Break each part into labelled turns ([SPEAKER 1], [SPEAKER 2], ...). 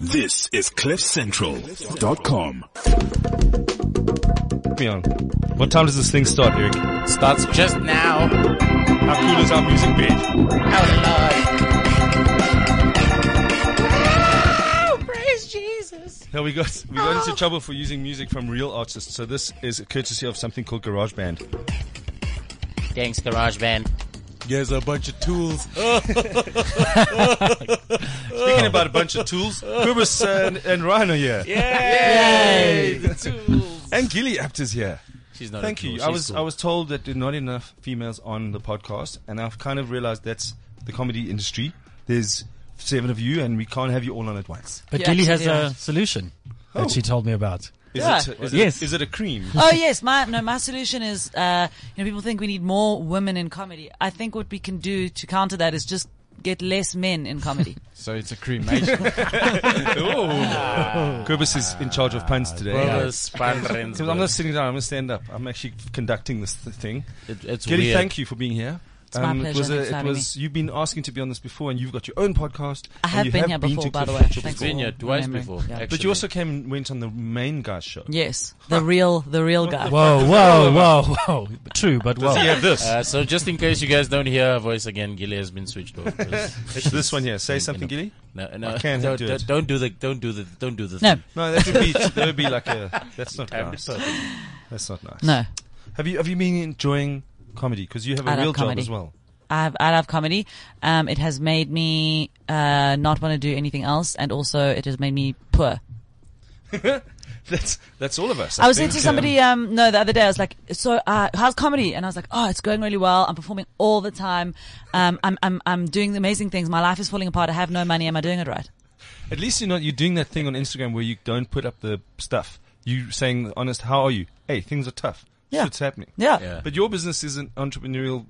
[SPEAKER 1] This is CliffCentral.com.
[SPEAKER 2] Young. What time does this thing start, Eric?
[SPEAKER 3] Starts just now.
[SPEAKER 2] How cool is our music page?
[SPEAKER 3] Out alive.
[SPEAKER 2] Now we got we got
[SPEAKER 3] Oh.
[SPEAKER 2] into trouble for using music from real artists, so this is a courtesy of something called GarageBand.
[SPEAKER 3] Thanks, GarageBand.
[SPEAKER 4] Here's a bunch of tools.
[SPEAKER 3] Oh.
[SPEAKER 2] Speaking about a bunch of tools, Kubus and, and Ryan are here,
[SPEAKER 3] Yay!
[SPEAKER 2] and Gilly Apt is here.
[SPEAKER 3] She's not.
[SPEAKER 2] Thank
[SPEAKER 3] a tool,
[SPEAKER 2] you.
[SPEAKER 3] she's
[SPEAKER 2] I was
[SPEAKER 3] cool.
[SPEAKER 2] I was told that there are not enough females on the podcast, and I've kind of realized that's the comedy industry. There's seven of you, and we can't have you all on at once.
[SPEAKER 5] But
[SPEAKER 6] You
[SPEAKER 5] Gilly has
[SPEAKER 6] actually- yeah.
[SPEAKER 5] a solution
[SPEAKER 2] Oh.
[SPEAKER 5] that she told me about.
[SPEAKER 2] Is
[SPEAKER 6] Yeah.
[SPEAKER 2] it, is
[SPEAKER 5] Yes.
[SPEAKER 2] It, is it a cream?
[SPEAKER 6] oh yes, my no, my solution is uh, you know people think we need more women in comedy. I think what we can do to counter that is just get less men in comedy.
[SPEAKER 4] So it's a cremation.
[SPEAKER 2] Kubus is in charge of puns today.
[SPEAKER 3] Well, it's sponsoring.
[SPEAKER 2] 'Cause I'm not sitting down. I'm going to stand up. I'm actually conducting this th- thing.
[SPEAKER 3] It- it's
[SPEAKER 2] Gilly,
[SPEAKER 3] weird.
[SPEAKER 2] thank you for being here. Um,
[SPEAKER 6] It's my
[SPEAKER 2] it
[SPEAKER 6] pleasure.
[SPEAKER 2] was
[SPEAKER 6] Thanks for
[SPEAKER 2] it
[SPEAKER 6] having
[SPEAKER 2] was you've been asking to be on this before, and you've got your own podcast.
[SPEAKER 6] I
[SPEAKER 2] and
[SPEAKER 6] have
[SPEAKER 2] you
[SPEAKER 6] been here before,
[SPEAKER 2] to
[SPEAKER 6] by the
[SPEAKER 2] Cliff
[SPEAKER 6] way.
[SPEAKER 2] Central
[SPEAKER 6] Thanks
[SPEAKER 2] before.
[SPEAKER 3] Been
[SPEAKER 6] for
[SPEAKER 3] here twice
[SPEAKER 6] remembering.
[SPEAKER 3] before.
[SPEAKER 6] Yeah.
[SPEAKER 2] But you also came and went on the main guy's show.
[SPEAKER 6] Yes, the real the real guy.
[SPEAKER 5] Whoa, whoa, whoa, whoa. True, but whoa.
[SPEAKER 2] Oh, Yeah, this.
[SPEAKER 3] Uh, so just in case you guys don't hear her voice again, Gilly has been switched off.
[SPEAKER 2] it's this one here. Say something, Gilly.
[SPEAKER 3] No, no,
[SPEAKER 2] I can't
[SPEAKER 3] don't,
[SPEAKER 2] do
[SPEAKER 3] don't,
[SPEAKER 2] it.
[SPEAKER 3] don't do the, don't do the, don't do the.
[SPEAKER 6] No,
[SPEAKER 3] thing.
[SPEAKER 2] No, that would be that would be like a. That's not
[SPEAKER 3] Timed
[SPEAKER 2] nice.
[SPEAKER 3] it perfect.
[SPEAKER 2] That's not nice.
[SPEAKER 6] no,
[SPEAKER 2] Have you have you been enjoying comedy? Because you have a
[SPEAKER 6] I love
[SPEAKER 2] real job
[SPEAKER 6] comedy.
[SPEAKER 2] as well.
[SPEAKER 6] I have, I love comedy. Um, it has made me uh, not want to do anything else, and also it has made me poor.
[SPEAKER 2] That's that's all of us.
[SPEAKER 6] I was saying
[SPEAKER 2] think.
[SPEAKER 6] to somebody, um, no, the other day, I was like, so, uh, how's comedy? And I was like, oh, it's going really well. I'm performing all the time. Um, I'm, I'm, I'm doing amazing things. My life is falling apart. I have no money. Am I doing it right?
[SPEAKER 2] At least you're not you're doing that thing on Instagram where you don't put up the stuff. You saying honest, how are you? Hey, things are tough.
[SPEAKER 6] Yeah.
[SPEAKER 2] Shit's happening.
[SPEAKER 6] Yeah.
[SPEAKER 3] Yeah.
[SPEAKER 2] But your business is an entrepreneurial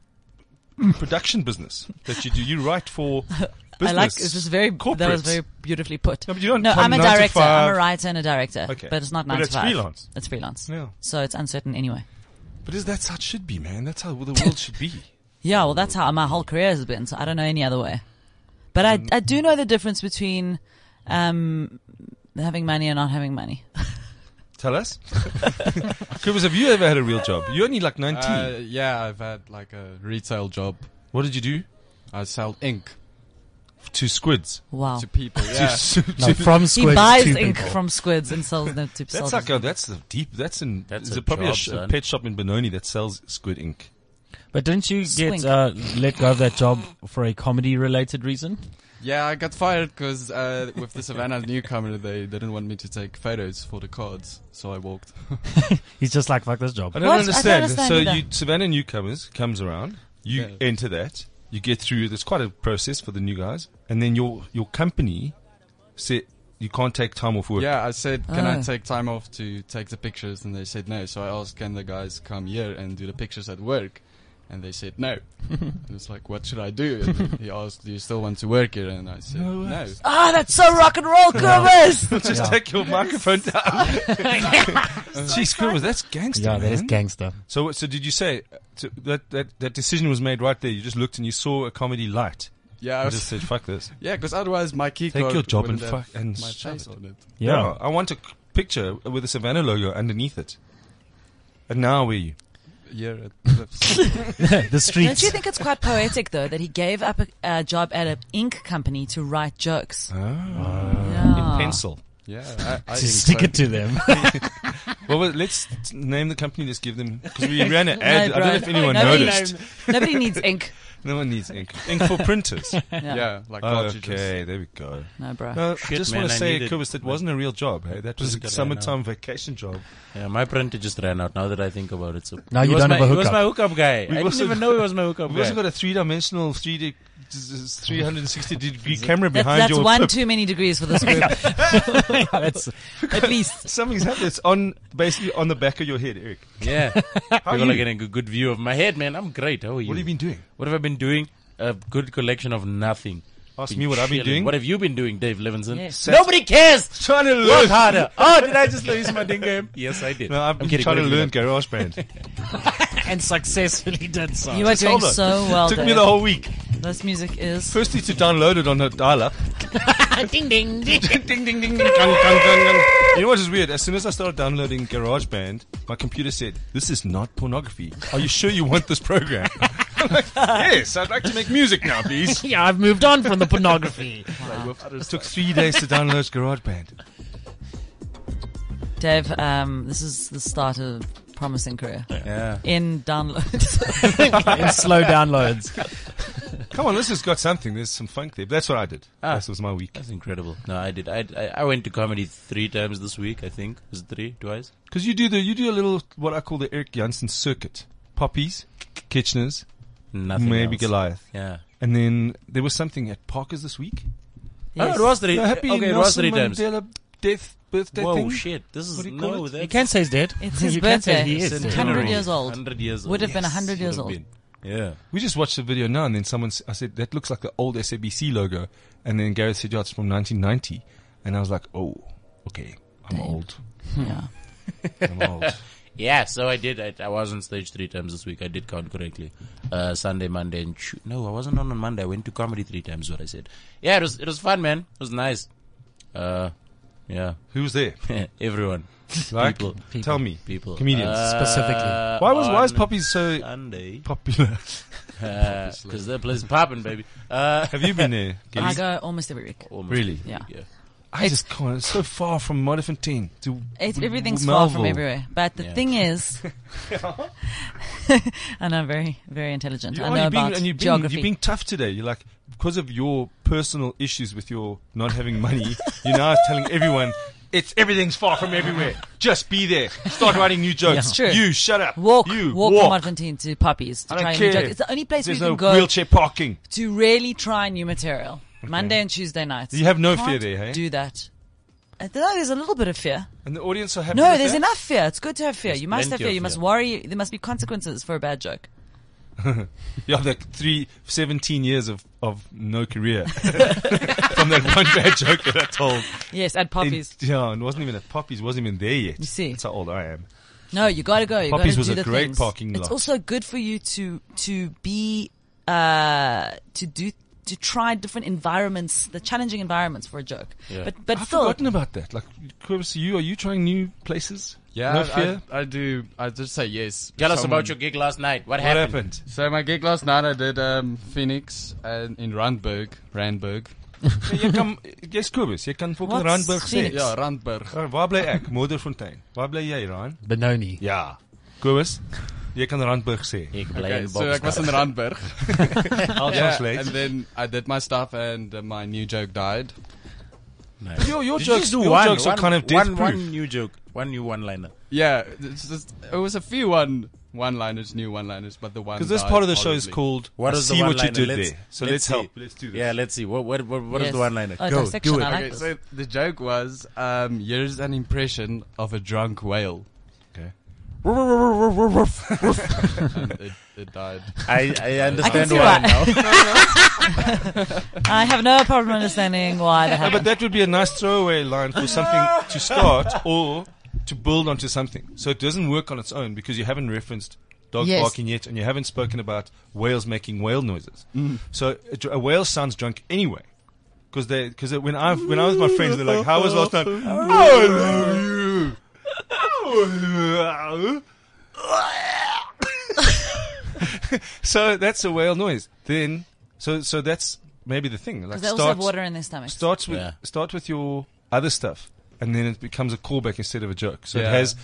[SPEAKER 2] production business that you do. You write for business.
[SPEAKER 6] I like, this is very,
[SPEAKER 2] corporate.
[SPEAKER 6] that was very beautifully put.
[SPEAKER 2] No, but you don't
[SPEAKER 6] No,
[SPEAKER 2] come
[SPEAKER 6] I'm a
[SPEAKER 2] nine to
[SPEAKER 6] director.
[SPEAKER 2] five.
[SPEAKER 6] I'm a writer and a director.
[SPEAKER 2] Okay.
[SPEAKER 6] But it's not
[SPEAKER 2] But
[SPEAKER 6] 9 to
[SPEAKER 2] it's
[SPEAKER 6] 5.
[SPEAKER 2] freelance.
[SPEAKER 6] It's freelance.
[SPEAKER 2] Yeah.
[SPEAKER 6] So it's uncertain anyway.
[SPEAKER 2] But is that's how it should be, man. That's how the world should be.
[SPEAKER 6] Yeah, well, that's how my whole career has been. So I don't know any other way. But
[SPEAKER 2] Mm.
[SPEAKER 6] I, I do know the difference between um, having money and not having money.
[SPEAKER 2] Tell us, Kubus, have you ever had a real job? You're only like 19.
[SPEAKER 4] uh, yeah, I've had like a retail job.
[SPEAKER 2] what did you do?
[SPEAKER 4] I sell ink
[SPEAKER 2] Two squids.
[SPEAKER 6] Wow.
[SPEAKER 4] to people. Yeah.
[SPEAKER 5] No, from
[SPEAKER 6] He
[SPEAKER 5] squids
[SPEAKER 6] buys
[SPEAKER 5] to
[SPEAKER 6] ink
[SPEAKER 5] people.
[SPEAKER 6] from squids and sells them to
[SPEAKER 2] That's
[SPEAKER 6] sell
[SPEAKER 2] like
[SPEAKER 6] them.
[SPEAKER 2] a, that's the deep. That's in.
[SPEAKER 3] That's
[SPEAKER 2] there's
[SPEAKER 3] a
[SPEAKER 2] a, probably
[SPEAKER 3] job,
[SPEAKER 2] a, sh- a
[SPEAKER 3] son.
[SPEAKER 2] pet shop in Benoni that sells squid ink.
[SPEAKER 5] But didn't you
[SPEAKER 6] Swink.
[SPEAKER 5] get uh, let go of that job for a comedy related reason?
[SPEAKER 4] yeah, I got fired because uh, with the Savannah newcomer, they didn't want me to take photos for the cards, so I walked.
[SPEAKER 5] He's just like, fuck this job.
[SPEAKER 2] I don't
[SPEAKER 6] What? I don't
[SPEAKER 2] understand.
[SPEAKER 6] understand
[SPEAKER 2] so
[SPEAKER 6] either.
[SPEAKER 2] you Savannah newcomers comes around, you
[SPEAKER 4] Yeah.
[SPEAKER 2] enter that, you get through. There's quite a process for the new guys, and then your your company said you can't take time off work.
[SPEAKER 4] Yeah, I said, can I
[SPEAKER 6] Oh.
[SPEAKER 4] take time off to take the pictures? And they said no. So I asked, can the guys come here and do the pictures at work? And they said no. and it's like, what should I do? And he asked, do you still want to work here? And I said no.
[SPEAKER 6] Ah, that's so rock and roll, Kurbis!
[SPEAKER 2] just take your microphone down. Jeez, cool. That's gangster.
[SPEAKER 5] yeah, that is
[SPEAKER 2] man.
[SPEAKER 5] gangster.
[SPEAKER 2] So so did you say uh, so that that that decision was made right there? You just looked and you saw a comedy light.
[SPEAKER 4] Yeah, I
[SPEAKER 2] I
[SPEAKER 4] was,
[SPEAKER 2] just said, fuck this.
[SPEAKER 4] yeah, because otherwise my key
[SPEAKER 2] Take
[SPEAKER 4] card
[SPEAKER 2] your job
[SPEAKER 4] wouldn't
[SPEAKER 2] and
[SPEAKER 4] have
[SPEAKER 2] fuck- and
[SPEAKER 4] my
[SPEAKER 2] shove
[SPEAKER 4] face
[SPEAKER 2] it.
[SPEAKER 4] on it.
[SPEAKER 5] Yeah.
[SPEAKER 2] I want a c- picture with a Savannah logo underneath it. And now where are you?
[SPEAKER 4] Yeah, at Cliffs.
[SPEAKER 5] the
[SPEAKER 6] Don't you
[SPEAKER 5] streets.
[SPEAKER 6] think it's quite poetic, though, that he gave up a, a job at an ink company to write jokes?
[SPEAKER 2] Ah.
[SPEAKER 6] Yeah.
[SPEAKER 2] Uh, In pencil.
[SPEAKER 4] yeah, I, I
[SPEAKER 5] To stick it to them.
[SPEAKER 2] Well, well let's t- name the company. Let's give them because we ran an ad. I don't know
[SPEAKER 6] Brian.
[SPEAKER 2] if anyone
[SPEAKER 6] Nobody-
[SPEAKER 2] noticed.
[SPEAKER 6] Nobody needs ink.
[SPEAKER 2] No one needs ink. Ink for printers.
[SPEAKER 4] Yeah, yeah like cartridges.
[SPEAKER 2] Oh, okay, there we go.
[SPEAKER 6] No, bro.
[SPEAKER 2] No, I
[SPEAKER 3] Shit,
[SPEAKER 2] just
[SPEAKER 3] man,
[SPEAKER 2] want to
[SPEAKER 3] I
[SPEAKER 2] say,
[SPEAKER 3] needed-
[SPEAKER 2] Kubus, that wasn't a real job. Hey? That was
[SPEAKER 3] Couldn't
[SPEAKER 2] a
[SPEAKER 3] get it
[SPEAKER 2] summertime vacation job.
[SPEAKER 3] Yeah, my printer just ran out. Now that I think about it, so
[SPEAKER 5] Now
[SPEAKER 3] He
[SPEAKER 5] you
[SPEAKER 3] was
[SPEAKER 5] don't
[SPEAKER 3] my,
[SPEAKER 5] have a
[SPEAKER 3] He was
[SPEAKER 5] hookup.
[SPEAKER 3] my hookup guy. I didn't
[SPEAKER 2] also-
[SPEAKER 3] even know he was my hookup
[SPEAKER 2] We've
[SPEAKER 3] guy.
[SPEAKER 2] also got a three-dimensional, three d- three hundred and sixty degree camera
[SPEAKER 6] That's,
[SPEAKER 2] behind
[SPEAKER 6] that's
[SPEAKER 2] your
[SPEAKER 6] one
[SPEAKER 2] pip.
[SPEAKER 6] too many degrees for this group,
[SPEAKER 5] That's,
[SPEAKER 6] at least.
[SPEAKER 2] Something's happened. It's on basically on the back of your head, Eric.
[SPEAKER 3] Yeah.
[SPEAKER 2] are
[SPEAKER 3] People are
[SPEAKER 2] you?
[SPEAKER 3] getting a good view of my head, man. I'm great. How are you?
[SPEAKER 2] What have you been doing?
[SPEAKER 3] What have I been doing? A good collection of nothing.
[SPEAKER 2] Ask
[SPEAKER 3] Been
[SPEAKER 2] me what I've been
[SPEAKER 3] chilling.
[SPEAKER 2] doing.
[SPEAKER 3] What have you been doing, Dave Levinson?
[SPEAKER 6] Yes.
[SPEAKER 2] Sat-
[SPEAKER 3] Nobody cares.
[SPEAKER 2] Trying to
[SPEAKER 3] Work
[SPEAKER 2] learn.
[SPEAKER 3] harder. Oh, did I just lose my dingo? Yes, I did.
[SPEAKER 2] No, I've
[SPEAKER 3] I'm
[SPEAKER 2] been
[SPEAKER 3] kidding.
[SPEAKER 2] trying to
[SPEAKER 3] What have you
[SPEAKER 2] learn
[SPEAKER 3] done?
[SPEAKER 2] GarageBand.
[SPEAKER 5] and successfully did so.
[SPEAKER 6] You are doing
[SPEAKER 2] Hold on.
[SPEAKER 6] so well,
[SPEAKER 2] Took me
[SPEAKER 6] Dave.
[SPEAKER 2] the whole week.
[SPEAKER 6] This music is...
[SPEAKER 2] Firstly, to download it on a dial-up,
[SPEAKER 3] ding ding ding.
[SPEAKER 2] ding, ding, ding, ding, gung, gung, gung, gung. You know what is weird? As soon as I started downloading GarageBand, my computer said, "This is not pornography. Are you sure you want this program?" I'm like, yes, I'd like to make music now, please.
[SPEAKER 3] yeah, I've moved on from the pornography.
[SPEAKER 2] It took three days to download GarageBand.
[SPEAKER 6] Dave, um, this is the start of promising career
[SPEAKER 2] Yeah.
[SPEAKER 6] in downloads.
[SPEAKER 5] in slow downloads.
[SPEAKER 2] Come on, this has got something. There's some funk there. But that's what I did.
[SPEAKER 3] Ah.
[SPEAKER 2] This was my week.
[SPEAKER 3] That's incredible. No, I did. I, I I went to comedy three times this week. I think was it three, twice.
[SPEAKER 2] Because you do the you do a little what I call the Eric Janssen circuit. Poppies, Kitcheners,
[SPEAKER 3] Nothing.
[SPEAKER 2] maybe
[SPEAKER 3] else.
[SPEAKER 2] Goliath.
[SPEAKER 3] Yeah.
[SPEAKER 2] And then there was something at Parker's this week.
[SPEAKER 3] Oh, it was three.
[SPEAKER 2] The happy
[SPEAKER 3] okay, it was
[SPEAKER 2] Nelson
[SPEAKER 3] three times.
[SPEAKER 2] Mandela death birthday
[SPEAKER 3] Whoa,
[SPEAKER 2] thing.
[SPEAKER 3] shit! This is
[SPEAKER 2] What do you call
[SPEAKER 3] no.
[SPEAKER 2] it?
[SPEAKER 3] That's
[SPEAKER 5] You can say he's dead.
[SPEAKER 6] It's his
[SPEAKER 5] you can say
[SPEAKER 6] birthday.
[SPEAKER 5] he is.
[SPEAKER 6] It's
[SPEAKER 5] dead.
[SPEAKER 6] in- 100 years old.
[SPEAKER 3] 100 years old.
[SPEAKER 6] Would have been 100 years
[SPEAKER 3] Would have
[SPEAKER 6] old.
[SPEAKER 3] been. Yeah.
[SPEAKER 2] We just watched a video now, and then someone s- I said that looks like the old SABC logo, and then Gareth said, "Yeah, it's from 1990," and I was like, "Oh, okay, I'm old.
[SPEAKER 6] yeah.
[SPEAKER 2] I'm old."
[SPEAKER 3] Yeah, so I did. I, I was on stage three times this week. I did count correctly. Uh, Sunday, Monday, and Tu- no, I wasn't on on Monday. I went to comedy three times. What I said. Yeah, it was it was fun, man. It was nice. Uh, yeah,
[SPEAKER 2] Who's there?
[SPEAKER 3] everyone,
[SPEAKER 2] Like,
[SPEAKER 3] People. um,
[SPEAKER 2] tell me,
[SPEAKER 3] people, Uh,
[SPEAKER 2] Comedians.
[SPEAKER 5] Specifically.
[SPEAKER 2] why was why is
[SPEAKER 3] on
[SPEAKER 2] Poppy
[SPEAKER 3] uh,
[SPEAKER 2] so
[SPEAKER 3] Sunday?
[SPEAKER 2] popular?
[SPEAKER 3] Uh, Because that place is popping, baby. Uh,
[SPEAKER 2] Have you Oh, been there? Gilly?
[SPEAKER 6] I go almost every week.
[SPEAKER 3] almost.
[SPEAKER 2] Really?
[SPEAKER 6] Yeah.
[SPEAKER 3] Yeah.
[SPEAKER 2] I just can't. It's so far from Modifontein to
[SPEAKER 6] It's,
[SPEAKER 2] W-
[SPEAKER 6] everything's
[SPEAKER 2] Melville.
[SPEAKER 6] far from everywhere. But the
[SPEAKER 3] Yeah.
[SPEAKER 6] thing is, I know, very, very intelligent.
[SPEAKER 2] You
[SPEAKER 6] I
[SPEAKER 2] are,
[SPEAKER 6] know
[SPEAKER 2] you're being,
[SPEAKER 6] about
[SPEAKER 2] and you're being,
[SPEAKER 6] geography.
[SPEAKER 2] you're being tough today. You're like, because of your personal issues with your not having money, you're now telling everyone, it's everything's far from everywhere. Just be there. Start writing new jokes.
[SPEAKER 6] It's true.
[SPEAKER 2] You, shut up.
[SPEAKER 6] walk,
[SPEAKER 2] you,
[SPEAKER 6] walk,
[SPEAKER 2] walk.
[SPEAKER 6] from Mudfontein to Puppies to
[SPEAKER 2] I don't
[SPEAKER 6] try a
[SPEAKER 2] care.
[SPEAKER 6] new joke. It's the only place
[SPEAKER 2] There's
[SPEAKER 6] where
[SPEAKER 2] no
[SPEAKER 6] you can go
[SPEAKER 2] wheelchair parking.
[SPEAKER 6] to really try new material. Monday and Tuesday nights.
[SPEAKER 2] You have no
[SPEAKER 6] Can't
[SPEAKER 2] fear there, hey?
[SPEAKER 6] Do that. I don't know, there's a little bit of fear.
[SPEAKER 2] And the audience are happy
[SPEAKER 6] No,
[SPEAKER 2] with
[SPEAKER 6] there's
[SPEAKER 2] that?
[SPEAKER 6] enough fear. It's good to have fear. you must have
[SPEAKER 3] plenty
[SPEAKER 6] fear.
[SPEAKER 3] of
[SPEAKER 6] You must
[SPEAKER 3] fear.
[SPEAKER 6] worry. There must be consequences for a bad joke.
[SPEAKER 2] You have like three, 17 years of, of no career from that one bad joke that I told.
[SPEAKER 6] Yes, at
[SPEAKER 2] In-
[SPEAKER 6] Poppies.
[SPEAKER 2] yeah, and wasn't even at Poppies, wasn't even there yet.
[SPEAKER 6] You see.
[SPEAKER 2] That's how old I am.
[SPEAKER 6] No, you got to go. You got
[SPEAKER 2] Poppies
[SPEAKER 6] to
[SPEAKER 2] was
[SPEAKER 6] do
[SPEAKER 2] a
[SPEAKER 6] the
[SPEAKER 2] great
[SPEAKER 6] things.
[SPEAKER 2] parking lot.
[SPEAKER 6] It's also good for you to to be uh to do to try different environments, the challenging environments for a joke.
[SPEAKER 3] Yeah.
[SPEAKER 6] But but
[SPEAKER 2] I've
[SPEAKER 6] Phil,
[SPEAKER 2] forgotten about that. Like, Chris, you are you trying new places?
[SPEAKER 4] Yeah,
[SPEAKER 2] no
[SPEAKER 4] I-
[SPEAKER 2] fear.
[SPEAKER 4] I, I do. I just say yes.
[SPEAKER 3] Tell us
[SPEAKER 4] Someone-
[SPEAKER 3] about your gig last night. What,
[SPEAKER 2] what
[SPEAKER 3] happened?
[SPEAKER 2] happened?
[SPEAKER 4] So my gig last night, I did um, Phoenix and in Randburg, Randburg.
[SPEAKER 2] jy kan jy's Kobus, jy kan fucking
[SPEAKER 6] What's
[SPEAKER 2] Randburg sê.
[SPEAKER 6] Phoenix?
[SPEAKER 2] Ja.
[SPEAKER 4] Yeah, Randburg.
[SPEAKER 2] Ra- Waar bly ek? Modderfontein. Waar bly jy, Ryan?
[SPEAKER 5] Benoni.
[SPEAKER 2] Ja. Kobus, jy kan Randburg sê.
[SPEAKER 3] Ik
[SPEAKER 4] Okay,
[SPEAKER 3] blij
[SPEAKER 4] so I was in Randburg.
[SPEAKER 2] I'll
[SPEAKER 4] yeah, and
[SPEAKER 2] translate.
[SPEAKER 4] then I did my stuff, and uh, my new joke died.
[SPEAKER 2] Your your
[SPEAKER 3] Did you
[SPEAKER 2] jokes,
[SPEAKER 3] just do
[SPEAKER 2] your
[SPEAKER 3] one,
[SPEAKER 2] jokes
[SPEAKER 3] one,
[SPEAKER 2] are kind of death
[SPEAKER 3] one,
[SPEAKER 2] proof.
[SPEAKER 3] one new joke, one new one-liner.
[SPEAKER 4] Yeah, it's just, it was a few one one liners, new one liners, but the one
[SPEAKER 2] Because this
[SPEAKER 4] died
[SPEAKER 2] part of the show is
[SPEAKER 4] horribly.
[SPEAKER 2] called
[SPEAKER 3] What
[SPEAKER 2] I
[SPEAKER 3] is
[SPEAKER 2] See
[SPEAKER 3] the one
[SPEAKER 2] What You
[SPEAKER 3] liner?
[SPEAKER 2] Did There. So let's,
[SPEAKER 3] see.
[SPEAKER 2] help. Let's do this.
[SPEAKER 3] Yeah, let's see. What what what, what is
[SPEAKER 6] Yes.
[SPEAKER 3] the one liner?
[SPEAKER 6] Oh,
[SPEAKER 3] Go,
[SPEAKER 6] dissection,
[SPEAKER 3] do it.
[SPEAKER 6] I like
[SPEAKER 4] Okay,
[SPEAKER 6] this.
[SPEAKER 4] so the joke was um, here's an impression of a drunk whale.
[SPEAKER 2] Okay.
[SPEAKER 4] And it, it died.
[SPEAKER 3] I, I understand
[SPEAKER 6] see why.
[SPEAKER 3] why now.
[SPEAKER 6] I have no problem understanding why that
[SPEAKER 2] No, but
[SPEAKER 6] happened.
[SPEAKER 2] that would be a nice throwaway line for something to start or to build onto something. So it doesn't work on its own because you haven't referenced dogs
[SPEAKER 6] Yes.
[SPEAKER 2] barking yet and you haven't spoken about whales making whale noises.
[SPEAKER 6] Mm.
[SPEAKER 2] So a, dr- a whale sounds drunk anyway. Because they, because when I when I was with my friends, they're like, "How was last night?" I love you. I love you. so that's a whale noise. Then, so so that's maybe the thing. Like
[SPEAKER 6] they also
[SPEAKER 2] start-
[SPEAKER 6] have water in their stomachs.
[SPEAKER 2] starts with
[SPEAKER 3] Yeah.
[SPEAKER 2] start with your other stuff and then it becomes a callback instead of a joke so it
[SPEAKER 4] Yeah.
[SPEAKER 2] has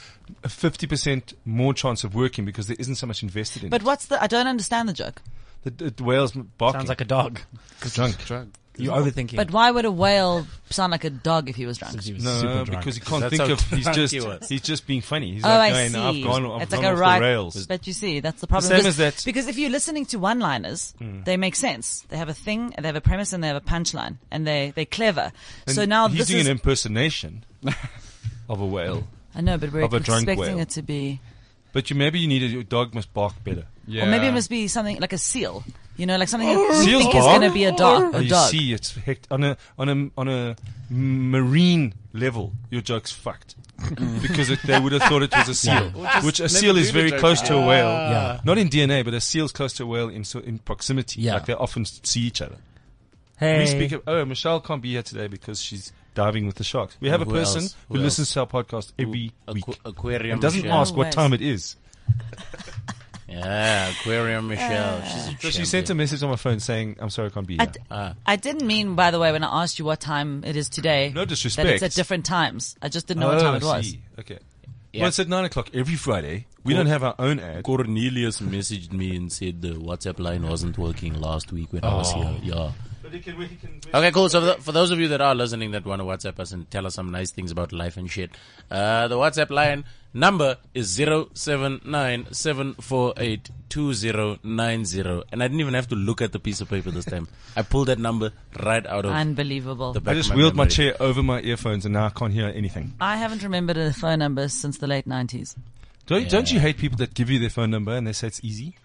[SPEAKER 2] a 50% more chance of working because there isn't so much invested in
[SPEAKER 6] But what's the? I don't understand the joke.
[SPEAKER 2] it the, the whales barking
[SPEAKER 5] Sounds like a dog.
[SPEAKER 2] drunk
[SPEAKER 4] Drunk.
[SPEAKER 5] You're overthinking.
[SPEAKER 6] But why would a whale sound like a dog if he was drunk?
[SPEAKER 5] he was
[SPEAKER 2] no,
[SPEAKER 5] super drunk.
[SPEAKER 2] because he can't
[SPEAKER 3] That's
[SPEAKER 2] think
[SPEAKER 3] how
[SPEAKER 2] of he's
[SPEAKER 3] drunk
[SPEAKER 2] just
[SPEAKER 3] he was.
[SPEAKER 2] he's just being funny he's
[SPEAKER 6] Oh,
[SPEAKER 2] like
[SPEAKER 6] I
[SPEAKER 2] going,
[SPEAKER 6] see.
[SPEAKER 2] I've gone, I've
[SPEAKER 6] it's
[SPEAKER 2] gone
[SPEAKER 6] like a
[SPEAKER 2] off
[SPEAKER 6] right,
[SPEAKER 2] the rails
[SPEAKER 6] but you see, that's the problem.
[SPEAKER 2] same
[SPEAKER 6] because,
[SPEAKER 2] as that- Hmm.
[SPEAKER 6] because if you're listening to one-liners, they make sense. They have a thing, they have a premise, and they have a punchline, and they they're clever.
[SPEAKER 2] And
[SPEAKER 6] so now
[SPEAKER 2] he's
[SPEAKER 6] this
[SPEAKER 2] doing
[SPEAKER 6] is
[SPEAKER 2] an impersonation of a whale
[SPEAKER 6] I know, but we're
[SPEAKER 2] of a drunk
[SPEAKER 6] expecting
[SPEAKER 2] whale.
[SPEAKER 6] it to be,
[SPEAKER 2] but you maybe you need a, your dog must bark better
[SPEAKER 4] Yeah.
[SPEAKER 6] or maybe it must be something like a seal. You know, like something that you
[SPEAKER 2] Seals
[SPEAKER 6] think is
[SPEAKER 2] bark?
[SPEAKER 6] going to be a dog.
[SPEAKER 2] Oh,
[SPEAKER 6] A
[SPEAKER 2] you
[SPEAKER 6] dog.
[SPEAKER 2] see, it's hect- on a on a on a marine level. Your joke's fucked because it, they would have thought it was a seal, which a seal is
[SPEAKER 4] do the
[SPEAKER 2] very
[SPEAKER 4] joke. Ah.
[SPEAKER 2] close to a whale.
[SPEAKER 5] Yeah.
[SPEAKER 2] Not in DNA, but a seal's close to a whale in so in proximity.
[SPEAKER 5] Yeah.
[SPEAKER 2] Like they often see each other.
[SPEAKER 5] Hey.
[SPEAKER 2] We speak of, oh, Michelle can't be here today because she's diving with the sharks. We have
[SPEAKER 3] Who
[SPEAKER 2] a person
[SPEAKER 3] else?
[SPEAKER 2] who,
[SPEAKER 3] Who
[SPEAKER 2] listens to our podcast every
[SPEAKER 3] Aqu-
[SPEAKER 2] week
[SPEAKER 3] Aquarium
[SPEAKER 2] and doesn't
[SPEAKER 3] Michelle.
[SPEAKER 2] ask what
[SPEAKER 6] Always.
[SPEAKER 2] time it is.
[SPEAKER 3] Yeah, Aquarium Michelle. She's a
[SPEAKER 2] Uh, So she sent a
[SPEAKER 3] champion.
[SPEAKER 2] message on my phone saying, I'm sorry I can't be
[SPEAKER 6] I
[SPEAKER 2] here.
[SPEAKER 6] d-
[SPEAKER 3] Ah.
[SPEAKER 6] I didn't mean, by the way, when I asked you what time it is today.
[SPEAKER 2] No disrespect.
[SPEAKER 6] That it's at different times. I just didn't know what time it
[SPEAKER 2] Oh,
[SPEAKER 6] was.
[SPEAKER 2] see. Okay.
[SPEAKER 3] Yeah.
[SPEAKER 2] Well, it's at 9 o'clock every Friday. We
[SPEAKER 3] Cool.
[SPEAKER 2] don't have our own ad.
[SPEAKER 3] Cornelius messaged me and said the WhatsApp line wasn't working last week when I was
[SPEAKER 2] Oh.
[SPEAKER 3] here. Yeah. Okay, cool. So for, th for those of you that are listening that want to WhatsApp us and tell us some nice things about life and shit, uh, the WhatsApp line number is zero seven nine seven four eight two zero nine zero. And I didn't even have to look at the piece of paper this time. I pulled that number right out of
[SPEAKER 6] Unbelievable.
[SPEAKER 3] the back
[SPEAKER 2] I just
[SPEAKER 3] of
[SPEAKER 2] wheeled my
[SPEAKER 3] memory.
[SPEAKER 2] chair over my earphones and now I can't hear anything.
[SPEAKER 6] I haven't remembered a phone number since the late 90s.
[SPEAKER 2] Don't, don't you hate people that give you their phone number and they say it's easy?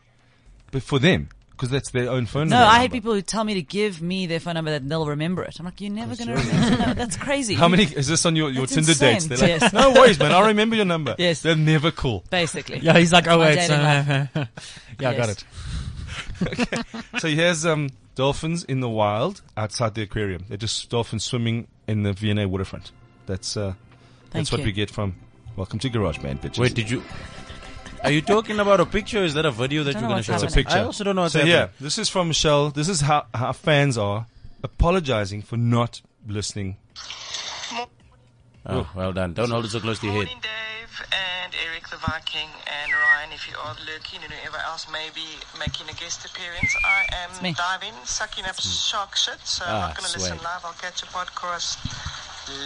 [SPEAKER 2] But for them, because that's their own phone
[SPEAKER 6] No,
[SPEAKER 2] number.
[SPEAKER 6] I hate people who tell me to give me their phone number that they'll remember it. I'm like, you're never going to remember your number. That's crazy.
[SPEAKER 2] How many is this on your, your
[SPEAKER 6] That's
[SPEAKER 2] Tinder
[SPEAKER 6] insane.
[SPEAKER 2] dates? They're like,
[SPEAKER 6] Yes.
[SPEAKER 2] no worries, man. I remember your number.
[SPEAKER 6] Yes.
[SPEAKER 2] they're never cool.
[SPEAKER 6] Basically.
[SPEAKER 5] Yeah, he's like, oh
[SPEAKER 6] my
[SPEAKER 5] wait,
[SPEAKER 6] dating
[SPEAKER 5] so,
[SPEAKER 6] life.
[SPEAKER 5] yeah, I got
[SPEAKER 6] Yes.
[SPEAKER 5] it.
[SPEAKER 2] So here's um, dolphins in the wild outside the aquarium. They're just dolphins swimming in the Vienna waterfront. That's uh,
[SPEAKER 6] Thank
[SPEAKER 2] that's what
[SPEAKER 6] you.
[SPEAKER 2] we get from. Welcome to Garage Man, bitches.
[SPEAKER 3] Wait, did you? Are you talking about a picture? Is that a video that
[SPEAKER 6] Don't
[SPEAKER 3] you're
[SPEAKER 6] know
[SPEAKER 3] gonna
[SPEAKER 6] what's
[SPEAKER 3] show?
[SPEAKER 6] It's a
[SPEAKER 3] us?
[SPEAKER 2] picture.
[SPEAKER 3] I also don't know what's
[SPEAKER 2] so
[SPEAKER 3] happening.
[SPEAKER 2] yeah, this is from Michelle. This is how how fans are apologizing for not listening.
[SPEAKER 3] Oh, well done. Don't hold it so close to your head.
[SPEAKER 7] Morning, Dave and Eric the Viking and Ryan, if you are lurking and whoever else may be making a guest appearance. I
[SPEAKER 6] me.
[SPEAKER 7] am diving, sucking up shark shit, so I'm
[SPEAKER 3] Ah,
[SPEAKER 7] not going to listen
[SPEAKER 3] swag.
[SPEAKER 7] live. I'll catch a podcast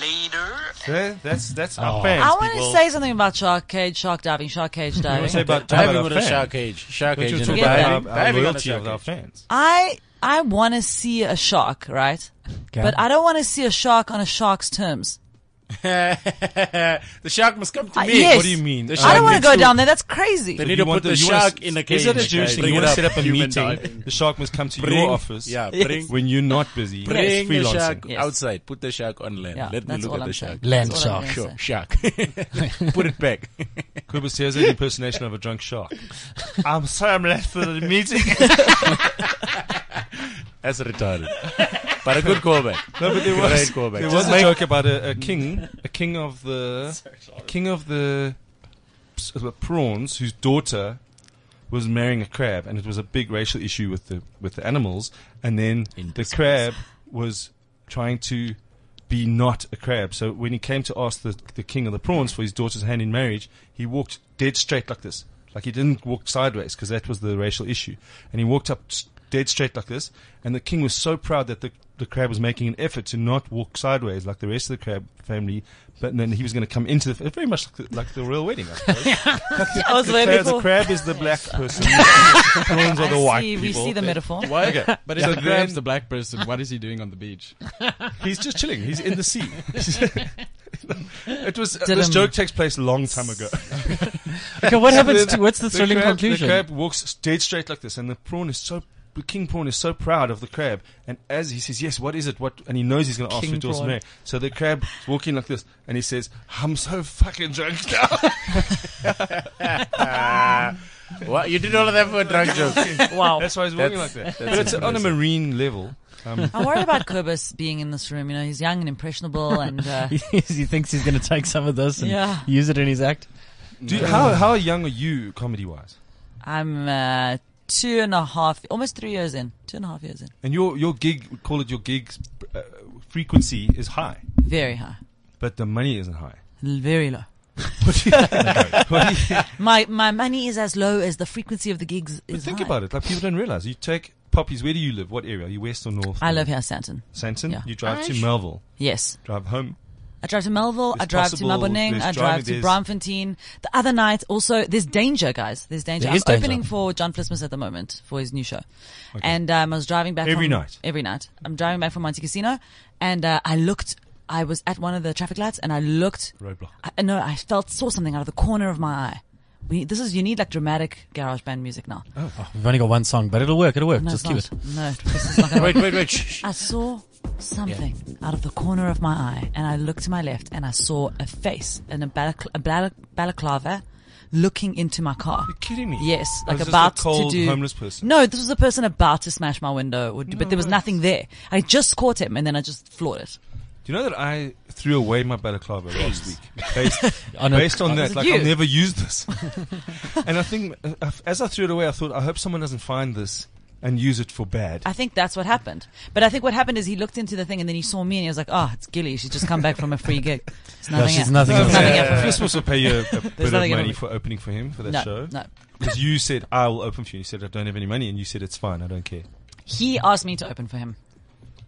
[SPEAKER 7] later.
[SPEAKER 2] Yeah, that's that's our fans.
[SPEAKER 6] I want
[SPEAKER 2] people.
[SPEAKER 6] to say something about shark cage, shark diving, shark cage diving.
[SPEAKER 2] say about
[SPEAKER 3] Diving
[SPEAKER 2] about
[SPEAKER 3] with
[SPEAKER 2] our
[SPEAKER 3] a
[SPEAKER 2] fans.
[SPEAKER 3] shark cage. Shark
[SPEAKER 2] Don't
[SPEAKER 3] cage.
[SPEAKER 2] you
[SPEAKER 3] in
[SPEAKER 2] talk
[SPEAKER 3] the
[SPEAKER 6] Yeah.
[SPEAKER 2] about
[SPEAKER 3] diving.
[SPEAKER 2] our, our
[SPEAKER 3] Diving on a
[SPEAKER 2] loyalty
[SPEAKER 3] shark
[SPEAKER 2] of our
[SPEAKER 3] cage.
[SPEAKER 2] fans.
[SPEAKER 6] I I want to see a shark, right? But I don't want to see a shark on a shark's terms.
[SPEAKER 3] the shark must come to
[SPEAKER 6] Uh,
[SPEAKER 3] me.
[SPEAKER 6] yes.
[SPEAKER 2] What do you mean? I
[SPEAKER 3] The
[SPEAKER 6] I
[SPEAKER 3] shark
[SPEAKER 6] don't want to
[SPEAKER 3] needs
[SPEAKER 6] go down there. That's crazy.
[SPEAKER 3] They
[SPEAKER 2] But
[SPEAKER 3] need
[SPEAKER 2] you
[SPEAKER 3] to
[SPEAKER 2] want
[SPEAKER 3] put the,
[SPEAKER 2] you wanna-
[SPEAKER 3] shark in a cage.
[SPEAKER 2] Is that a Jewish
[SPEAKER 3] guys.
[SPEAKER 2] thing?
[SPEAKER 3] Bring
[SPEAKER 2] You
[SPEAKER 3] it
[SPEAKER 2] want to
[SPEAKER 3] up.
[SPEAKER 2] set up a
[SPEAKER 3] Human
[SPEAKER 2] meeting.
[SPEAKER 3] diving.
[SPEAKER 2] The shark must come to
[SPEAKER 3] Bring,
[SPEAKER 2] your office.
[SPEAKER 3] Yeah,
[SPEAKER 6] Yes.
[SPEAKER 3] bring,
[SPEAKER 2] When you're not busy,
[SPEAKER 3] bring the
[SPEAKER 2] freelancing.
[SPEAKER 3] shark
[SPEAKER 6] Yes.
[SPEAKER 3] outside. Put the shark on land.
[SPEAKER 6] Yeah,
[SPEAKER 3] Let me
[SPEAKER 6] that's
[SPEAKER 3] look
[SPEAKER 6] all
[SPEAKER 3] at
[SPEAKER 6] I'm
[SPEAKER 3] the
[SPEAKER 6] saying.
[SPEAKER 3] shark.
[SPEAKER 5] Land
[SPEAKER 6] That's all I'm
[SPEAKER 5] shark.
[SPEAKER 6] gonna
[SPEAKER 3] Sure,
[SPEAKER 6] say.
[SPEAKER 3] shark. Put it back.
[SPEAKER 2] Kubus, here's an impersonation of a drunk shark. I'm sorry I'm late for the meeting.
[SPEAKER 3] That's retarded. But a good callback.
[SPEAKER 2] No, but there
[SPEAKER 3] Great
[SPEAKER 2] was,
[SPEAKER 3] callback.
[SPEAKER 2] there
[SPEAKER 3] Just
[SPEAKER 2] was a
[SPEAKER 3] make-
[SPEAKER 2] joke about a, a king, a king of the, a king of the, s- uh, prawns, whose daughter was marrying a crab, and it was a big racial issue with the with the animals. And then the
[SPEAKER 3] Indispensible.
[SPEAKER 2] crab was trying to be not a crab. So when he came to ask the the king of the prawns for his daughter's hand in marriage, he walked dead straight like this. Like he didn't walk sideways because that was the racial issue, and he walked up s- dead straight like this. And the king was so proud that the the crab was making an effort to not walk sideways like the rest of the crab family, but then he was going to come into the very much like the, like the royal wedding. I suppose.
[SPEAKER 6] I was waiting
[SPEAKER 2] Crab- the
[SPEAKER 6] for-
[SPEAKER 2] crab is the black person. prawns are the
[SPEAKER 6] I
[SPEAKER 2] white
[SPEAKER 6] see, we
[SPEAKER 2] people.
[SPEAKER 6] see the metaphor.
[SPEAKER 4] Why? But if
[SPEAKER 2] So
[SPEAKER 4] the crab's
[SPEAKER 2] then-
[SPEAKER 4] the black person, what is he doing on the beach?
[SPEAKER 2] He's just chilling. He's in the sea. it was
[SPEAKER 6] Did
[SPEAKER 2] this
[SPEAKER 6] him-
[SPEAKER 2] joke takes place a long time ago.
[SPEAKER 5] Okay, what happens
[SPEAKER 2] The-
[SPEAKER 5] to what's the thrilling
[SPEAKER 2] crab,
[SPEAKER 5] conclusion?
[SPEAKER 2] The crab walks dead straight like this, and the prawn is so the king prawn is so proud of the crab. And as he says, "Yes, what is it?" What and he knows he's going to ask for
[SPEAKER 5] King
[SPEAKER 2] it also
[SPEAKER 5] prawn.
[SPEAKER 2] marry. So the crab is walking like this, and he says, "I'm so fucking drunk now."
[SPEAKER 3] What? You did all of that for a drunk joke.
[SPEAKER 6] Wow.
[SPEAKER 2] That's why he's walking
[SPEAKER 3] That's-
[SPEAKER 2] like that. But it's on a marine level. Um,
[SPEAKER 6] I'm worried about Kubus being in this room. You know, he's young and impressionable and. Uh,
[SPEAKER 5] he thinks he's going to take some of this and
[SPEAKER 6] Yeah.
[SPEAKER 5] use it in his act.
[SPEAKER 2] do you- how how young are you comedy wise?
[SPEAKER 6] I'm uh, two and a half, almost three years in. Two and a half years in.
[SPEAKER 2] And your your gig, call it your gig uh, frequency is high,
[SPEAKER 6] Very high.
[SPEAKER 2] but the money isn't high.
[SPEAKER 6] L- Very low.
[SPEAKER 2] What do you- what do you-
[SPEAKER 6] My my money is as low as the frequency of the gigs
[SPEAKER 2] but
[SPEAKER 6] is.
[SPEAKER 2] think
[SPEAKER 6] high.
[SPEAKER 2] about it. Like people don't realize. You take poppies. Where do you live? What area? Are you west or north?
[SPEAKER 6] I live here, Santon.
[SPEAKER 2] Santon.
[SPEAKER 6] Yeah.
[SPEAKER 2] You drive to Melville.
[SPEAKER 6] Yes.
[SPEAKER 2] Drive home.
[SPEAKER 6] I drive to Melville.
[SPEAKER 2] It's
[SPEAKER 6] I drive
[SPEAKER 2] possible
[SPEAKER 6] to Maboneng.
[SPEAKER 2] there's
[SPEAKER 6] I
[SPEAKER 2] driving,
[SPEAKER 6] drive to
[SPEAKER 2] there's-
[SPEAKER 6] Bramfontein. The other night, also, there's danger, guys. There's danger.
[SPEAKER 5] There
[SPEAKER 6] I'm
[SPEAKER 5] is danger.
[SPEAKER 6] opening for John Flismus at the moment for his new show, and um, I was driving back
[SPEAKER 2] Every
[SPEAKER 6] from-
[SPEAKER 2] night?
[SPEAKER 6] Every night, I'm driving back from Monte Casino, and uh, I looked. I was at one of the traffic lights, and I looked.
[SPEAKER 2] Roadblock.
[SPEAKER 6] I, no, I felt saw something out of the corner of my eye. We, this is you need like dramatic garage band music now.
[SPEAKER 5] We've only got one song, but it'll work. It'll work.
[SPEAKER 6] no,
[SPEAKER 5] Oh, Just
[SPEAKER 6] it's
[SPEAKER 5] keep it.
[SPEAKER 6] not. No, this is not gonna
[SPEAKER 3] Wait, wait, wait. Shh, shh.
[SPEAKER 6] I saw something out of the corner of my eye, and I looked to my left, and I saw a face in a, balacl- a bala- balaclava looking into my car.
[SPEAKER 2] You're kidding me.
[SPEAKER 6] Yes,
[SPEAKER 2] I
[SPEAKER 6] like
[SPEAKER 2] was just
[SPEAKER 6] about
[SPEAKER 2] a cold
[SPEAKER 6] to do.
[SPEAKER 2] homeless person.
[SPEAKER 6] No, this was a person about to smash my window, or do, but there was nothing there. I just caught him, and then I just floored it.
[SPEAKER 2] Do you know that I threw away my balaclava last week based,
[SPEAKER 5] On a-
[SPEAKER 2] based on
[SPEAKER 6] Was
[SPEAKER 2] that?
[SPEAKER 6] it
[SPEAKER 2] Like
[SPEAKER 6] you?
[SPEAKER 2] I'll never use this. and I think uh, as I threw it away, I thought I hope someone doesn't find this and use it for bad.
[SPEAKER 6] I think that's what happened. But I think what happened is he looked into the thing, and then he saw me, and he was like, "Oh, it's Gilly. She's just come back from a free gig. It's nothing.
[SPEAKER 5] No, she's
[SPEAKER 6] else."
[SPEAKER 5] nothing.
[SPEAKER 2] No,
[SPEAKER 5] else.
[SPEAKER 6] nothing
[SPEAKER 2] yeah.
[SPEAKER 6] out for-
[SPEAKER 2] Christmas will pay you a, a bit of
[SPEAKER 6] nothing out
[SPEAKER 2] money
[SPEAKER 6] for-
[SPEAKER 2] for opening for him for that
[SPEAKER 6] No,
[SPEAKER 2] show.
[SPEAKER 6] no.
[SPEAKER 2] Because you said, I will open for you. You said, I don't have any money. And you said, it's fine. I don't care.
[SPEAKER 6] He asked me to open for him.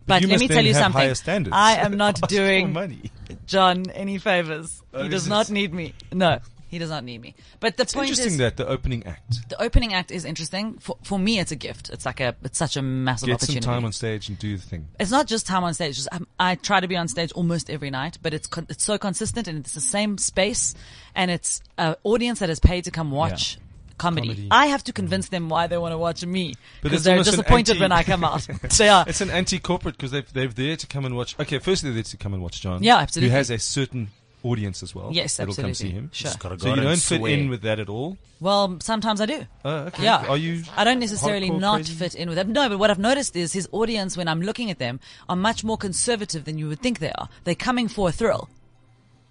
[SPEAKER 6] But,
[SPEAKER 2] you
[SPEAKER 6] let
[SPEAKER 2] must
[SPEAKER 6] me
[SPEAKER 2] then
[SPEAKER 6] tell you
[SPEAKER 2] have
[SPEAKER 6] something.
[SPEAKER 2] higher standards.
[SPEAKER 6] I am
[SPEAKER 2] Ask
[SPEAKER 6] not
[SPEAKER 2] for
[SPEAKER 6] doing
[SPEAKER 2] money.
[SPEAKER 6] John any favors.
[SPEAKER 2] Oh,
[SPEAKER 6] he
[SPEAKER 2] is
[SPEAKER 6] does
[SPEAKER 2] it?
[SPEAKER 6] not need me. No, he does not need me. But the
[SPEAKER 2] It's
[SPEAKER 6] point
[SPEAKER 2] interesting
[SPEAKER 6] is,
[SPEAKER 2] that the opening act.
[SPEAKER 6] the opening act is interesting. For for me, it's a gift. It's like a it's such a massive
[SPEAKER 2] Get some
[SPEAKER 6] opportunity.
[SPEAKER 2] time on stage and do the thing.
[SPEAKER 6] it's not just time on stage. Just, um, I try to be on stage almost every night, but it's con- it's so consistent and it's the same space, and it's an audience that is paid to come watch. Comedy.
[SPEAKER 2] Comedy.
[SPEAKER 6] I have to convince them why they want to watch me
[SPEAKER 2] But
[SPEAKER 6] because
[SPEAKER 2] it's
[SPEAKER 6] they're
[SPEAKER 2] almost an
[SPEAKER 6] disappointed
[SPEAKER 2] anti-
[SPEAKER 6] when I come out. they are.
[SPEAKER 2] It's an anti-corporate because they've, they're there to come and watch. Okay, firstly, they're there to come and watch John.
[SPEAKER 6] Yeah, absolutely.
[SPEAKER 2] Who has a certain audience as well.
[SPEAKER 6] Yes,
[SPEAKER 2] that'll come see
[SPEAKER 6] absolutely.
[SPEAKER 2] him.
[SPEAKER 6] Sure.
[SPEAKER 3] Gotta
[SPEAKER 2] So
[SPEAKER 3] go out
[SPEAKER 2] you
[SPEAKER 3] and
[SPEAKER 2] don't fit
[SPEAKER 3] swear.
[SPEAKER 2] in with that at all.
[SPEAKER 6] Well, sometimes I do.
[SPEAKER 2] Oh, okay.
[SPEAKER 6] Yeah.
[SPEAKER 2] Are you?
[SPEAKER 6] I don't necessarily
[SPEAKER 2] Hardcore
[SPEAKER 6] not
[SPEAKER 2] crazy?
[SPEAKER 6] fit in with them. No, but what I've noticed is his audience, when I'm looking at them, are much more conservative than you would think they are. They're coming for a thrill,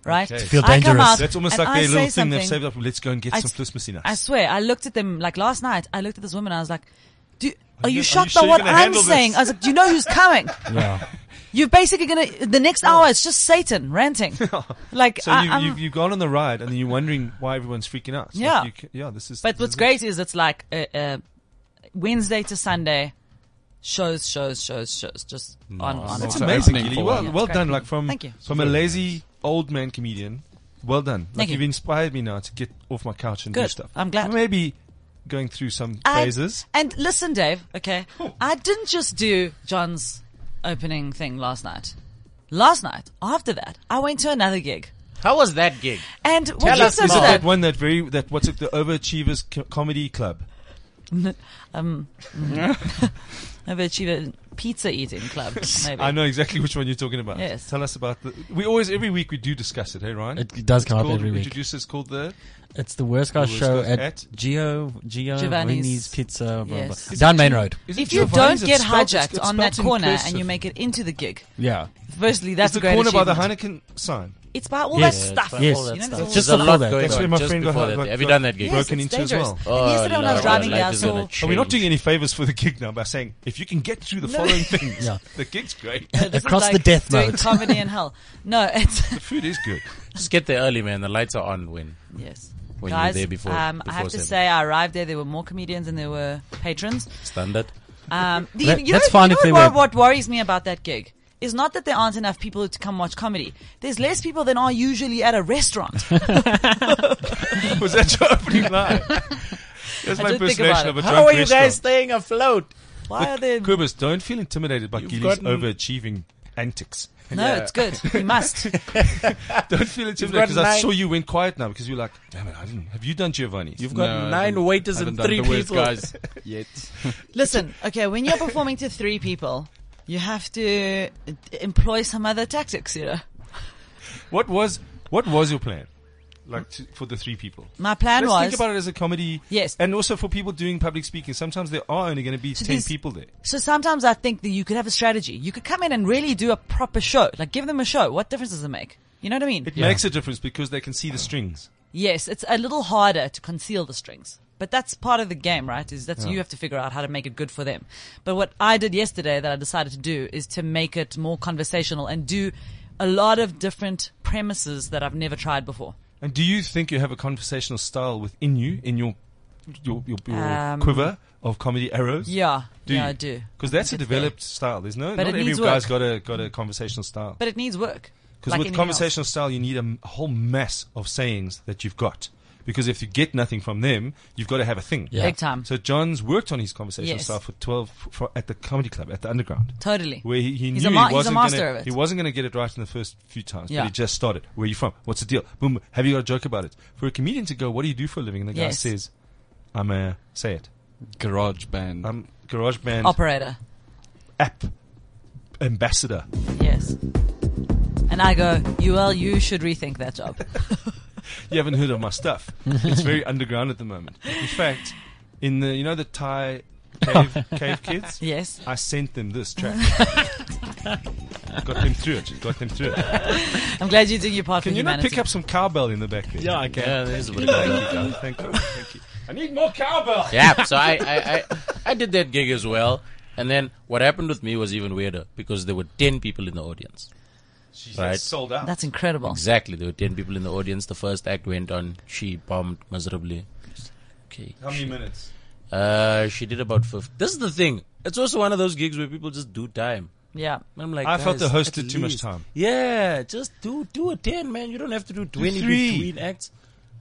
[SPEAKER 6] right?
[SPEAKER 2] Okay. To
[SPEAKER 5] feel
[SPEAKER 6] I come
[SPEAKER 5] dangerous.
[SPEAKER 6] out
[SPEAKER 2] That's almost
[SPEAKER 6] and
[SPEAKER 2] like
[SPEAKER 6] I
[SPEAKER 2] their little
[SPEAKER 6] say
[SPEAKER 2] thing they've
[SPEAKER 6] something-
[SPEAKER 2] saved up. Let's go and get
[SPEAKER 6] I
[SPEAKER 2] some
[SPEAKER 6] s-
[SPEAKER 2] Christmassy nuts.
[SPEAKER 6] I swear, I looked at them like last night. I looked at this woman. I was like, "Do are
[SPEAKER 2] you-
[SPEAKER 6] you
[SPEAKER 2] are
[SPEAKER 6] shocked
[SPEAKER 2] you sure
[SPEAKER 6] by
[SPEAKER 2] you're
[SPEAKER 6] what
[SPEAKER 2] gonna
[SPEAKER 6] I'm
[SPEAKER 2] handle this?
[SPEAKER 6] saying?" I was like, "Do you know who's coming?
[SPEAKER 5] Yeah.
[SPEAKER 6] You're basically gonna the next hour. It's just Satan ranting. Like,
[SPEAKER 2] Oh. So
[SPEAKER 6] I,
[SPEAKER 2] you,
[SPEAKER 6] I'm-
[SPEAKER 2] you've, you've gone on the ride and then you're wondering why everyone's freaking out. It's like
[SPEAKER 6] Yeah.
[SPEAKER 2] you ca- yeah, this is.
[SPEAKER 6] But
[SPEAKER 2] this
[SPEAKER 6] what's
[SPEAKER 2] is-
[SPEAKER 6] great is it's like uh, uh, Wednesday to Sunday, shows, shows, shows, shows, just on, on,
[SPEAKER 2] That's
[SPEAKER 6] on.
[SPEAKER 2] amazing,
[SPEAKER 4] happening
[SPEAKER 2] Gilly.
[SPEAKER 4] for
[SPEAKER 2] Well,
[SPEAKER 6] one.
[SPEAKER 2] well
[SPEAKER 6] Great.
[SPEAKER 2] done. Like from
[SPEAKER 6] Thank you.
[SPEAKER 2] from a lazy old man comedian. Well done. Like
[SPEAKER 6] Thank you.
[SPEAKER 2] have inspired me now to get off my couch and do
[SPEAKER 6] Good.
[SPEAKER 2] stuff.
[SPEAKER 6] I'm glad.
[SPEAKER 2] Maybe going through some
[SPEAKER 6] I-
[SPEAKER 2] phases.
[SPEAKER 6] and listen, Dave. Okay, I didn't just do John's opening thing last night. Last night, after that, I went to another gig.
[SPEAKER 3] How was that gig?
[SPEAKER 6] And what
[SPEAKER 3] us
[SPEAKER 6] listen to
[SPEAKER 3] more.
[SPEAKER 2] That
[SPEAKER 6] that?
[SPEAKER 2] one that very that what's it the overachievers co- comedy club.
[SPEAKER 6] Overachiever pizza eating club. Maybe.
[SPEAKER 2] I know exactly which one you're talking about.
[SPEAKER 6] Yes.
[SPEAKER 2] Tell us about the. We always every week we do discuss it. Hey Ryan.
[SPEAKER 5] It does come up
[SPEAKER 2] called,
[SPEAKER 5] every week.
[SPEAKER 2] Introduce us called the.
[SPEAKER 5] It's the worst guy
[SPEAKER 2] The worst
[SPEAKER 5] show
[SPEAKER 2] guys
[SPEAKER 5] at,
[SPEAKER 2] at-
[SPEAKER 5] Gio Gio
[SPEAKER 6] Giovanni's.
[SPEAKER 5] Vinny's Pizza blah,
[SPEAKER 6] Yes.
[SPEAKER 5] blah. down Main Road.
[SPEAKER 2] Is it
[SPEAKER 6] If you
[SPEAKER 2] Giovanni's?
[SPEAKER 6] don't get
[SPEAKER 2] It's spelled- it's-
[SPEAKER 6] hijacked
[SPEAKER 2] it's
[SPEAKER 6] on that
[SPEAKER 2] spelled
[SPEAKER 6] corner
[SPEAKER 2] inclusive.
[SPEAKER 6] and you make it into the gig,
[SPEAKER 5] Yeah,
[SPEAKER 6] firstly, that's
[SPEAKER 2] it's the
[SPEAKER 6] a great
[SPEAKER 2] corner by the
[SPEAKER 6] achievement.
[SPEAKER 2] Heineken sign.
[SPEAKER 6] It's by all
[SPEAKER 5] Yes.
[SPEAKER 6] that
[SPEAKER 5] Yeah,
[SPEAKER 6] stuff.
[SPEAKER 5] Yes.
[SPEAKER 3] All that
[SPEAKER 6] You know,
[SPEAKER 3] stuff.
[SPEAKER 6] there's
[SPEAKER 5] Just
[SPEAKER 3] There's
[SPEAKER 5] a
[SPEAKER 3] a
[SPEAKER 5] lot
[SPEAKER 3] lot
[SPEAKER 5] there.
[SPEAKER 3] going
[SPEAKER 2] That's
[SPEAKER 3] on
[SPEAKER 2] where my
[SPEAKER 3] just
[SPEAKER 2] friend got
[SPEAKER 3] before
[SPEAKER 2] hurt, uh,
[SPEAKER 3] that.
[SPEAKER 2] got-
[SPEAKER 3] Have you done that gig? Oh.
[SPEAKER 6] Yes,
[SPEAKER 2] broken
[SPEAKER 6] it's
[SPEAKER 2] into as
[SPEAKER 6] dangerous.
[SPEAKER 2] well.
[SPEAKER 6] And yesterday when I was
[SPEAKER 3] no,
[SPEAKER 6] driving there, I
[SPEAKER 3] life is gonna
[SPEAKER 6] saw
[SPEAKER 2] And we're not
[SPEAKER 3] change.
[SPEAKER 2] doing any favors for the gig now by saying if you can get through the following things,
[SPEAKER 5] Yeah.
[SPEAKER 2] the gig's great.
[SPEAKER 6] this is
[SPEAKER 5] Across the
[SPEAKER 6] like
[SPEAKER 5] death
[SPEAKER 6] doing
[SPEAKER 5] mode.
[SPEAKER 6] comedy in hell. No, it's
[SPEAKER 2] The food is good.
[SPEAKER 3] Just get there early, man. The lights are on when.
[SPEAKER 6] yes.
[SPEAKER 3] When you were
[SPEAKER 6] Guys,
[SPEAKER 3] there before-
[SPEAKER 6] um, I
[SPEAKER 3] before
[SPEAKER 6] have to
[SPEAKER 3] seven.
[SPEAKER 6] say, I arrived there. There were more comedians than there were patrons.
[SPEAKER 3] Standard.
[SPEAKER 6] Um, the,
[SPEAKER 5] That-
[SPEAKER 6] you
[SPEAKER 5] that's
[SPEAKER 6] know,
[SPEAKER 5] fine
[SPEAKER 6] you
[SPEAKER 5] if
[SPEAKER 6] know
[SPEAKER 5] they
[SPEAKER 6] what,
[SPEAKER 5] were-
[SPEAKER 6] what worries me about that gig is not that there aren't enough people to come watch comedy. There's less people than are usually at a restaurant.
[SPEAKER 2] Was that your opening line? That's
[SPEAKER 6] I
[SPEAKER 2] my
[SPEAKER 6] did think about
[SPEAKER 2] impersonation of a
[SPEAKER 6] it.
[SPEAKER 2] drunk
[SPEAKER 3] How are you
[SPEAKER 2] restaurant.
[SPEAKER 3] guys staying afloat?
[SPEAKER 6] Why are there?
[SPEAKER 2] But Kubus, don't feel intimidated by
[SPEAKER 3] You've
[SPEAKER 2] Gilly's
[SPEAKER 3] gotten-
[SPEAKER 2] overachieving antics.
[SPEAKER 6] No, it's good. You must.
[SPEAKER 2] Don't feel intimidated
[SPEAKER 3] gotten
[SPEAKER 2] because I
[SPEAKER 3] nine-
[SPEAKER 2] saw you went quiet now because you're like, damn it, I didn't. Have you done Giovanni?
[SPEAKER 3] You've
[SPEAKER 4] No,
[SPEAKER 3] got
[SPEAKER 4] I
[SPEAKER 3] nine
[SPEAKER 4] haven't-
[SPEAKER 3] waiters
[SPEAKER 4] I haven't
[SPEAKER 3] and
[SPEAKER 4] done
[SPEAKER 3] three
[SPEAKER 4] the worst
[SPEAKER 3] people.
[SPEAKER 4] guys yet.
[SPEAKER 6] Listen, okay, when you're performing to three people, you have to uh, employ some other tactics, you know.
[SPEAKER 2] What was what was your plan? Like to, for the three people.
[SPEAKER 6] My plan
[SPEAKER 2] Let's
[SPEAKER 6] was
[SPEAKER 2] think about it as a comedy.
[SPEAKER 6] Yes.
[SPEAKER 2] And also for people doing public speaking, sometimes there are only going to be
[SPEAKER 6] So
[SPEAKER 2] 10
[SPEAKER 6] these-
[SPEAKER 2] people there.
[SPEAKER 6] So sometimes I think that you could have a strategy. You could come in and really do a proper show. Like give them a show. What difference does it make? You know what I mean?
[SPEAKER 2] It makes a difference because they can see the strings.
[SPEAKER 6] yes, it's a little harder to conceal the strings. But that's part of the game, right? Is that's you have to figure out how to make it good for them. But what I did yesterday that I decided to do is to make it more conversational and do a lot of different premises that I've never tried before.
[SPEAKER 2] And do you think you have a conversational style within you, in your your, your, your
[SPEAKER 6] Um,
[SPEAKER 2] quiver of comedy arrows?
[SPEAKER 6] Yeah.
[SPEAKER 2] Do
[SPEAKER 6] yeah,
[SPEAKER 2] you?
[SPEAKER 6] I do.
[SPEAKER 2] Because that's a
[SPEAKER 6] think it's there.
[SPEAKER 2] developed style. There's no
[SPEAKER 6] But
[SPEAKER 2] not
[SPEAKER 6] it
[SPEAKER 2] every
[SPEAKER 6] needs
[SPEAKER 2] guy's
[SPEAKER 6] work.
[SPEAKER 2] got a got a conversational style.
[SPEAKER 6] But it needs work.
[SPEAKER 2] Because
[SPEAKER 6] like
[SPEAKER 2] with
[SPEAKER 6] anything else.
[SPEAKER 2] conversational style, you need a m- whole mass of sayings that you've got. Because if you get nothing from them, you've got to have a thing.
[SPEAKER 5] Yeah.
[SPEAKER 6] Big time.
[SPEAKER 2] So John's worked on his conversational
[SPEAKER 6] Yes.
[SPEAKER 2] style for twelve for, at the comedy club at the underground,
[SPEAKER 6] Totally.
[SPEAKER 2] where he, he
[SPEAKER 6] He's
[SPEAKER 2] knew
[SPEAKER 6] a ma- he's
[SPEAKER 2] he
[SPEAKER 6] a
[SPEAKER 2] wasn't
[SPEAKER 6] master
[SPEAKER 2] gonna,
[SPEAKER 6] of it.
[SPEAKER 2] he wasn't going to get it right in the first few times.
[SPEAKER 6] Yeah.
[SPEAKER 2] But he just started. Where are you from? What's the deal? Boom. boom. Have you got a joke about it? For a comedian to go, what do you do for a living? And the guy
[SPEAKER 6] Yes.
[SPEAKER 2] says, I'm a say it.
[SPEAKER 4] Garage band.
[SPEAKER 2] I'm garage band
[SPEAKER 6] Operator.
[SPEAKER 2] app ambassador.
[SPEAKER 6] Yes. And I go, you well, you should rethink that job.
[SPEAKER 2] you haven't heard of my stuff. It's very underground at the moment. In fact, in the you know the Thai cave, cave kids,
[SPEAKER 6] Yes.
[SPEAKER 2] I sent them this track. got them through it. Got them through it.
[SPEAKER 6] I'm glad you're doing your part
[SPEAKER 2] Can
[SPEAKER 6] for
[SPEAKER 2] you not
[SPEAKER 6] humanity.
[SPEAKER 2] pick up some cowbell in the back there?
[SPEAKER 5] Yeah, I can.
[SPEAKER 3] Yeah, there's a bit of
[SPEAKER 2] Thank
[SPEAKER 3] that.
[SPEAKER 2] you, guys. Thank you. Thank you. I need more cowbell.
[SPEAKER 3] Yeah, so I, I, I, I did that gig as well. And then what happened with me was even weirder because there were 10 people in the audience.
[SPEAKER 2] She's
[SPEAKER 3] Right.
[SPEAKER 2] sold out.
[SPEAKER 6] That's incredible.
[SPEAKER 3] Exactly, there were 10 people in the audience. The first act went on. She bombed miserably. Okay.
[SPEAKER 2] How many minutes?
[SPEAKER 3] Uh, she did about 50. This is the thing. It's also one of those gigs where people just do time.
[SPEAKER 6] Yeah.
[SPEAKER 3] And I'm like,
[SPEAKER 2] I felt
[SPEAKER 3] "Guys,
[SPEAKER 2] the host
[SPEAKER 3] at
[SPEAKER 2] did too much
[SPEAKER 3] least-
[SPEAKER 2] time."
[SPEAKER 3] Yeah, just do do a ten, man. You don't have to do twenty
[SPEAKER 2] three.
[SPEAKER 3] between acts.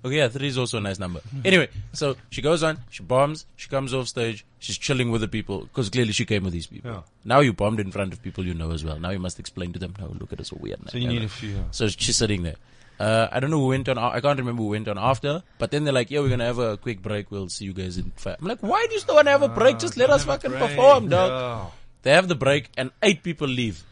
[SPEAKER 3] Okay, yeah, three is also a nice number. Anyway, so she goes on, she bombs, she comes off stage, she's chilling with the people because clearly she came with these people.
[SPEAKER 2] Yeah.
[SPEAKER 3] Now you bombed in front of people you know as well. Now you must explain to them. No, look at us, we're weird.
[SPEAKER 2] So you need a few. yeah.
[SPEAKER 3] So she's sitting there. Uh, I don't know who went on. I can't remember who went on after. But then they're like, "Yeah, we're gonna have a quick break. We'll see you guys in." Five. I'm like, "Why do you still wanna have a break? Just
[SPEAKER 2] Ah,
[SPEAKER 3] let us fucking
[SPEAKER 2] Great.
[SPEAKER 3] perform, dog."
[SPEAKER 2] Yeah.
[SPEAKER 3] They have the break, and eight people leave.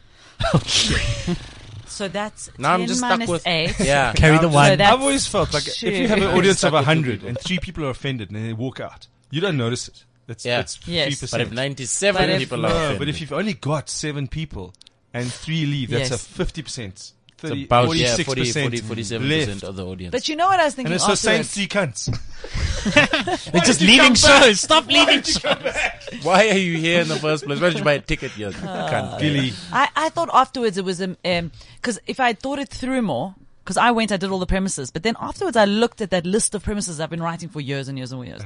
[SPEAKER 6] So that's
[SPEAKER 3] Now
[SPEAKER 6] 10
[SPEAKER 3] I'm just stuck
[SPEAKER 6] minus
[SPEAKER 3] with
[SPEAKER 6] eight.
[SPEAKER 3] yeah.
[SPEAKER 5] Carry
[SPEAKER 3] Now
[SPEAKER 5] the
[SPEAKER 3] I'm
[SPEAKER 5] one.
[SPEAKER 6] So that's
[SPEAKER 2] I've always felt like if you have an
[SPEAKER 6] Shit.
[SPEAKER 2] audience of
[SPEAKER 3] Stuck with
[SPEAKER 2] 100
[SPEAKER 3] people.
[SPEAKER 2] and three people are offended and they walk out, you don't notice it. That's,
[SPEAKER 3] Yeah.
[SPEAKER 2] that's
[SPEAKER 6] Yes.
[SPEAKER 2] 3%.
[SPEAKER 3] But if 97
[SPEAKER 6] But if-
[SPEAKER 3] people
[SPEAKER 2] no,
[SPEAKER 3] are offended,
[SPEAKER 2] but if you've only got seven people and three leave, that's
[SPEAKER 6] Yes.
[SPEAKER 2] a 50%. 30,
[SPEAKER 3] it's about
[SPEAKER 2] 46%
[SPEAKER 3] yeah, 40, 40, 47%
[SPEAKER 2] left.
[SPEAKER 3] of the audience.
[SPEAKER 6] But you know what I was thinking
[SPEAKER 2] And it's those same
[SPEAKER 6] afterwards?
[SPEAKER 2] three cunts.
[SPEAKER 5] They're just leaving shows. Stop leaving shows.
[SPEAKER 3] Why are you here in the first place? Why did you buy a ticket here?
[SPEAKER 6] uh,
[SPEAKER 2] Billy,
[SPEAKER 6] I, I thought afterwards it was um because if I had thought it through more because I went I did all the premises but then afterwards I looked at that list of premises I've been writing for years and years and years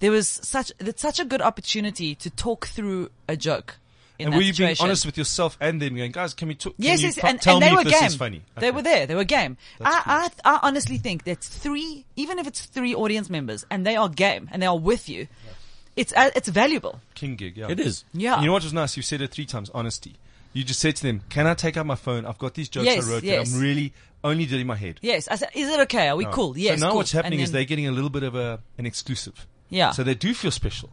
[SPEAKER 6] there was such it's such a good opportunity to talk through a joke in
[SPEAKER 2] and
[SPEAKER 6] that
[SPEAKER 2] were you being
[SPEAKER 6] situation.
[SPEAKER 2] honest with yourself and them going, guys, can we talk? can
[SPEAKER 6] Yes,
[SPEAKER 2] you
[SPEAKER 6] yes,
[SPEAKER 2] fu-
[SPEAKER 6] and,
[SPEAKER 2] tell
[SPEAKER 6] and they
[SPEAKER 2] me
[SPEAKER 6] were
[SPEAKER 2] if
[SPEAKER 6] game.
[SPEAKER 2] this is funny?
[SPEAKER 6] They
[SPEAKER 2] Okay.
[SPEAKER 6] were there. They were game.
[SPEAKER 2] That's
[SPEAKER 6] I, I, I honestly think that three, even if it's three audience members, and they are game and they are with you, it's uh, it's valuable.
[SPEAKER 2] King gig, yeah.
[SPEAKER 3] It is.
[SPEAKER 6] Yeah.
[SPEAKER 2] You know what was nice? You said it three times. Honesty. You just said to them, "Can I take out my phone? I've got these jokes
[SPEAKER 6] Yes,
[SPEAKER 2] I wrote
[SPEAKER 6] yes.
[SPEAKER 2] that I'm really only doing in my head."
[SPEAKER 6] Yes, I said, is it okay? Are we cool?
[SPEAKER 2] Oh.
[SPEAKER 6] Yes.
[SPEAKER 2] So now
[SPEAKER 6] cool.
[SPEAKER 2] what's happening
[SPEAKER 6] And
[SPEAKER 2] is
[SPEAKER 6] then-
[SPEAKER 2] they're getting a little bit of a an exclusive.
[SPEAKER 6] yeah
[SPEAKER 2] So they do feel special,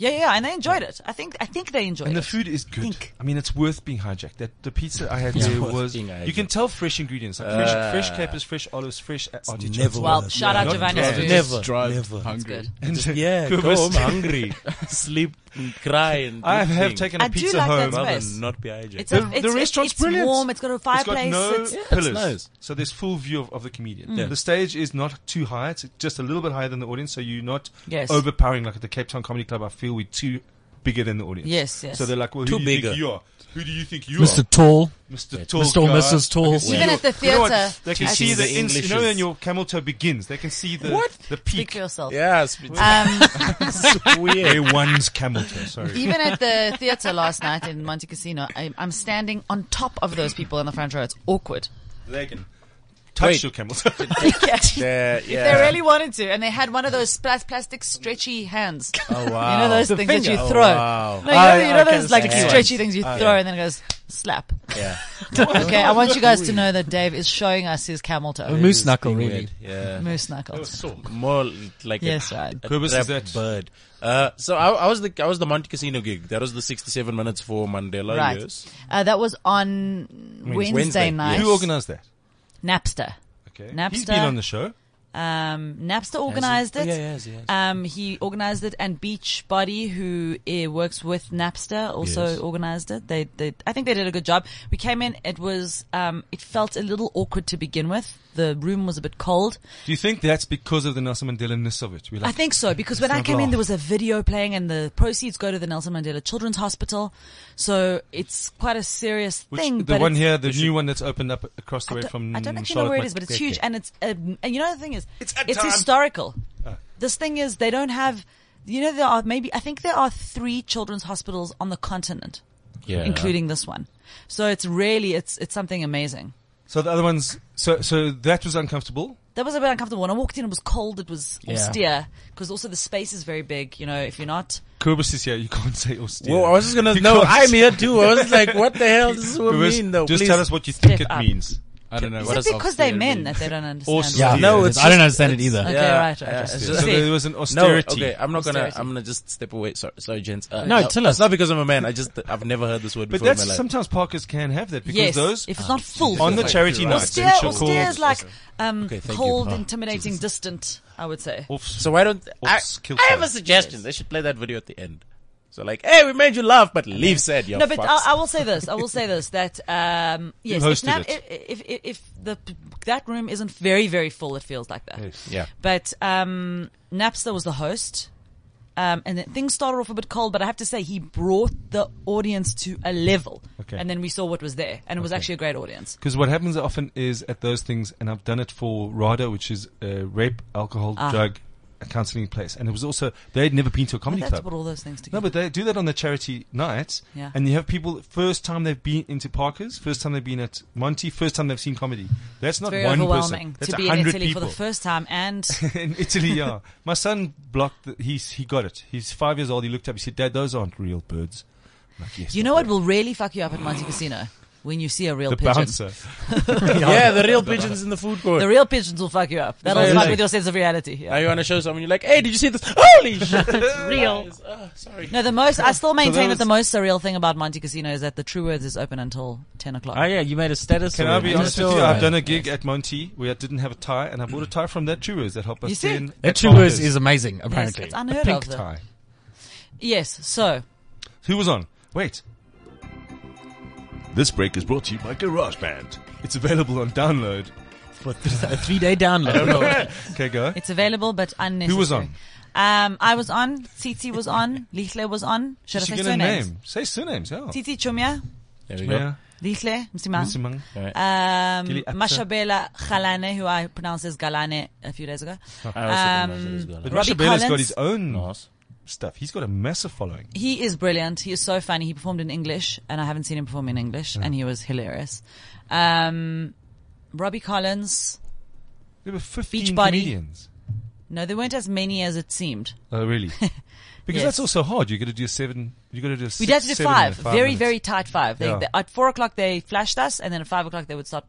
[SPEAKER 6] yeah yeah, and they enjoyed it. I think I think they enjoyed
[SPEAKER 2] and
[SPEAKER 6] it.
[SPEAKER 2] the food is good.
[SPEAKER 6] Think.
[SPEAKER 2] I mean, it's worth being hijacked. That the pizza I had there
[SPEAKER 3] worth
[SPEAKER 2] was.
[SPEAKER 3] being
[SPEAKER 2] You can
[SPEAKER 3] hijacked. Ah.
[SPEAKER 2] tell fresh ingredients, like fresh, fresh capers, fresh olives, fresh uh, artichokes.
[SPEAKER 3] never
[SPEAKER 6] well,
[SPEAKER 3] Yeah.
[SPEAKER 6] shout out
[SPEAKER 2] Not
[SPEAKER 6] Giovanni's
[SPEAKER 2] bad.
[SPEAKER 6] food.
[SPEAKER 3] Never.
[SPEAKER 4] Drive
[SPEAKER 3] Never.
[SPEAKER 4] hungry.
[SPEAKER 6] Good.
[SPEAKER 2] And
[SPEAKER 3] Yeah, go
[SPEAKER 2] Kubas-
[SPEAKER 3] home hungry. Sleep and cry and
[SPEAKER 2] I have, have
[SPEAKER 3] everything.
[SPEAKER 2] taken a
[SPEAKER 6] I do
[SPEAKER 2] pizza
[SPEAKER 6] like that
[SPEAKER 2] home.
[SPEAKER 6] space.
[SPEAKER 3] Rather
[SPEAKER 6] Nice.
[SPEAKER 3] not be hijacked.
[SPEAKER 6] It's
[SPEAKER 2] The-
[SPEAKER 6] a, it's,
[SPEAKER 2] the restaurant's
[SPEAKER 6] it's
[SPEAKER 2] brilliant.
[SPEAKER 6] warm. It's got a
[SPEAKER 2] It's
[SPEAKER 6] fireplace.
[SPEAKER 2] got no
[SPEAKER 6] it's- Mm.
[SPEAKER 2] pillars.
[SPEAKER 3] nice.
[SPEAKER 2] So there's full view of, of the comedian.
[SPEAKER 3] Yeah.
[SPEAKER 2] The stage is not too high. It's just a little bit higher than the audience. So you're not
[SPEAKER 6] Yes.
[SPEAKER 2] overpowering like at the Cape Town Comedy Club. I feel we're too bigger than the audience.
[SPEAKER 6] Yes, yes.
[SPEAKER 2] So they're like, well, who
[SPEAKER 3] Too
[SPEAKER 2] do you
[SPEAKER 3] bigger.
[SPEAKER 2] think you are? Who do you think you
[SPEAKER 5] Mr.
[SPEAKER 2] are?
[SPEAKER 5] Tall.
[SPEAKER 2] Mr. Tall.
[SPEAKER 5] Mr. or
[SPEAKER 2] guy.
[SPEAKER 5] Mrs. Tall.
[SPEAKER 2] They can see
[SPEAKER 6] Even
[SPEAKER 2] your-
[SPEAKER 6] at the
[SPEAKER 2] you know what?
[SPEAKER 6] theater.
[SPEAKER 2] they can
[SPEAKER 3] Teaching
[SPEAKER 2] see the,
[SPEAKER 3] the
[SPEAKER 2] ins- you know
[SPEAKER 3] Englishes.
[SPEAKER 2] when your camel toe begins, they can see the the
[SPEAKER 6] Speak
[SPEAKER 2] peak.
[SPEAKER 6] for yourself.
[SPEAKER 3] yeah, it's it's
[SPEAKER 6] Um,
[SPEAKER 3] weird.
[SPEAKER 2] A1's camel toe. Sorry.
[SPEAKER 6] Even at the theater last night in Monte Cassino, I, I'm standing on top of those people in the front row. It's awkward.
[SPEAKER 2] they can touch
[SPEAKER 3] Wait.
[SPEAKER 2] your camel toe.
[SPEAKER 3] Yeah,
[SPEAKER 6] If they really wanted to, and they had one of those plas- plastic stretchy hands.
[SPEAKER 3] oh, wow.
[SPEAKER 6] You know those
[SPEAKER 5] The
[SPEAKER 6] things
[SPEAKER 5] finger.
[SPEAKER 6] that
[SPEAKER 3] Oh,
[SPEAKER 6] you throw.
[SPEAKER 3] wow.
[SPEAKER 6] No, you know,
[SPEAKER 5] I-
[SPEAKER 6] you know
[SPEAKER 5] okay,
[SPEAKER 6] those like
[SPEAKER 5] the sticky
[SPEAKER 6] stretchy
[SPEAKER 3] ones.
[SPEAKER 6] things you
[SPEAKER 3] Oh,
[SPEAKER 6] throw,
[SPEAKER 3] yeah.
[SPEAKER 6] and then it goes slap.
[SPEAKER 3] Yeah.
[SPEAKER 6] Okay, I want you guys to know that Dave is showing us his camel
[SPEAKER 5] A
[SPEAKER 6] toe,
[SPEAKER 5] moose knuckle,
[SPEAKER 3] Being
[SPEAKER 5] really.
[SPEAKER 3] weird. Yeah.
[SPEAKER 6] moose knuckles.
[SPEAKER 3] More like
[SPEAKER 6] Yes,
[SPEAKER 3] a,
[SPEAKER 6] right.
[SPEAKER 3] a
[SPEAKER 2] Kubus,
[SPEAKER 3] trap
[SPEAKER 2] is that-
[SPEAKER 3] bird. Uh, so I, I was the I was the Monte Casino gig. That was the sixty-seven minutes for Mandela.
[SPEAKER 6] Right.
[SPEAKER 3] Yes.
[SPEAKER 6] Uh, that was on Wednesday,
[SPEAKER 3] Wednesday,
[SPEAKER 6] night.
[SPEAKER 2] Who organized that?
[SPEAKER 6] Napster.
[SPEAKER 2] Okay. He's
[SPEAKER 6] Napster.
[SPEAKER 2] been on the show.
[SPEAKER 6] Um, Napster organized
[SPEAKER 3] Oh,
[SPEAKER 6] it.
[SPEAKER 3] yeah, yes, yes.
[SPEAKER 6] Um, he organized it, and Beachbody, who uh, works with Napster, also
[SPEAKER 3] Yes.
[SPEAKER 6] organized it. They, they, I think they did a good job. We came in; it was, um, it felt a little awkward to begin with. The room was a bit cold.
[SPEAKER 2] Do you think that's because of the Nelson Mandela-ness of it? We're
[SPEAKER 6] I
[SPEAKER 2] like,
[SPEAKER 6] think so because when I
[SPEAKER 2] not
[SPEAKER 6] came in,
[SPEAKER 2] laugh.
[SPEAKER 6] there was a video playing, and the proceeds go to the Nelson Mandela Children's Hospital. So it's quite a serious
[SPEAKER 2] Which,
[SPEAKER 6] thing.
[SPEAKER 2] the
[SPEAKER 6] but
[SPEAKER 2] one
[SPEAKER 6] it's-
[SPEAKER 2] here, the new one that's opened up across the
[SPEAKER 6] I
[SPEAKER 2] way
[SPEAKER 6] don't-
[SPEAKER 2] from
[SPEAKER 6] I don't actually know
[SPEAKER 2] Charlotte
[SPEAKER 6] where it is, but it's
[SPEAKER 2] Mac-
[SPEAKER 6] huge, and it's um, and you know the thing is, it's it's
[SPEAKER 2] time.
[SPEAKER 6] historical. This thing is they don't have. You know there are maybe I think there are three children's hospitals on the continent,
[SPEAKER 3] Yeah.
[SPEAKER 6] including this one. So it's really it's it's something amazing.
[SPEAKER 2] So the other ones, so so that was uncomfortable.
[SPEAKER 6] That was a bit uncomfortable. When I walked in, it was cold. It was austere because also the space is very big. You know, if you're not
[SPEAKER 2] Kubus is here. You can't say austere.
[SPEAKER 3] Well, I was just gonna.
[SPEAKER 2] You
[SPEAKER 3] No,
[SPEAKER 2] can't
[SPEAKER 3] I'm
[SPEAKER 2] say-
[SPEAKER 3] here too. I was like, what the hell does this woman
[SPEAKER 2] Kubus,
[SPEAKER 3] mean though?
[SPEAKER 2] just
[SPEAKER 3] Please.
[SPEAKER 2] tell us what you think
[SPEAKER 6] step
[SPEAKER 2] it
[SPEAKER 6] up.
[SPEAKER 2] means.
[SPEAKER 4] I don't know.
[SPEAKER 6] Is
[SPEAKER 4] what
[SPEAKER 6] it because they're
[SPEAKER 4] austerity?
[SPEAKER 6] men that they don't understand?
[SPEAKER 2] Or
[SPEAKER 5] Yeah,
[SPEAKER 2] Yeah.
[SPEAKER 5] no,
[SPEAKER 2] it's
[SPEAKER 5] I don't understand it either.
[SPEAKER 6] Okay, right, right, right.
[SPEAKER 3] it's
[SPEAKER 2] So
[SPEAKER 3] just-
[SPEAKER 2] there was an austerity.
[SPEAKER 3] No, okay, I'm not gonna.
[SPEAKER 6] Austerity.
[SPEAKER 3] I'm gonna just step away. Sorry, sorry, gents. Uh,
[SPEAKER 5] No, tell us.
[SPEAKER 3] It's not because I'm a man. I just I've never heard this word
[SPEAKER 2] But
[SPEAKER 3] before in my
[SPEAKER 2] that's
[SPEAKER 3] life.
[SPEAKER 2] sometimes parkers can have that because
[SPEAKER 6] yes,
[SPEAKER 2] those
[SPEAKER 6] if it's not full.
[SPEAKER 2] on the
[SPEAKER 3] Like,
[SPEAKER 2] charity
[SPEAKER 3] right.
[SPEAKER 2] night
[SPEAKER 6] austere, austere is like um,
[SPEAKER 3] Okay, thank you.
[SPEAKER 6] cold,
[SPEAKER 3] Oh,
[SPEAKER 6] intimidating, distant. I would say.
[SPEAKER 3] so why don't I,
[SPEAKER 2] Oops, kill
[SPEAKER 3] I have a
[SPEAKER 2] cell.
[SPEAKER 3] suggestion? They should play that video at the end. So like, hey, we made you laugh, but leave said you
[SPEAKER 6] No, but
[SPEAKER 3] fucks.
[SPEAKER 6] I, I will say this. I will say this. That um, yes, if,
[SPEAKER 2] hosted
[SPEAKER 6] nav-
[SPEAKER 2] it.
[SPEAKER 6] if, if if the that room isn't very very full, it feels like that.
[SPEAKER 3] yeah.
[SPEAKER 6] But um, Napster was the host. Um, and then things started off a bit cold, but I have to say he brought the audience to a level.
[SPEAKER 2] Okay.
[SPEAKER 6] And then we saw what was there, and it was actually a great audience.
[SPEAKER 2] Because what happens often is at those things, and I've done it for RADA, which is uh, rape, alcohol,
[SPEAKER 6] Ah.
[SPEAKER 2] drug, a counselling place, and it was also they'd never been to a
[SPEAKER 6] But
[SPEAKER 2] comedy
[SPEAKER 6] that's
[SPEAKER 2] club.
[SPEAKER 6] what all those things together.
[SPEAKER 2] No, but they do that on the charity nights,
[SPEAKER 6] Yeah.
[SPEAKER 2] and you have people first time they've been into Parkers, first time they've been at Monty, first time they've seen comedy. That's not
[SPEAKER 6] very
[SPEAKER 2] one
[SPEAKER 6] overwhelming
[SPEAKER 2] person. That's
[SPEAKER 6] to be in
[SPEAKER 2] 100
[SPEAKER 6] Italy
[SPEAKER 2] people.
[SPEAKER 6] for the first time and
[SPEAKER 2] in Italy, yeah. My son blocked. The, he's he got it. He's five years old. He looked up. He said, "Dad, those aren't real birds." I'm like, yes,
[SPEAKER 6] You
[SPEAKER 2] they are."
[SPEAKER 6] know what will really fuck you up at Monte Casino? When you see a real
[SPEAKER 2] The
[SPEAKER 6] pigeon.
[SPEAKER 2] bouncer.
[SPEAKER 3] yeah, the real pigeons in the food court.
[SPEAKER 6] The real pigeons will fuck you up. That'll
[SPEAKER 3] Really?
[SPEAKER 6] fuck with your sense of reality.
[SPEAKER 3] now
[SPEAKER 6] Yeah.
[SPEAKER 3] you want to show someone, you're like, hey, did you see this? Holy shit, it's real. Oh, sorry.
[SPEAKER 6] No, the most, I still maintain
[SPEAKER 2] that
[SPEAKER 6] that the
[SPEAKER 2] was-
[SPEAKER 6] most surreal thing about Monte Casino is that the True Words is open until 10 o'clock.
[SPEAKER 5] Oh yeah, you made a status.
[SPEAKER 2] Can
[SPEAKER 5] or
[SPEAKER 2] I
[SPEAKER 5] an
[SPEAKER 2] be honest
[SPEAKER 5] Insta
[SPEAKER 2] with you?
[SPEAKER 5] or
[SPEAKER 2] I've
[SPEAKER 5] a-
[SPEAKER 2] done a gig at Monty where I didn't have a tie, and I bought a tie from that Chewers that helped us
[SPEAKER 6] You see?
[SPEAKER 2] in.
[SPEAKER 5] That
[SPEAKER 2] at
[SPEAKER 5] true words
[SPEAKER 2] Parkers.
[SPEAKER 5] is amazing.
[SPEAKER 6] Yes,
[SPEAKER 5] Apparently,
[SPEAKER 6] it's unheard
[SPEAKER 2] pink
[SPEAKER 6] of. though.
[SPEAKER 2] tie.
[SPEAKER 6] Yes, so.
[SPEAKER 2] Who was on? Wait,
[SPEAKER 1] This break is brought to you by GarageBand.
[SPEAKER 2] it's available on download.
[SPEAKER 5] for th- a three-day download.
[SPEAKER 2] Okay, go.
[SPEAKER 6] It's available, but unnecessary.
[SPEAKER 2] was on?
[SPEAKER 6] Um, I was on. Tsitsi was on. Lichle was on. Should
[SPEAKER 2] Just
[SPEAKER 6] I
[SPEAKER 2] you
[SPEAKER 6] say
[SPEAKER 2] get a
[SPEAKER 6] surnames?
[SPEAKER 2] name. Say surnames. Yeah.
[SPEAKER 6] Tsitsi Chumia,
[SPEAKER 3] There we go.
[SPEAKER 2] Yeah.
[SPEAKER 6] Lichle, Msimang.
[SPEAKER 2] Msimang.
[SPEAKER 6] Um,
[SPEAKER 2] Gili Apsa.
[SPEAKER 6] Mashabela Khalane, who I pronounced as Galane a few days ago.
[SPEAKER 3] I
[SPEAKER 6] Um,
[SPEAKER 3] also don't know this girl.
[SPEAKER 2] But
[SPEAKER 6] Robbie
[SPEAKER 2] Robbie has got
[SPEAKER 6] Collins.
[SPEAKER 2] his own
[SPEAKER 3] Nice.
[SPEAKER 2] stuff. He's got a massive following.
[SPEAKER 6] He is brilliant. He is so funny. He performed in English, and I haven't seen him perform in English, and he was hilarious. Um, Robbie Collins.
[SPEAKER 2] There were 15
[SPEAKER 6] Beachbody.
[SPEAKER 2] comedians.
[SPEAKER 6] No, there weren't as many as it seemed.
[SPEAKER 2] Oh, really? Because
[SPEAKER 6] Yes.
[SPEAKER 2] that's also hard. You're going to do a seven. You're going to do a
[SPEAKER 6] We
[SPEAKER 2] six,
[SPEAKER 6] had to do
[SPEAKER 2] seven,
[SPEAKER 6] five,
[SPEAKER 2] and
[SPEAKER 6] very,
[SPEAKER 2] minutes.
[SPEAKER 6] very tight five. They,
[SPEAKER 2] Yeah.
[SPEAKER 6] they- at four o'clock they flashed us, and then at five o'clock they would start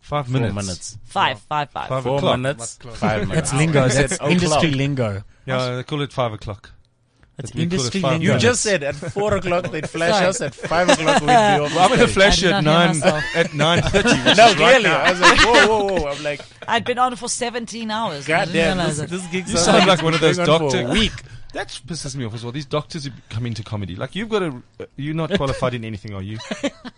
[SPEAKER 2] Five
[SPEAKER 3] Four
[SPEAKER 2] minutes.
[SPEAKER 3] minutes.
[SPEAKER 6] five, five, five.
[SPEAKER 2] Five
[SPEAKER 3] Four
[SPEAKER 2] o'clock.
[SPEAKER 3] minutes. Five minutes.
[SPEAKER 5] That's lingo. That's
[SPEAKER 3] O'clock.
[SPEAKER 5] industry lingo.
[SPEAKER 2] Yeah, they call it five o'clock.
[SPEAKER 5] That's
[SPEAKER 2] We call it
[SPEAKER 5] industry
[SPEAKER 2] five
[SPEAKER 5] lingo.
[SPEAKER 3] You
[SPEAKER 2] minutes.
[SPEAKER 3] just said at four o'clock they'd flash
[SPEAKER 6] Sorry.
[SPEAKER 3] us. At five o'clock we'd be off.
[SPEAKER 2] I'm going to flash you
[SPEAKER 6] I
[SPEAKER 2] at
[SPEAKER 6] did not hear
[SPEAKER 2] nine
[SPEAKER 6] myself.
[SPEAKER 2] at nine thirty.
[SPEAKER 3] no, really. I was like, whoa, whoa, whoa. I'm like,
[SPEAKER 6] I'd been on for seventeen hours. and I
[SPEAKER 3] God
[SPEAKER 6] didn't
[SPEAKER 3] damn,
[SPEAKER 6] realize
[SPEAKER 3] this,
[SPEAKER 6] it.
[SPEAKER 3] this gig
[SPEAKER 2] You sound like one of those
[SPEAKER 3] doctors.
[SPEAKER 2] doctor. Weak. That pisses me off as well. These doctors who come into comedy, like you've got a, you're not qualified in anything, are you?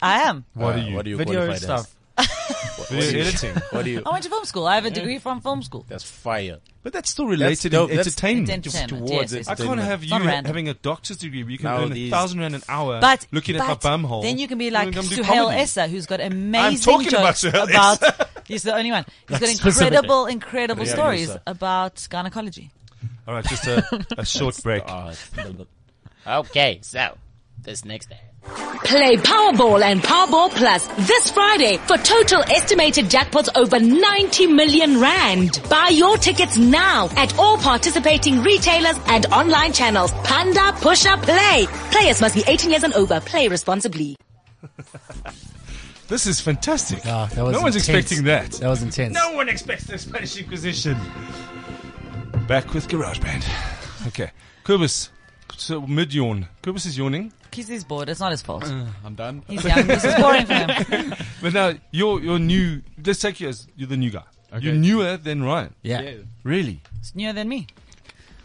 [SPEAKER 6] I am.
[SPEAKER 2] What are you?
[SPEAKER 3] Uh, What are you
[SPEAKER 5] Video
[SPEAKER 3] qualified
[SPEAKER 5] stuff.
[SPEAKER 3] as? What, what
[SPEAKER 2] Video
[SPEAKER 3] are you?
[SPEAKER 2] editing.
[SPEAKER 3] What do you?
[SPEAKER 6] I went to film school. I have a degree from film school.
[SPEAKER 3] That's fire.
[SPEAKER 2] But that's still related
[SPEAKER 3] dope.
[SPEAKER 2] in
[SPEAKER 3] That's-
[SPEAKER 2] entertainment.
[SPEAKER 6] It's entertainment,
[SPEAKER 3] towards
[SPEAKER 6] yes,
[SPEAKER 3] it.
[SPEAKER 2] I
[SPEAKER 6] yes.
[SPEAKER 2] can't have you
[SPEAKER 6] Not random.
[SPEAKER 2] having a doctor's degree. where You can
[SPEAKER 3] Now
[SPEAKER 2] earn a
[SPEAKER 3] these-
[SPEAKER 2] thousand rand an hour
[SPEAKER 6] But
[SPEAKER 2] looking at my
[SPEAKER 6] but
[SPEAKER 2] bum hole.
[SPEAKER 6] Then you can be
[SPEAKER 2] and
[SPEAKER 6] like
[SPEAKER 2] come do
[SPEAKER 6] Suhail
[SPEAKER 2] comedy.
[SPEAKER 6] Essa, who's got amazing
[SPEAKER 2] talking about
[SPEAKER 6] jokes
[SPEAKER 2] Suhail
[SPEAKER 6] about. he's the only one. He's got
[SPEAKER 5] specifically.
[SPEAKER 6] incredible, incredible
[SPEAKER 3] Yeah,
[SPEAKER 6] stories
[SPEAKER 3] Musa.
[SPEAKER 6] about gynecology.
[SPEAKER 2] All right, just a, a short break.
[SPEAKER 3] Oh, it's-
[SPEAKER 8] Okay, so this next day.
[SPEAKER 9] Play Powerball and Powerball Plus this Friday for total estimated jackpots over 90 million rand. Buy your tickets now at all participating retailers and online channels. Panda, Pusher, Play. Players must be 18 years and over. Play responsibly.
[SPEAKER 2] This is fantastic.
[SPEAKER 5] Ah, that
[SPEAKER 2] no
[SPEAKER 5] was
[SPEAKER 2] one's
[SPEAKER 5] intense.
[SPEAKER 2] expecting that.
[SPEAKER 5] That was intense.
[SPEAKER 2] No one expects the Spanish Inquisition. Back with GarageBand. Okay. Kubus. So mid yawn. Kubus is yawning.
[SPEAKER 6] Kizzy's bored. It's not his fault.
[SPEAKER 4] I'm done.
[SPEAKER 6] He's young. This is boring for him.
[SPEAKER 2] But now you're you're new let's take you as you're the new guy.
[SPEAKER 4] Okay.
[SPEAKER 2] You're newer than Ryan.
[SPEAKER 5] Yeah.
[SPEAKER 2] Really?
[SPEAKER 6] It's newer than me.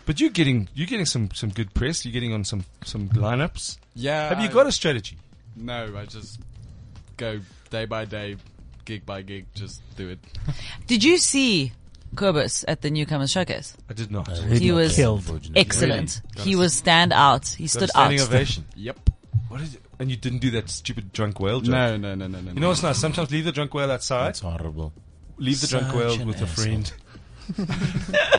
[SPEAKER 2] But you're getting you're getting some, some good press, you're getting on some, some lineups.
[SPEAKER 4] Yeah.
[SPEAKER 2] Have you
[SPEAKER 4] I-
[SPEAKER 2] got a strategy?
[SPEAKER 4] No, I just go day by day, gig by gig, just do it.
[SPEAKER 6] Did you see Kurbus at the newcomers showcase?
[SPEAKER 2] I did not.
[SPEAKER 6] He was
[SPEAKER 5] killed.
[SPEAKER 6] excellent. He was stand out. He
[SPEAKER 2] Got a
[SPEAKER 6] stood out.
[SPEAKER 2] standing ovation.
[SPEAKER 4] Yep.
[SPEAKER 2] What is it? And you didn't do that stupid drunk whale joke.
[SPEAKER 4] No, no, no, no, no.
[SPEAKER 2] You know what's nice? Sometimes leave the drunk whale outside.
[SPEAKER 3] That's horrible.
[SPEAKER 2] Leave the drunk
[SPEAKER 3] Such
[SPEAKER 2] whale
[SPEAKER 3] an
[SPEAKER 2] with a friend.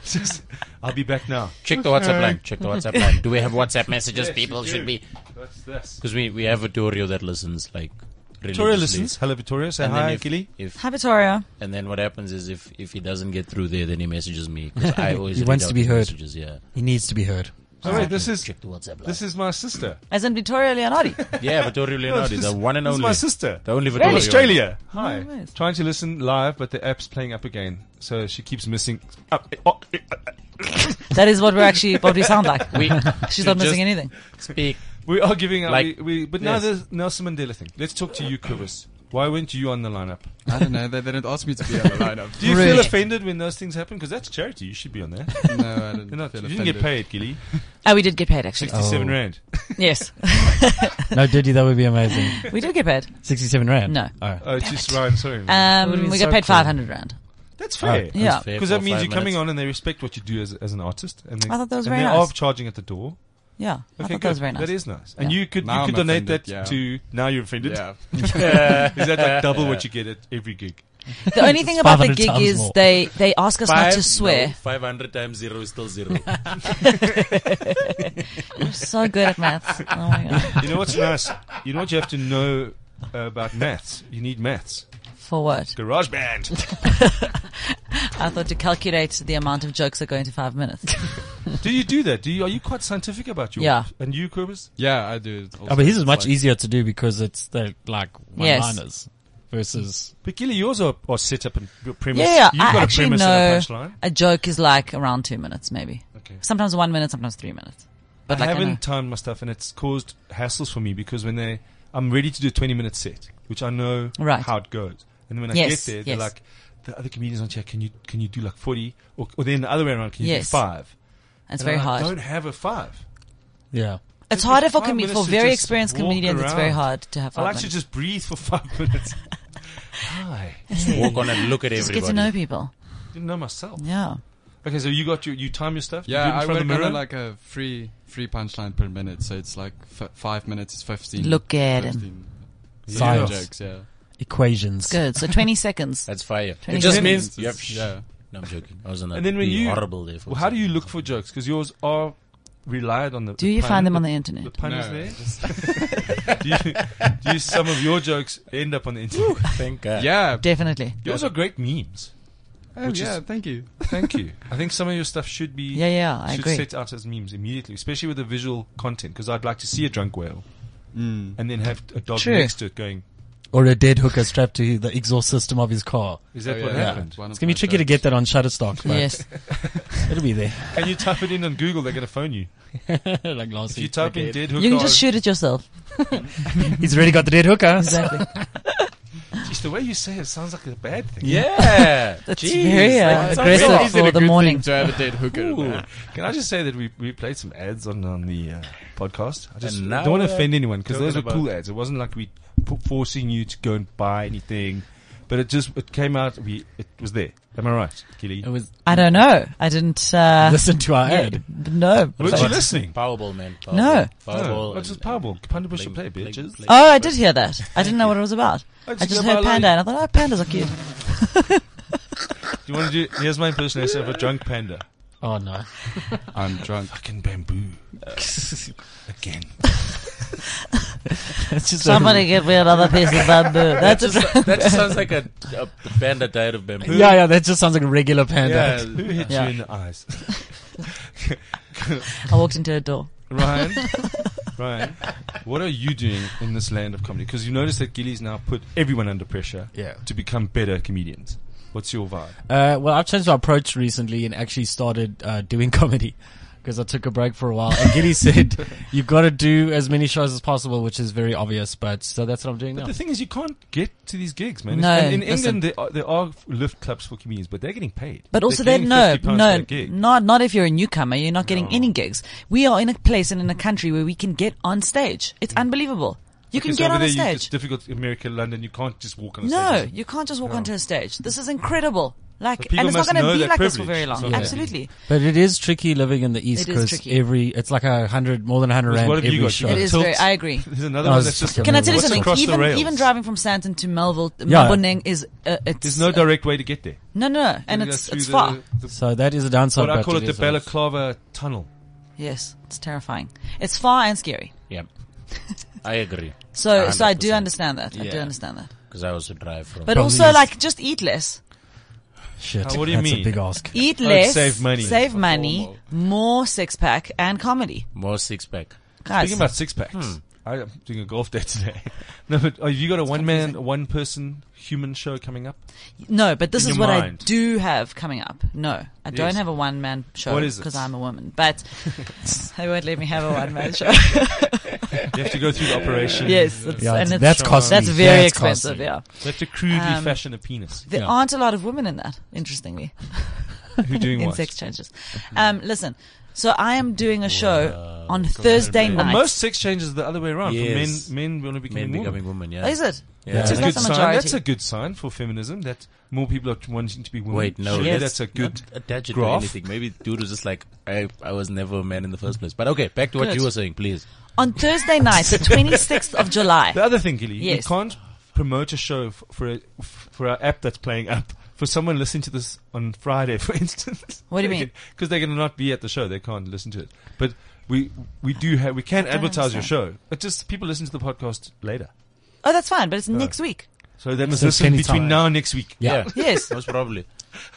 [SPEAKER 2] Just- I'll be back now.
[SPEAKER 3] Check the WhatsApp line. Check the WhatsApp line. Do we have WhatsApp
[SPEAKER 2] Yes,
[SPEAKER 3] messages?
[SPEAKER 2] we
[SPEAKER 3] People
[SPEAKER 2] do.
[SPEAKER 3] should be
[SPEAKER 2] What's this?
[SPEAKER 3] because we we have Vittorio that listens like.
[SPEAKER 2] Victoria
[SPEAKER 3] religiously.
[SPEAKER 2] listens. Hello, Victoria. Say
[SPEAKER 3] And then
[SPEAKER 2] hi,
[SPEAKER 3] if,
[SPEAKER 2] Gilly.
[SPEAKER 3] if
[SPEAKER 6] Hi, Victoria.
[SPEAKER 3] and then what happens is if if he doesn't get through there, then he messages me. 'cause I always
[SPEAKER 5] He
[SPEAKER 3] read
[SPEAKER 5] wants
[SPEAKER 3] out
[SPEAKER 5] to be
[SPEAKER 3] the
[SPEAKER 5] heard.
[SPEAKER 3] Messages, yeah.
[SPEAKER 5] He needs to be heard.
[SPEAKER 2] Oh, wait, this is
[SPEAKER 3] Check the WhatsApp live.
[SPEAKER 2] this is my sister.
[SPEAKER 6] As in Vittorio Leonardi.
[SPEAKER 3] yeah, Vittorio Leonardi,
[SPEAKER 2] this
[SPEAKER 3] the
[SPEAKER 2] is-
[SPEAKER 3] one and
[SPEAKER 2] this is
[SPEAKER 3] only.
[SPEAKER 2] my sister.
[SPEAKER 3] The only Vittorio.
[SPEAKER 2] From Australia. Hi.
[SPEAKER 6] No ways.
[SPEAKER 2] Trying to listen live, but the app's playing up again, so she keeps missing. Up. Oh, eh, uh, uh.
[SPEAKER 6] that is what we're actually what we sound like.
[SPEAKER 3] We
[SPEAKER 6] She's not
[SPEAKER 3] just-
[SPEAKER 6] missing anything.
[SPEAKER 3] Speak.
[SPEAKER 2] We are giving up.
[SPEAKER 3] Like-
[SPEAKER 2] we, we, but now
[SPEAKER 3] Yes.
[SPEAKER 2] there's Nelson Mandela thing. Let's talk to you, Kuvus. Why weren't you on the lineup?
[SPEAKER 4] I don't know. They didn't ask me to be on the lineup.
[SPEAKER 2] Do you
[SPEAKER 6] Really?
[SPEAKER 2] feel offended when those things happen? Because that's charity. You should be on there.
[SPEAKER 4] no, I didn't.
[SPEAKER 2] You're not, you
[SPEAKER 4] feel
[SPEAKER 2] didn't get
[SPEAKER 4] offended.
[SPEAKER 2] paid, Gilly.
[SPEAKER 6] Oh, we did get paid actually.
[SPEAKER 2] Sixty-seven
[SPEAKER 5] Oh.
[SPEAKER 2] rand.
[SPEAKER 6] Yes,
[SPEAKER 5] No, Diddy, that would be amazing.
[SPEAKER 6] we did get paid.
[SPEAKER 5] 67 Rand?
[SPEAKER 6] No.
[SPEAKER 5] Oh.
[SPEAKER 2] Oh, it's just Ryan. Sorry. man.
[SPEAKER 5] Would've
[SPEAKER 6] Um,
[SPEAKER 5] been
[SPEAKER 6] we got
[SPEAKER 5] so
[SPEAKER 6] paid
[SPEAKER 5] cool.
[SPEAKER 6] five hundred rand.
[SPEAKER 2] that's fair.
[SPEAKER 5] Oh.
[SPEAKER 6] Yeah,
[SPEAKER 3] fair
[SPEAKER 2] Because
[SPEAKER 3] for
[SPEAKER 2] that means
[SPEAKER 3] five
[SPEAKER 2] you're coming
[SPEAKER 3] minutes.
[SPEAKER 2] on and they respect what you do as, as an artist. And they,
[SPEAKER 6] I thought that was
[SPEAKER 2] and
[SPEAKER 6] very
[SPEAKER 2] they
[SPEAKER 6] nice.
[SPEAKER 2] are charging at the door.
[SPEAKER 6] yeah. I
[SPEAKER 2] Okay,
[SPEAKER 6] thought
[SPEAKER 2] good.
[SPEAKER 6] that was very nice.
[SPEAKER 2] That is nice. And
[SPEAKER 6] Yeah.
[SPEAKER 2] you could
[SPEAKER 4] Now
[SPEAKER 2] you could
[SPEAKER 4] I'm
[SPEAKER 2] donate that
[SPEAKER 4] offended, yeah.
[SPEAKER 2] to now you're offended.
[SPEAKER 4] Yeah.
[SPEAKER 2] Is that like double what you get at every gig?
[SPEAKER 6] The only thing about the
[SPEAKER 5] 500
[SPEAKER 6] gig
[SPEAKER 5] times
[SPEAKER 6] is
[SPEAKER 5] more.
[SPEAKER 6] they they ask us not to swear.
[SPEAKER 3] no, 500 times zero is still zero.
[SPEAKER 6] I'm so good at maths. Oh my god.
[SPEAKER 2] You know what's nice? You know what you have to know about maths? You need maths.
[SPEAKER 6] For what?
[SPEAKER 2] Garage band.
[SPEAKER 6] I thought to calculate the amount of jokes that go into five minutes.
[SPEAKER 2] do you do that? Do you are you quite scientific about your
[SPEAKER 6] Yeah.
[SPEAKER 2] and you, Kubus?
[SPEAKER 4] Yeah, I do. it also.
[SPEAKER 5] Oh, but his is
[SPEAKER 4] It's
[SPEAKER 5] much
[SPEAKER 4] like-
[SPEAKER 5] easier to do because it's the like
[SPEAKER 6] Yes.
[SPEAKER 5] one-liners versus
[SPEAKER 2] But Gilly, yours are, are set up and your premise.
[SPEAKER 6] Yeah, yeah,
[SPEAKER 2] You've
[SPEAKER 6] I
[SPEAKER 2] got a
[SPEAKER 6] actually
[SPEAKER 2] premise
[SPEAKER 6] know-
[SPEAKER 2] and a punchline.
[SPEAKER 6] A joke is like around two minutes, maybe.
[SPEAKER 2] Okay.
[SPEAKER 6] Sometimes one minute, sometimes three minutes. But
[SPEAKER 2] I
[SPEAKER 6] like uh, I
[SPEAKER 2] haven't
[SPEAKER 6] know.
[SPEAKER 2] timed my stuff, and it's caused hassles for me because when they, I'm ready to do a 20 minute set, which I know
[SPEAKER 6] Right.
[SPEAKER 2] how it goes, and when I
[SPEAKER 6] Yes,
[SPEAKER 2] get there, they're
[SPEAKER 6] yes.
[SPEAKER 2] like, the other comedians on here, can you can you do like 40, or, or then the other way around, can you
[SPEAKER 6] Yes.
[SPEAKER 2] do five? And
[SPEAKER 6] it's very
[SPEAKER 2] I
[SPEAKER 6] hard.
[SPEAKER 2] don't have a five.
[SPEAKER 5] yeah.
[SPEAKER 6] It's
[SPEAKER 2] Take
[SPEAKER 6] harder
[SPEAKER 2] me
[SPEAKER 6] for
[SPEAKER 2] five
[SPEAKER 6] com-
[SPEAKER 2] minutes
[SPEAKER 6] for
[SPEAKER 2] to
[SPEAKER 6] very
[SPEAKER 2] just
[SPEAKER 6] experienced
[SPEAKER 2] walk
[SPEAKER 6] comedians. It's very
[SPEAKER 2] around.
[SPEAKER 6] hard to have
[SPEAKER 2] I
[SPEAKER 6] five
[SPEAKER 2] like to
[SPEAKER 6] minutes.
[SPEAKER 2] just breathe for five minutes. Hi,
[SPEAKER 3] Just walk on and look at
[SPEAKER 6] Just
[SPEAKER 3] everybody.
[SPEAKER 6] get to know people.
[SPEAKER 2] didn't know myself.
[SPEAKER 6] Yeah.
[SPEAKER 2] Okay, so you got your you time your stuff. You do
[SPEAKER 4] Yeah,
[SPEAKER 2] it in
[SPEAKER 4] I
[SPEAKER 2] front
[SPEAKER 4] work
[SPEAKER 2] of the mirror.
[SPEAKER 4] on like a free free punchline per minute, so it's like f- five minutes is fifteen.
[SPEAKER 6] Look at him.
[SPEAKER 4] 15
[SPEAKER 5] Science.
[SPEAKER 4] jokes. Yeah,
[SPEAKER 5] Equations.
[SPEAKER 6] Good. So 20 seconds.
[SPEAKER 3] That's fire. It
[SPEAKER 6] Twenty
[SPEAKER 3] just
[SPEAKER 6] minutes.
[SPEAKER 3] means you have sh-
[SPEAKER 4] yeah.
[SPEAKER 3] No, I'm joking. I was on that.
[SPEAKER 2] and then when
[SPEAKER 3] really
[SPEAKER 2] you
[SPEAKER 3] horrible there for
[SPEAKER 2] well, how do you look for jokes? Because yours are relied on the.
[SPEAKER 6] Do
[SPEAKER 2] the
[SPEAKER 6] you
[SPEAKER 2] pun,
[SPEAKER 6] find them
[SPEAKER 2] the-
[SPEAKER 6] on the internet?
[SPEAKER 2] The pun is
[SPEAKER 4] No,
[SPEAKER 2] there. do, you, do you, some of your jokes end up on the internet?
[SPEAKER 3] Thank God.
[SPEAKER 4] yeah,
[SPEAKER 6] Definitely.
[SPEAKER 2] Yours are great memes.
[SPEAKER 4] Oh,
[SPEAKER 2] Which is-
[SPEAKER 4] yeah. Thank you.
[SPEAKER 2] Thank you. I think some of your stuff should be
[SPEAKER 6] Yeah, yeah, I
[SPEAKER 2] should
[SPEAKER 6] agree.
[SPEAKER 2] set out as memes immediately, especially with the visual content. Because I'd like to see a drunk whale
[SPEAKER 4] Hmm.
[SPEAKER 2] and then have a dog
[SPEAKER 6] True.
[SPEAKER 2] next to it going.
[SPEAKER 5] Or a dead hooker strapped to the exhaust system of his car.
[SPEAKER 2] Is that
[SPEAKER 4] Oh,
[SPEAKER 2] what
[SPEAKER 4] yeah,
[SPEAKER 2] happened?
[SPEAKER 4] that's one
[SPEAKER 5] It's
[SPEAKER 4] of
[SPEAKER 5] gonna be
[SPEAKER 4] my
[SPEAKER 5] tricky to
[SPEAKER 4] jokes.
[SPEAKER 5] get that on Shutterstock, but
[SPEAKER 6] Yes.
[SPEAKER 5] it'll be there.
[SPEAKER 2] Can you type it in on Google? They're going to phone you.
[SPEAKER 5] like last
[SPEAKER 2] If you
[SPEAKER 5] week.
[SPEAKER 2] type
[SPEAKER 5] Okay.
[SPEAKER 2] in dead hooker,
[SPEAKER 6] You can just shoot it yourself.
[SPEAKER 5] He's already got the dead hooker.
[SPEAKER 6] Exactly.
[SPEAKER 2] Geez, the way you say it sounds like a bad thing.
[SPEAKER 3] Yeah.
[SPEAKER 6] That's
[SPEAKER 3] Jeez.
[SPEAKER 6] very uh,
[SPEAKER 3] Like, it's
[SPEAKER 6] aggressive
[SPEAKER 3] already-
[SPEAKER 4] Is it a
[SPEAKER 6] for the
[SPEAKER 4] good
[SPEAKER 6] morning.
[SPEAKER 4] thing to have a dead hooker?
[SPEAKER 2] Ooh. Can I just say that we, we played some ads on, on the uh, podcast? I just
[SPEAKER 3] And now
[SPEAKER 2] don't want
[SPEAKER 3] we're
[SPEAKER 2] to offend anyone because those were
[SPEAKER 3] talking
[SPEAKER 2] cool
[SPEAKER 3] about-
[SPEAKER 2] ads. It wasn't like we p- forcing you to go and buy anything, but it just it came out. We it was there. Am I right, Gilly?
[SPEAKER 5] It was
[SPEAKER 6] I don't know. I didn't. Uh,
[SPEAKER 5] listen to our ad.
[SPEAKER 6] no.
[SPEAKER 2] Weren't you listening?
[SPEAKER 3] Powerball, man. Powerball.
[SPEAKER 6] No.
[SPEAKER 2] No,
[SPEAKER 3] Powerball.
[SPEAKER 2] what's just
[SPEAKER 3] and-
[SPEAKER 2] Powerball? Panda Bush
[SPEAKER 3] and
[SPEAKER 2] play,
[SPEAKER 3] play-
[SPEAKER 2] bitches.
[SPEAKER 3] play-
[SPEAKER 6] Oh, I did hear that. I didn't know what it was about.
[SPEAKER 2] Let's
[SPEAKER 6] I just
[SPEAKER 2] go
[SPEAKER 6] heard
[SPEAKER 2] buy a
[SPEAKER 6] panda
[SPEAKER 2] lolly.
[SPEAKER 6] and I thought, oh, pandas are cute.
[SPEAKER 2] Do you want to do? Here's my impersonation of a drunk panda.
[SPEAKER 5] Oh no.
[SPEAKER 4] I'm drunk.
[SPEAKER 2] Fucking bamboo. Again.
[SPEAKER 5] That's just
[SPEAKER 6] Somebody get me another piece of bamboo. That's a
[SPEAKER 3] Just- that just sounds like a, a panda died of bamboo.
[SPEAKER 5] yeah, yeah, that just sounds like a regular panda.
[SPEAKER 3] Yeah.
[SPEAKER 2] Who hit
[SPEAKER 6] Yeah.
[SPEAKER 2] you in the eyes?
[SPEAKER 6] I walked into a door.
[SPEAKER 2] Ryan, Ryan, what are you doing in this land of comedy? Because you notice that Gilly's now put everyone under pressure
[SPEAKER 5] Yeah.
[SPEAKER 2] to become better comedians. What's your vibe?
[SPEAKER 5] Uh, well, I've changed my approach recently and actually started uh, doing comedy because I took a break for a while. And Giddy said, "You've got to do as many shows as possible," which is very obvious. But so that's what I'm doing now.
[SPEAKER 2] The thing is, you can't get to these gigs, man.
[SPEAKER 6] No,
[SPEAKER 2] And in
[SPEAKER 6] listen.
[SPEAKER 2] England, there are, there are lift clubs for comedians, but they're getting paid.
[SPEAKER 6] But also,
[SPEAKER 2] they're getting
[SPEAKER 6] then no,
[SPEAKER 2] 50 pounds
[SPEAKER 6] no,
[SPEAKER 2] per gig.
[SPEAKER 6] not not if you're a newcomer. You're not getting any gigs. We are in a place and in a country where we can get on stage. It's unbelievable. You can
[SPEAKER 2] Mm. Okay, so
[SPEAKER 6] get
[SPEAKER 2] over
[SPEAKER 6] on a
[SPEAKER 2] there, you- It's
[SPEAKER 6] stage.
[SPEAKER 2] difficult in America, London. You can't just walk on a
[SPEAKER 6] No,
[SPEAKER 2] stage.
[SPEAKER 6] you can't just walk onto a stage. This is incredible. Like,
[SPEAKER 2] people
[SPEAKER 6] and it's not
[SPEAKER 2] must
[SPEAKER 6] going to
[SPEAKER 2] know
[SPEAKER 6] be
[SPEAKER 2] their
[SPEAKER 6] like this for
[SPEAKER 2] privilege.
[SPEAKER 6] very long.
[SPEAKER 2] It's not
[SPEAKER 6] Absolutely,
[SPEAKER 5] But it is tricky living in the East
[SPEAKER 6] It is
[SPEAKER 5] because
[SPEAKER 6] tricky.
[SPEAKER 5] every it's like a hundred more than a hundred
[SPEAKER 2] Because
[SPEAKER 5] rand
[SPEAKER 2] what have you got?
[SPEAKER 5] every
[SPEAKER 2] You
[SPEAKER 5] show.
[SPEAKER 6] it is.
[SPEAKER 2] Tilt.
[SPEAKER 6] Very, I agree.
[SPEAKER 2] There's another
[SPEAKER 5] No,
[SPEAKER 2] one
[SPEAKER 5] it's
[SPEAKER 2] that's just.
[SPEAKER 5] fucking
[SPEAKER 6] Can I tell you
[SPEAKER 5] What's
[SPEAKER 6] something?
[SPEAKER 2] across the
[SPEAKER 6] Even
[SPEAKER 2] rails?
[SPEAKER 6] even driving from Sandton to Melville,
[SPEAKER 5] Yeah.
[SPEAKER 6] Maboneng is uh, it's
[SPEAKER 2] There's no direct way to get there.
[SPEAKER 6] no no, and
[SPEAKER 2] You go
[SPEAKER 6] it's
[SPEAKER 2] through
[SPEAKER 6] it's
[SPEAKER 2] the-
[SPEAKER 6] far.
[SPEAKER 2] the-
[SPEAKER 5] So that is a downside.
[SPEAKER 2] What I
[SPEAKER 5] but
[SPEAKER 2] call it the
[SPEAKER 5] is uh, also-
[SPEAKER 2] Balaclava Tunnel.
[SPEAKER 6] Yes, it's terrifying. It's far and scary.
[SPEAKER 3] Yeah. I agree.
[SPEAKER 6] So so I do
[SPEAKER 3] 100%.
[SPEAKER 6] understand that. I do
[SPEAKER 5] Yeah.
[SPEAKER 6] understand that.
[SPEAKER 3] Because I also drive from.
[SPEAKER 6] But
[SPEAKER 5] Probably
[SPEAKER 6] also
[SPEAKER 5] is-
[SPEAKER 6] like just eat less.
[SPEAKER 5] Shit.
[SPEAKER 2] Uh, what do you
[SPEAKER 5] that's
[SPEAKER 2] mean?
[SPEAKER 5] a big ask.
[SPEAKER 6] Eat
[SPEAKER 2] Oh,
[SPEAKER 6] less,
[SPEAKER 2] save money.
[SPEAKER 6] save money, more six pack and comedy.
[SPEAKER 3] More six pack.
[SPEAKER 6] Guys,
[SPEAKER 2] Speaking about six packs,
[SPEAKER 6] Hmm.
[SPEAKER 2] I'm doing a golf day today. no, but oh, you got a one man, one person human show coming up?
[SPEAKER 6] no, but this
[SPEAKER 2] in
[SPEAKER 6] is
[SPEAKER 2] your
[SPEAKER 6] what
[SPEAKER 2] mind.
[SPEAKER 6] I do have coming up. No, I don't
[SPEAKER 2] Yes.
[SPEAKER 6] have a one man show
[SPEAKER 2] What is it?
[SPEAKER 6] because I'm a woman, but they won't let me have a one man show.
[SPEAKER 2] You have to go through the operation.
[SPEAKER 6] yes, it's,
[SPEAKER 5] Yeah,
[SPEAKER 6] and it's,
[SPEAKER 5] that's costly.
[SPEAKER 6] That's very
[SPEAKER 5] That's
[SPEAKER 6] expensive.
[SPEAKER 5] costly.
[SPEAKER 6] Yeah,
[SPEAKER 2] You have to crudely
[SPEAKER 6] Um,
[SPEAKER 2] fashion a penis.
[SPEAKER 6] there
[SPEAKER 5] Yeah.
[SPEAKER 6] aren't a lot of women in that. Interestingly,
[SPEAKER 2] Who doing
[SPEAKER 6] in
[SPEAKER 2] what?
[SPEAKER 6] sex changes. Um, listen, so I am doing a show on Thursday
[SPEAKER 2] Well,
[SPEAKER 6] night.
[SPEAKER 2] Oh, most sex changes the other way around.
[SPEAKER 3] Yes.
[SPEAKER 2] For men, men want to become
[SPEAKER 3] Men
[SPEAKER 2] women.
[SPEAKER 3] becoming women, yeah.
[SPEAKER 2] Oh,
[SPEAKER 6] is it? Which
[SPEAKER 3] Yeah.
[SPEAKER 5] That's
[SPEAKER 2] That's a
[SPEAKER 6] is not
[SPEAKER 2] good
[SPEAKER 6] the
[SPEAKER 2] sign.
[SPEAKER 6] majority.
[SPEAKER 2] That's a good sign for feminism that more people are wanting to be women.
[SPEAKER 3] Wait, no.
[SPEAKER 2] Surely
[SPEAKER 3] yes.
[SPEAKER 2] that's a good.
[SPEAKER 3] Not attach it to
[SPEAKER 2] graph.
[SPEAKER 3] anything. Maybe dude was just like, I, I was never a man in the first place. But okay, back to what
[SPEAKER 6] Good.
[SPEAKER 3] you were saying, please.
[SPEAKER 6] on Thursday night, the 26th of July.
[SPEAKER 2] The other thing, Gilly,
[SPEAKER 6] Yes.
[SPEAKER 2] you can't promote a show f- for a, f- for our app that's playing up. For someone listening to this on Friday, for instance.
[SPEAKER 6] What do you mean?
[SPEAKER 2] Because they're going to not be at the show; they can't listen to it. But we we do have we can advertise your show. It just people listen to the podcast later,
[SPEAKER 6] Oh, that's fine, but it's next week.
[SPEAKER 2] so they must
[SPEAKER 5] So it's
[SPEAKER 2] listen
[SPEAKER 5] any
[SPEAKER 2] between
[SPEAKER 5] time.
[SPEAKER 2] now and next week.
[SPEAKER 5] Yeah.
[SPEAKER 6] Yes.
[SPEAKER 3] Most probably.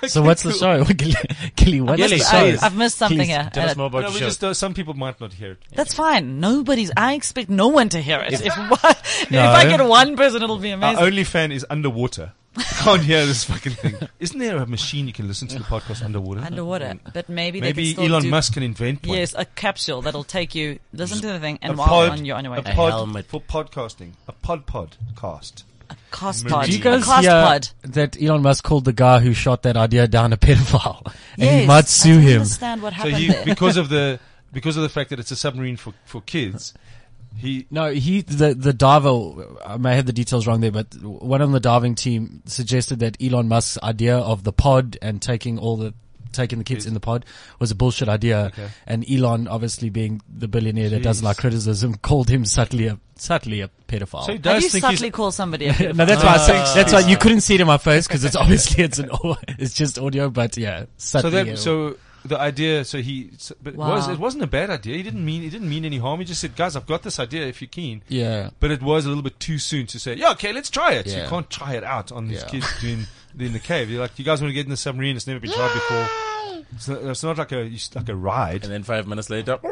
[SPEAKER 5] So what's the show? Gilly, Gilly, what's
[SPEAKER 3] Gilly,
[SPEAKER 5] the
[SPEAKER 3] tell
[SPEAKER 5] show?
[SPEAKER 3] us.
[SPEAKER 6] I, have missed something
[SPEAKER 5] Please
[SPEAKER 6] here.
[SPEAKER 3] Tell
[SPEAKER 6] Uh,
[SPEAKER 3] us more about
[SPEAKER 2] No,
[SPEAKER 3] your
[SPEAKER 2] we
[SPEAKER 3] show.
[SPEAKER 2] just, uh, some people might not hear it.
[SPEAKER 6] That's fine. Nobody's. I expect no one to hear it. If, one, if I get one person, it'll be
[SPEAKER 2] Our
[SPEAKER 6] amazing.
[SPEAKER 2] only fan is underwater. Can't hear this fucking thing. Isn't there a machine you can listen to the podcast underwater? Mm.
[SPEAKER 6] Underwater, but maybe they
[SPEAKER 2] oh.
[SPEAKER 6] can
[SPEAKER 2] Maybe
[SPEAKER 6] still
[SPEAKER 2] Elon
[SPEAKER 6] do-
[SPEAKER 2] Musk can invent one.
[SPEAKER 6] Yes, a capsule that'll take you listen to the thing
[SPEAKER 2] A
[SPEAKER 6] and while
[SPEAKER 2] pod-
[SPEAKER 6] on you're on your way.
[SPEAKER 2] a
[SPEAKER 6] back.
[SPEAKER 2] pod
[SPEAKER 3] helmet.
[SPEAKER 2] for podcasting. A pod podcast.
[SPEAKER 6] cost
[SPEAKER 2] Do
[SPEAKER 6] pod.
[SPEAKER 5] Do you
[SPEAKER 2] Yeah.
[SPEAKER 5] guys
[SPEAKER 6] a cost
[SPEAKER 5] hear
[SPEAKER 6] pod.
[SPEAKER 5] that Elon Musk called the guy who shot that idea down a pedophile, and
[SPEAKER 6] Yes,
[SPEAKER 5] he might
[SPEAKER 6] I
[SPEAKER 5] sue
[SPEAKER 6] don't
[SPEAKER 5] him.
[SPEAKER 6] Understand what
[SPEAKER 2] So
[SPEAKER 6] happened
[SPEAKER 2] he,
[SPEAKER 6] there?
[SPEAKER 2] because of the because of the fact that it's a submarine for for kids, he
[SPEAKER 5] No, he the the diver. I may have the details wrong there, but one on the diving team suggested that Elon Musk's idea of the pod and taking all the taking the kids in the pod was a bullshit idea. And Elon, obviously being the billionaire that doesn't
[SPEAKER 2] Jeez.
[SPEAKER 5] like criticism, called him subtly a subtly a pedophile.
[SPEAKER 2] so Ah, he
[SPEAKER 6] How do
[SPEAKER 2] does
[SPEAKER 6] you
[SPEAKER 2] think
[SPEAKER 6] subtly
[SPEAKER 2] he's
[SPEAKER 6] call somebody? A pedophile?
[SPEAKER 5] no, that's why. I said, that's why you couldn't see it in my face because it's obviously it's an au- it's just audio, but yeah,
[SPEAKER 2] so
[SPEAKER 5] subtly.
[SPEAKER 2] that so the idea so he so, but it was
[SPEAKER 6] Wow.
[SPEAKER 2] it wasn't a bad idea. He didn't mean he didn't mean any harm. He just said, guys, I've got this idea. If you're keen,
[SPEAKER 5] yeah.
[SPEAKER 2] But it was a little bit too soon to say, yeah, okay, let's try it. You
[SPEAKER 5] Yeah.
[SPEAKER 2] can't try it out on these
[SPEAKER 5] Yeah.
[SPEAKER 2] kids doing in the cave. You're like, you guys want to get in the submarine? It's never been tried before. It's not, it's not like a it's like a ride.
[SPEAKER 3] And then five minutes later,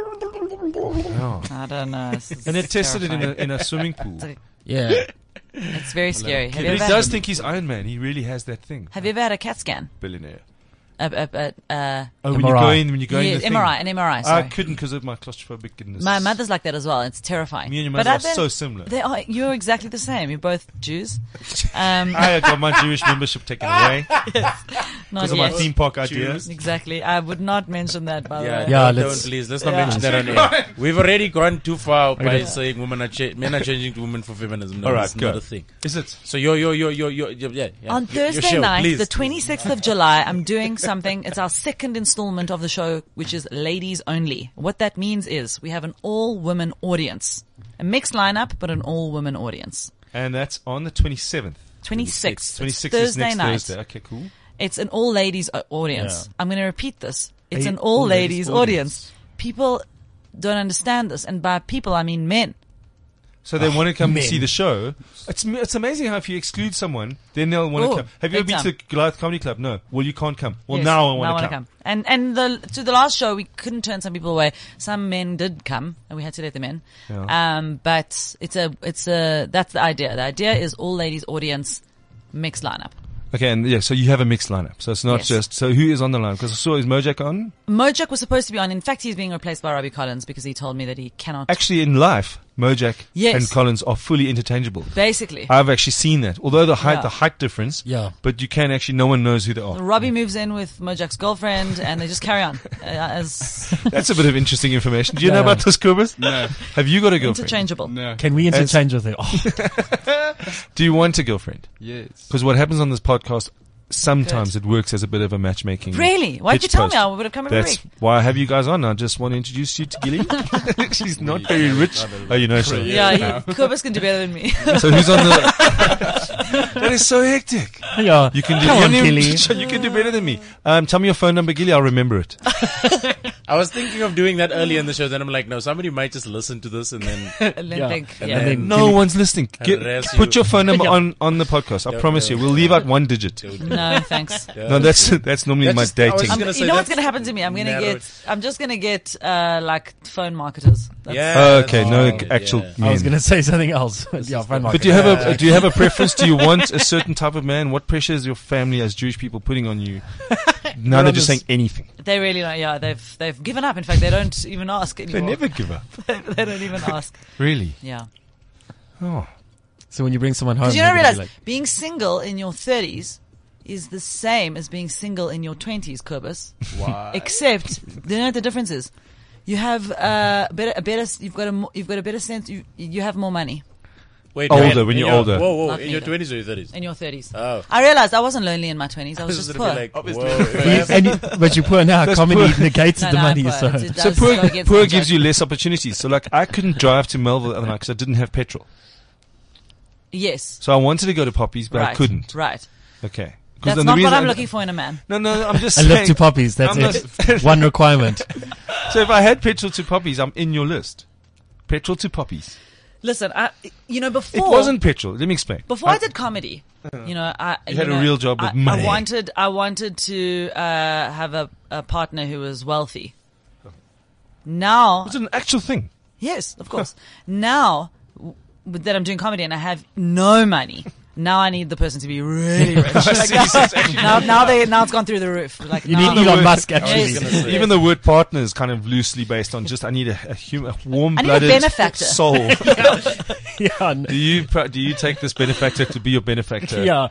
[SPEAKER 2] No.
[SPEAKER 6] I don't know. This is
[SPEAKER 2] And they tested it in a,
[SPEAKER 6] terrifying.
[SPEAKER 2] in a swimming pool.
[SPEAKER 6] It's
[SPEAKER 5] Yeah,
[SPEAKER 6] It's very scary. Have
[SPEAKER 2] But
[SPEAKER 6] you,
[SPEAKER 2] he
[SPEAKER 6] ever,
[SPEAKER 2] does think he's Iron Man. He really has that thing.
[SPEAKER 6] have you ever had a CAT scan?
[SPEAKER 2] Billionaire.
[SPEAKER 6] A, a, a, a,
[SPEAKER 2] Oh, when you go
[SPEAKER 5] MRI.
[SPEAKER 2] in, when you go in,
[SPEAKER 6] yeah,
[SPEAKER 2] the thing.
[SPEAKER 6] MRI, an MRI.
[SPEAKER 2] I
[SPEAKER 6] Sorry.
[SPEAKER 2] couldn't because of my claustrophobic goodness.
[SPEAKER 6] My mother's like that as well. It's terrifying.
[SPEAKER 2] Me and your
[SPEAKER 6] But
[SPEAKER 2] mother
[SPEAKER 6] I've
[SPEAKER 2] are
[SPEAKER 6] been-
[SPEAKER 2] so similar.
[SPEAKER 6] They are. You're exactly the same. You're both Jews. Um,
[SPEAKER 2] I had got my Jewish membership taken away
[SPEAKER 6] not
[SPEAKER 2] because of my
[SPEAKER 6] yet.
[SPEAKER 2] theme park idea.
[SPEAKER 6] Exactly. I would not mention that. By
[SPEAKER 3] yeah,
[SPEAKER 6] the way.
[SPEAKER 5] Yeah,
[SPEAKER 3] don't,
[SPEAKER 5] let's-
[SPEAKER 3] don't, please. Let's not
[SPEAKER 6] Yeah.
[SPEAKER 3] mention that on air. We've already gone too far by saying women are cha- men are changing to women for feminism. No,
[SPEAKER 2] All right,
[SPEAKER 3] it's not
[SPEAKER 2] go.
[SPEAKER 3] a thing.
[SPEAKER 2] Is it?
[SPEAKER 3] So yo yo yo yo yo yo yeah. yeah.
[SPEAKER 6] On
[SPEAKER 3] Your- your
[SPEAKER 6] Thursday
[SPEAKER 3] show,
[SPEAKER 6] night,
[SPEAKER 3] please.
[SPEAKER 6] the 26th of July, I'm doing something. It's our second installment of the show, which is Ladies Only. What that means is we have an all women audience. A mixed lineup, but an all women audience.
[SPEAKER 2] And that's on the 27th.
[SPEAKER 6] 26th. It's
[SPEAKER 2] 26th
[SPEAKER 6] Thursday
[SPEAKER 2] is next
[SPEAKER 6] night.
[SPEAKER 2] Thursday. Okay, cool.
[SPEAKER 6] It's an all ladies o- audience. I'm going to repeat this. It's
[SPEAKER 2] A-
[SPEAKER 6] an all
[SPEAKER 2] all ladies
[SPEAKER 6] ladies audience. People don't understand this. And by people, I mean men.
[SPEAKER 2] So they want to come
[SPEAKER 5] men.
[SPEAKER 2] and see the show. It's m- it's amazing how if you exclude someone, then they'll want
[SPEAKER 6] Oh,
[SPEAKER 2] to come. Have you ever
[SPEAKER 6] big
[SPEAKER 2] been to the Goliath Comedy Club? No. Well, you can't come. Well,
[SPEAKER 6] Yes,
[SPEAKER 2] now I want
[SPEAKER 6] wanna
[SPEAKER 2] to come.
[SPEAKER 6] And and the to the last show we couldn't turn some people away. Some men did come, and we had to let them in.
[SPEAKER 2] Yeah.
[SPEAKER 6] Um, but it's a it's a that's the idea. The idea is all ladies audience mixed lineup.
[SPEAKER 2] Okay, and yeah, so you have a mixed lineup. So it's not
[SPEAKER 6] Yes.
[SPEAKER 2] just. So who is on the line? Because I saw is Mojack on.
[SPEAKER 6] Mojack was supposed to be on. In fact, he's being replaced by Robbie Collins because he told me that he cannot.
[SPEAKER 2] Actually, in life, Mojack
[SPEAKER 6] Yes.
[SPEAKER 2] and Collins are fully interchangeable.
[SPEAKER 6] basically,
[SPEAKER 2] I've actually seen that. Although the height,
[SPEAKER 6] Yeah.
[SPEAKER 2] the height difference.
[SPEAKER 5] Yeah.
[SPEAKER 2] But you can actually, no one knows who they are.
[SPEAKER 6] Robbie moves in with Mojack's girlfriend, and they just carry on uh, as
[SPEAKER 2] That's a bit of interesting information. Do you know
[SPEAKER 5] Yeah.
[SPEAKER 2] about this, Kubus?
[SPEAKER 4] No,
[SPEAKER 2] Have you got a girlfriend?
[SPEAKER 6] interchangeable.
[SPEAKER 4] no.
[SPEAKER 5] can we
[SPEAKER 2] As-
[SPEAKER 5] interchange with it? Oh,
[SPEAKER 2] Do you want a girlfriend?
[SPEAKER 4] Yes.
[SPEAKER 2] Because what happens on this podcast, sometimes it works as a bit of a matchmaking.
[SPEAKER 6] Really? Why'd you
[SPEAKER 2] Pitch
[SPEAKER 6] tell
[SPEAKER 2] post.
[SPEAKER 6] me? I would have come every
[SPEAKER 2] That's
[SPEAKER 6] week.
[SPEAKER 2] why I have you guys on. I just want to introduce you to Gilly. She's not very rich. Oh, you know she.
[SPEAKER 6] Yeah, he, Kubus can do better than me.
[SPEAKER 2] So who's on the? that is so hectic.
[SPEAKER 5] yeah.
[SPEAKER 2] You can do.
[SPEAKER 5] Come on,
[SPEAKER 2] you,
[SPEAKER 5] Gilly.
[SPEAKER 2] you can do better than me. Um, tell me your phone number, Gilly. I'll remember it.
[SPEAKER 3] I was thinking of doing that earlier in the show. Then I'm like, no, somebody might just listen to this and then eh,
[SPEAKER 6] and then
[SPEAKER 5] Yeah.
[SPEAKER 6] think,
[SPEAKER 3] And
[SPEAKER 6] yeah.
[SPEAKER 3] then-
[SPEAKER 2] No one's listening. Get,
[SPEAKER 3] Harass you.
[SPEAKER 2] put your phone number on, on the podcast. I promise you. We'll leave out one digit.
[SPEAKER 6] No, thanks.
[SPEAKER 2] No, that's that's normally
[SPEAKER 3] That's
[SPEAKER 2] my
[SPEAKER 3] just- I
[SPEAKER 2] dating.
[SPEAKER 3] was just
[SPEAKER 6] I'm-
[SPEAKER 3] gonna
[SPEAKER 6] you
[SPEAKER 3] say
[SPEAKER 6] know what's
[SPEAKER 3] that's
[SPEAKER 6] going to happen to me? I'm going to
[SPEAKER 3] narrow
[SPEAKER 6] get, I'm just going to get, uh, like phone marketers. That's,
[SPEAKER 2] Oh, okay, no
[SPEAKER 3] that's-
[SPEAKER 2] actual.
[SPEAKER 3] yeah.
[SPEAKER 5] I was
[SPEAKER 2] men.
[SPEAKER 5] going to say something else. yeah, fine,
[SPEAKER 2] But do you have a do you have a preference? Do you want a certain type of man? What pressure is your family as Jewish people putting on you? Now they're just saying anything.
[SPEAKER 6] They really don't, yeah, they've, they've given up. In fact, they don't even ask anymore.
[SPEAKER 2] give up.
[SPEAKER 6] they don't even ask.
[SPEAKER 2] Really?
[SPEAKER 6] Yeah.
[SPEAKER 2] Oh,
[SPEAKER 5] so when you bring someone home,
[SPEAKER 3] Oh,
[SPEAKER 6] Because you don't
[SPEAKER 5] they're gonna
[SPEAKER 6] realize
[SPEAKER 5] be
[SPEAKER 6] being single in your 30s is the same as being single in your 20s, Kurbus. Except, do you know what the difference is? You have uh, better, a better, you've got a, mo- you've got a better sense. You, you have more money
[SPEAKER 3] Wait,
[SPEAKER 2] Older,
[SPEAKER 3] wait,
[SPEAKER 2] when
[SPEAKER 3] in
[SPEAKER 2] you're
[SPEAKER 3] your-
[SPEAKER 2] older.
[SPEAKER 3] Whoa, whoa,
[SPEAKER 6] Not
[SPEAKER 3] in your
[SPEAKER 6] neither.
[SPEAKER 3] twenties or your thirties?
[SPEAKER 6] in your 30s.
[SPEAKER 3] Oh,
[SPEAKER 6] I realized I wasn't lonely in my 20s. I was just
[SPEAKER 3] This is
[SPEAKER 6] poor.
[SPEAKER 3] gonna be like,
[SPEAKER 4] Obviously.
[SPEAKER 3] whoa,
[SPEAKER 5] like, and you, but you're poor now. Comedy negates
[SPEAKER 6] No,
[SPEAKER 5] the
[SPEAKER 6] no, I'm
[SPEAKER 5] money.
[SPEAKER 6] poor.
[SPEAKER 5] So
[SPEAKER 6] It's-
[SPEAKER 2] so
[SPEAKER 6] that's-
[SPEAKER 2] poor,
[SPEAKER 6] go against
[SPEAKER 2] poor
[SPEAKER 6] the
[SPEAKER 2] gives
[SPEAKER 6] joke.
[SPEAKER 2] you less opportunities. So like, I couldn't drive to Melville the other night because I didn't have petrol.
[SPEAKER 6] Yes.
[SPEAKER 2] So I wanted to go to Poppies, but
[SPEAKER 6] right.
[SPEAKER 2] I couldn't.
[SPEAKER 6] Right.
[SPEAKER 2] Okay. 'Cause
[SPEAKER 6] That's
[SPEAKER 2] then
[SPEAKER 6] not what
[SPEAKER 2] reason
[SPEAKER 6] I'm
[SPEAKER 2] I-
[SPEAKER 6] looking for in a man.
[SPEAKER 2] No, no, I'm just
[SPEAKER 5] I
[SPEAKER 2] saying.
[SPEAKER 5] love two poppies. That's
[SPEAKER 2] I'm
[SPEAKER 5] it. One requirement.
[SPEAKER 2] So if I had petrol to poppies, I'm in your list. Petrol to poppies.
[SPEAKER 6] Listen, I, you know,
[SPEAKER 2] It
[SPEAKER 6] before.
[SPEAKER 2] wasn't petrol. Let me explain.
[SPEAKER 6] Before I, did comedy, you know, I
[SPEAKER 2] Uh, You had
[SPEAKER 6] know,
[SPEAKER 2] a real job with
[SPEAKER 6] I,
[SPEAKER 2] money.
[SPEAKER 6] I wanted, I wanted to uh, have a, a partner who was wealthy. Now,
[SPEAKER 2] It's an actual thing.
[SPEAKER 6] yes, of course. now w- that I'm doing comedy and I have no money, now I need the person to be really rich. Like, now, now they, now it's gone through the roof. Like
[SPEAKER 5] You
[SPEAKER 6] now,
[SPEAKER 5] need Elon
[SPEAKER 2] word-
[SPEAKER 5] Musk
[SPEAKER 6] Yes,
[SPEAKER 5] actually.
[SPEAKER 3] gonna say.
[SPEAKER 6] yes.
[SPEAKER 2] Even the word partner is kind of loosely based on just I need a, a, hum, a
[SPEAKER 6] I need a
[SPEAKER 2] warm-blooded
[SPEAKER 6] benefactor.
[SPEAKER 2] soul.
[SPEAKER 5] yeah, n-
[SPEAKER 2] do you pro- do you take this benefactor to be your benefactor?
[SPEAKER 5] yeah.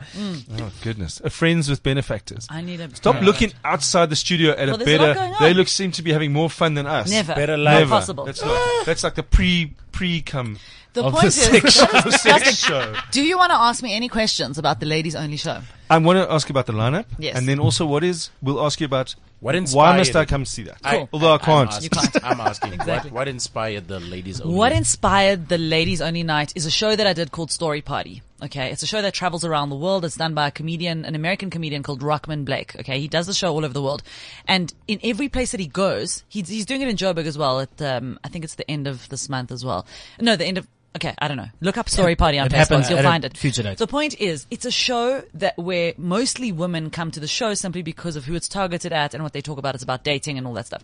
[SPEAKER 2] Oh goodness, Uh, friends with benefactors.
[SPEAKER 6] I need a
[SPEAKER 2] Stop looking outside the studio at
[SPEAKER 6] Well,
[SPEAKER 2] a
[SPEAKER 6] there's a lot
[SPEAKER 2] better.
[SPEAKER 6] going on.
[SPEAKER 2] They look seem to be having more fun than us.
[SPEAKER 6] never
[SPEAKER 3] better
[SPEAKER 6] Not
[SPEAKER 3] life.
[SPEAKER 6] possible.
[SPEAKER 2] That's not. That's like the pre pre come
[SPEAKER 6] the
[SPEAKER 5] Of
[SPEAKER 6] point
[SPEAKER 5] the
[SPEAKER 6] is,
[SPEAKER 5] sex
[SPEAKER 2] sex show.
[SPEAKER 6] do you want to ask me any questions about the ladies only show?
[SPEAKER 2] I want to ask you about the lineup.
[SPEAKER 6] Yes.
[SPEAKER 2] And then also, what is? We'll ask you about
[SPEAKER 3] What
[SPEAKER 2] why
[SPEAKER 3] inspired
[SPEAKER 2] must I
[SPEAKER 3] it?
[SPEAKER 2] come see that?
[SPEAKER 3] I-
[SPEAKER 2] Although I can't.
[SPEAKER 3] I'm asking,
[SPEAKER 6] You can't.
[SPEAKER 3] I'm asking
[SPEAKER 6] Exactly.
[SPEAKER 3] what, what inspired the ladies? Oh, Only?
[SPEAKER 6] What inspired the Ladies Only Night is a show that I did called Story Party. Okay, it's a show that travels around the world. It's done by a comedian, an American comedian called Rockman Blake. Okay, he does the show all over the world, and in every place that he goes, he's, he's doing it in Joburg as well. At um, I think it's the end of this month as well. No, the end of okay, I don't know. Look up Story Party on
[SPEAKER 5] It happens
[SPEAKER 6] Facebook, you'll
[SPEAKER 5] at a
[SPEAKER 6] find it.
[SPEAKER 5] future date.
[SPEAKER 6] The point is, it's a show that where mostly women come to the show simply because of who it's targeted at and what they talk about. It's about dating and all that stuff.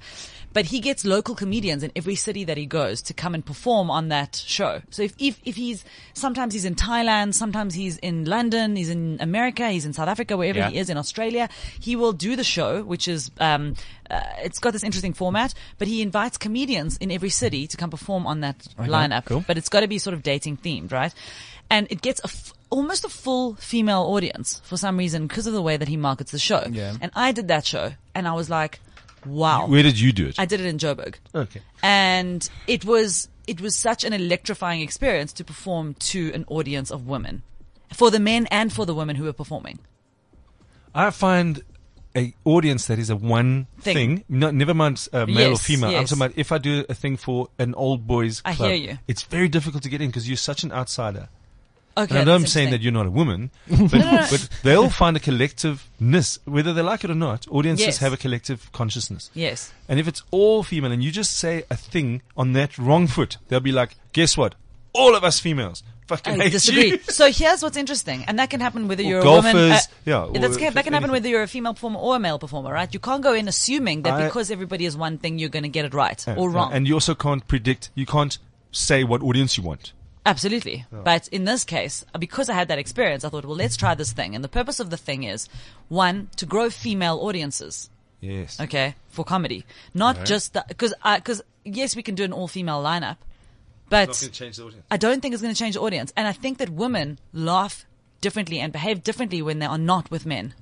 [SPEAKER 6] But he gets local comedians in every city that he goes to come and perform on that show. So if, if, if he's, sometimes he's in Thailand, sometimes he's in London, he's in America, he's in South Africa, wherever
[SPEAKER 3] Yeah.
[SPEAKER 6] he is in Australia, he will do the show, which is, um, uh, it's got this interesting format, but he invites comedians in every city to come perform on that lineup.
[SPEAKER 5] cool.
[SPEAKER 6] But it's got to be sort of dating themed, right? And it gets a f- almost a full female audience for some reason because of the way that he markets the show.
[SPEAKER 5] Yeah.
[SPEAKER 6] And I did that show, and I was like, wow.
[SPEAKER 2] Where did you do it?
[SPEAKER 6] I did it in Joburg
[SPEAKER 2] okay.
[SPEAKER 6] and it was it was such an electrifying experience to perform to an audience of women for the men and for the women who were performing
[SPEAKER 2] I find a audience that is a one
[SPEAKER 6] Thing.
[SPEAKER 2] thing. not, never mind uh, male or
[SPEAKER 6] Yes,
[SPEAKER 2] female. I'm
[SPEAKER 6] yes.
[SPEAKER 2] talking about if I do a thing for an old boys
[SPEAKER 6] I
[SPEAKER 2] club.
[SPEAKER 6] hear you.
[SPEAKER 2] It's very difficult to get in because you're such an outsider.
[SPEAKER 6] okay
[SPEAKER 2] And I know I'm saying that
[SPEAKER 6] you
[SPEAKER 2] you're not a woman, but, but they'll find a collectiveness, whether they like it or not. Audiences
[SPEAKER 6] Yes.
[SPEAKER 2] have a collective consciousness.
[SPEAKER 6] yes
[SPEAKER 2] And if it's all female and you just say a thing on that wrong foot, they'll be like, guess what? All of us females fucking
[SPEAKER 6] I
[SPEAKER 2] hate
[SPEAKER 6] disagree.
[SPEAKER 2] you.
[SPEAKER 6] So here's what's interesting, and that can happen whether you're a woman.
[SPEAKER 2] golfers, yeah, or
[SPEAKER 6] that's, that
[SPEAKER 2] if
[SPEAKER 6] can happen
[SPEAKER 2] anything.
[SPEAKER 6] whether you're a female performer or a male performer, right? You can't go in assuming that
[SPEAKER 2] I-
[SPEAKER 6] because everybody is one thing, you're going to get it right
[SPEAKER 2] Yeah,
[SPEAKER 6] or
[SPEAKER 2] yeah.
[SPEAKER 6] wrong.
[SPEAKER 2] And you also can't predict, you can't say what audience you want.
[SPEAKER 6] Absolutely. But in this case, because I had that experience, I thought, well, let's try this thing. And the purpose of the thing is, one, to grow female audiences.
[SPEAKER 2] Yes.
[SPEAKER 6] okay, for comedy. Not just that, because because yes, we can do an all female lineup, but
[SPEAKER 2] change the audience.
[SPEAKER 6] I don't think it's going to change the audience. And I think that women laugh differently and behave differently when they are not with men.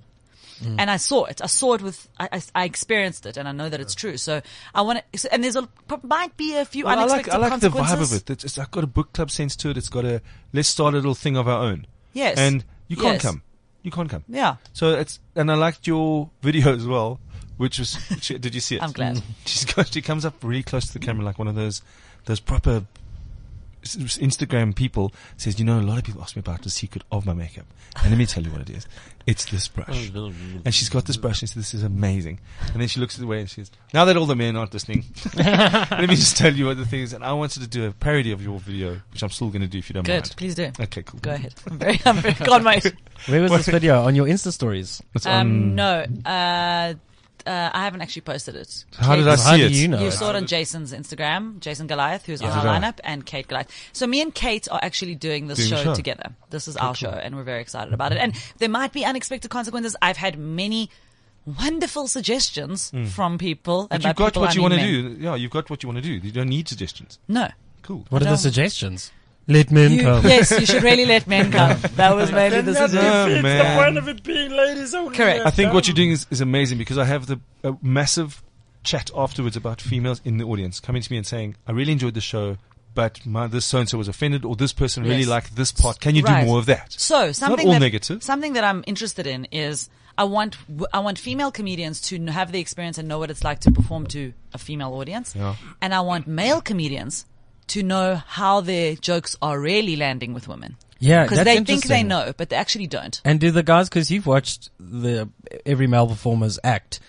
[SPEAKER 2] Mm.
[SPEAKER 6] And I saw it. I saw it with. I, I, I experienced it, and I know that it's true. So I want to. So, and there's a might be a few
[SPEAKER 2] I like,
[SPEAKER 6] unexpected
[SPEAKER 2] I like the
[SPEAKER 6] consequences.
[SPEAKER 2] vibe of it. It's, it's like got a book club sense to it. It's got a, let's start a little thing of our own.
[SPEAKER 6] Yes.
[SPEAKER 2] And you can't
[SPEAKER 6] Yes.
[SPEAKER 2] come. You can't come.
[SPEAKER 6] Yeah.
[SPEAKER 2] So it's, and I liked your video as well, which was, she, did you see it?
[SPEAKER 6] I'm glad.
[SPEAKER 2] She's got, she comes up really close to the camera like one of those, those proper s- Instagram people says, you know, a lot of people ask me about the secret of my makeup. And let me tell you what it is. It's this brush. And she's got this brush and she says, this is amazing. And then she looks away and she says, now that all the men aren't listening, let me just tell you what the thing is. And I wanted to do a parody of your video, which I'm still going to do if you don't
[SPEAKER 6] Good.
[SPEAKER 2] mind.
[SPEAKER 6] Please do.
[SPEAKER 2] Okay, cool.
[SPEAKER 6] Go ahead. I'm very, I'm very, God, my,
[SPEAKER 5] Where was this video on your Insta stories?
[SPEAKER 2] It's
[SPEAKER 6] um,
[SPEAKER 2] on-
[SPEAKER 6] no, uh, uh, I haven't actually posted it.
[SPEAKER 2] How did
[SPEAKER 6] Kate-
[SPEAKER 2] I
[SPEAKER 5] How
[SPEAKER 2] see
[SPEAKER 5] do
[SPEAKER 2] it?
[SPEAKER 5] you know?
[SPEAKER 6] You saw it on Jason's Instagram, Jason Goliath, who's on
[SPEAKER 2] Did
[SPEAKER 6] our
[SPEAKER 2] I?
[SPEAKER 6] lineup, and Kate Goliath. So me and Kate are actually doing this
[SPEAKER 2] Doing the
[SPEAKER 6] show,
[SPEAKER 2] show.
[SPEAKER 6] together. This is our show, and we're very excited about it. And there might be unexpected consequences. I've had many wonderful suggestions from people.
[SPEAKER 2] Hmm. But
[SPEAKER 6] and
[SPEAKER 2] you've
[SPEAKER 6] by
[SPEAKER 2] got
[SPEAKER 6] people,
[SPEAKER 2] what
[SPEAKER 6] I
[SPEAKER 2] you
[SPEAKER 6] mean
[SPEAKER 2] want to
[SPEAKER 6] men.
[SPEAKER 2] do. Yeah, you've got what you want to do. You don't need suggestions.
[SPEAKER 6] No.
[SPEAKER 2] Cool.
[SPEAKER 5] What are
[SPEAKER 6] No.
[SPEAKER 5] the suggestions? Let men
[SPEAKER 6] You-
[SPEAKER 5] come.
[SPEAKER 6] yes, you should really let men come. That was maybe the suggestion.
[SPEAKER 2] No, man.
[SPEAKER 6] Correct.
[SPEAKER 2] I think what you're doing is, is amazing because I have the a massive chat afterwards about females in the audience coming to me and saying, "I really enjoyed the show, but my, this so and so was offended, or this person really
[SPEAKER 6] Yes.
[SPEAKER 2] liked this part. Can you
[SPEAKER 6] Right.
[SPEAKER 2] do more of that?"
[SPEAKER 6] So
[SPEAKER 2] not
[SPEAKER 6] something
[SPEAKER 2] all
[SPEAKER 6] that,
[SPEAKER 2] negative.
[SPEAKER 6] Something that I'm interested in is I want w- I want female comedians to kn- have the experience and know what it's like to perform to a female audience,
[SPEAKER 2] Yeah.
[SPEAKER 6] and I want male comedians to know how their jokes are really landing with women
[SPEAKER 5] Yeah,
[SPEAKER 6] because
[SPEAKER 5] that's
[SPEAKER 6] they think they
[SPEAKER 5] interesting.
[SPEAKER 6] know, but they actually don't.
[SPEAKER 5] And do the guys, because you've watched the every male performer's act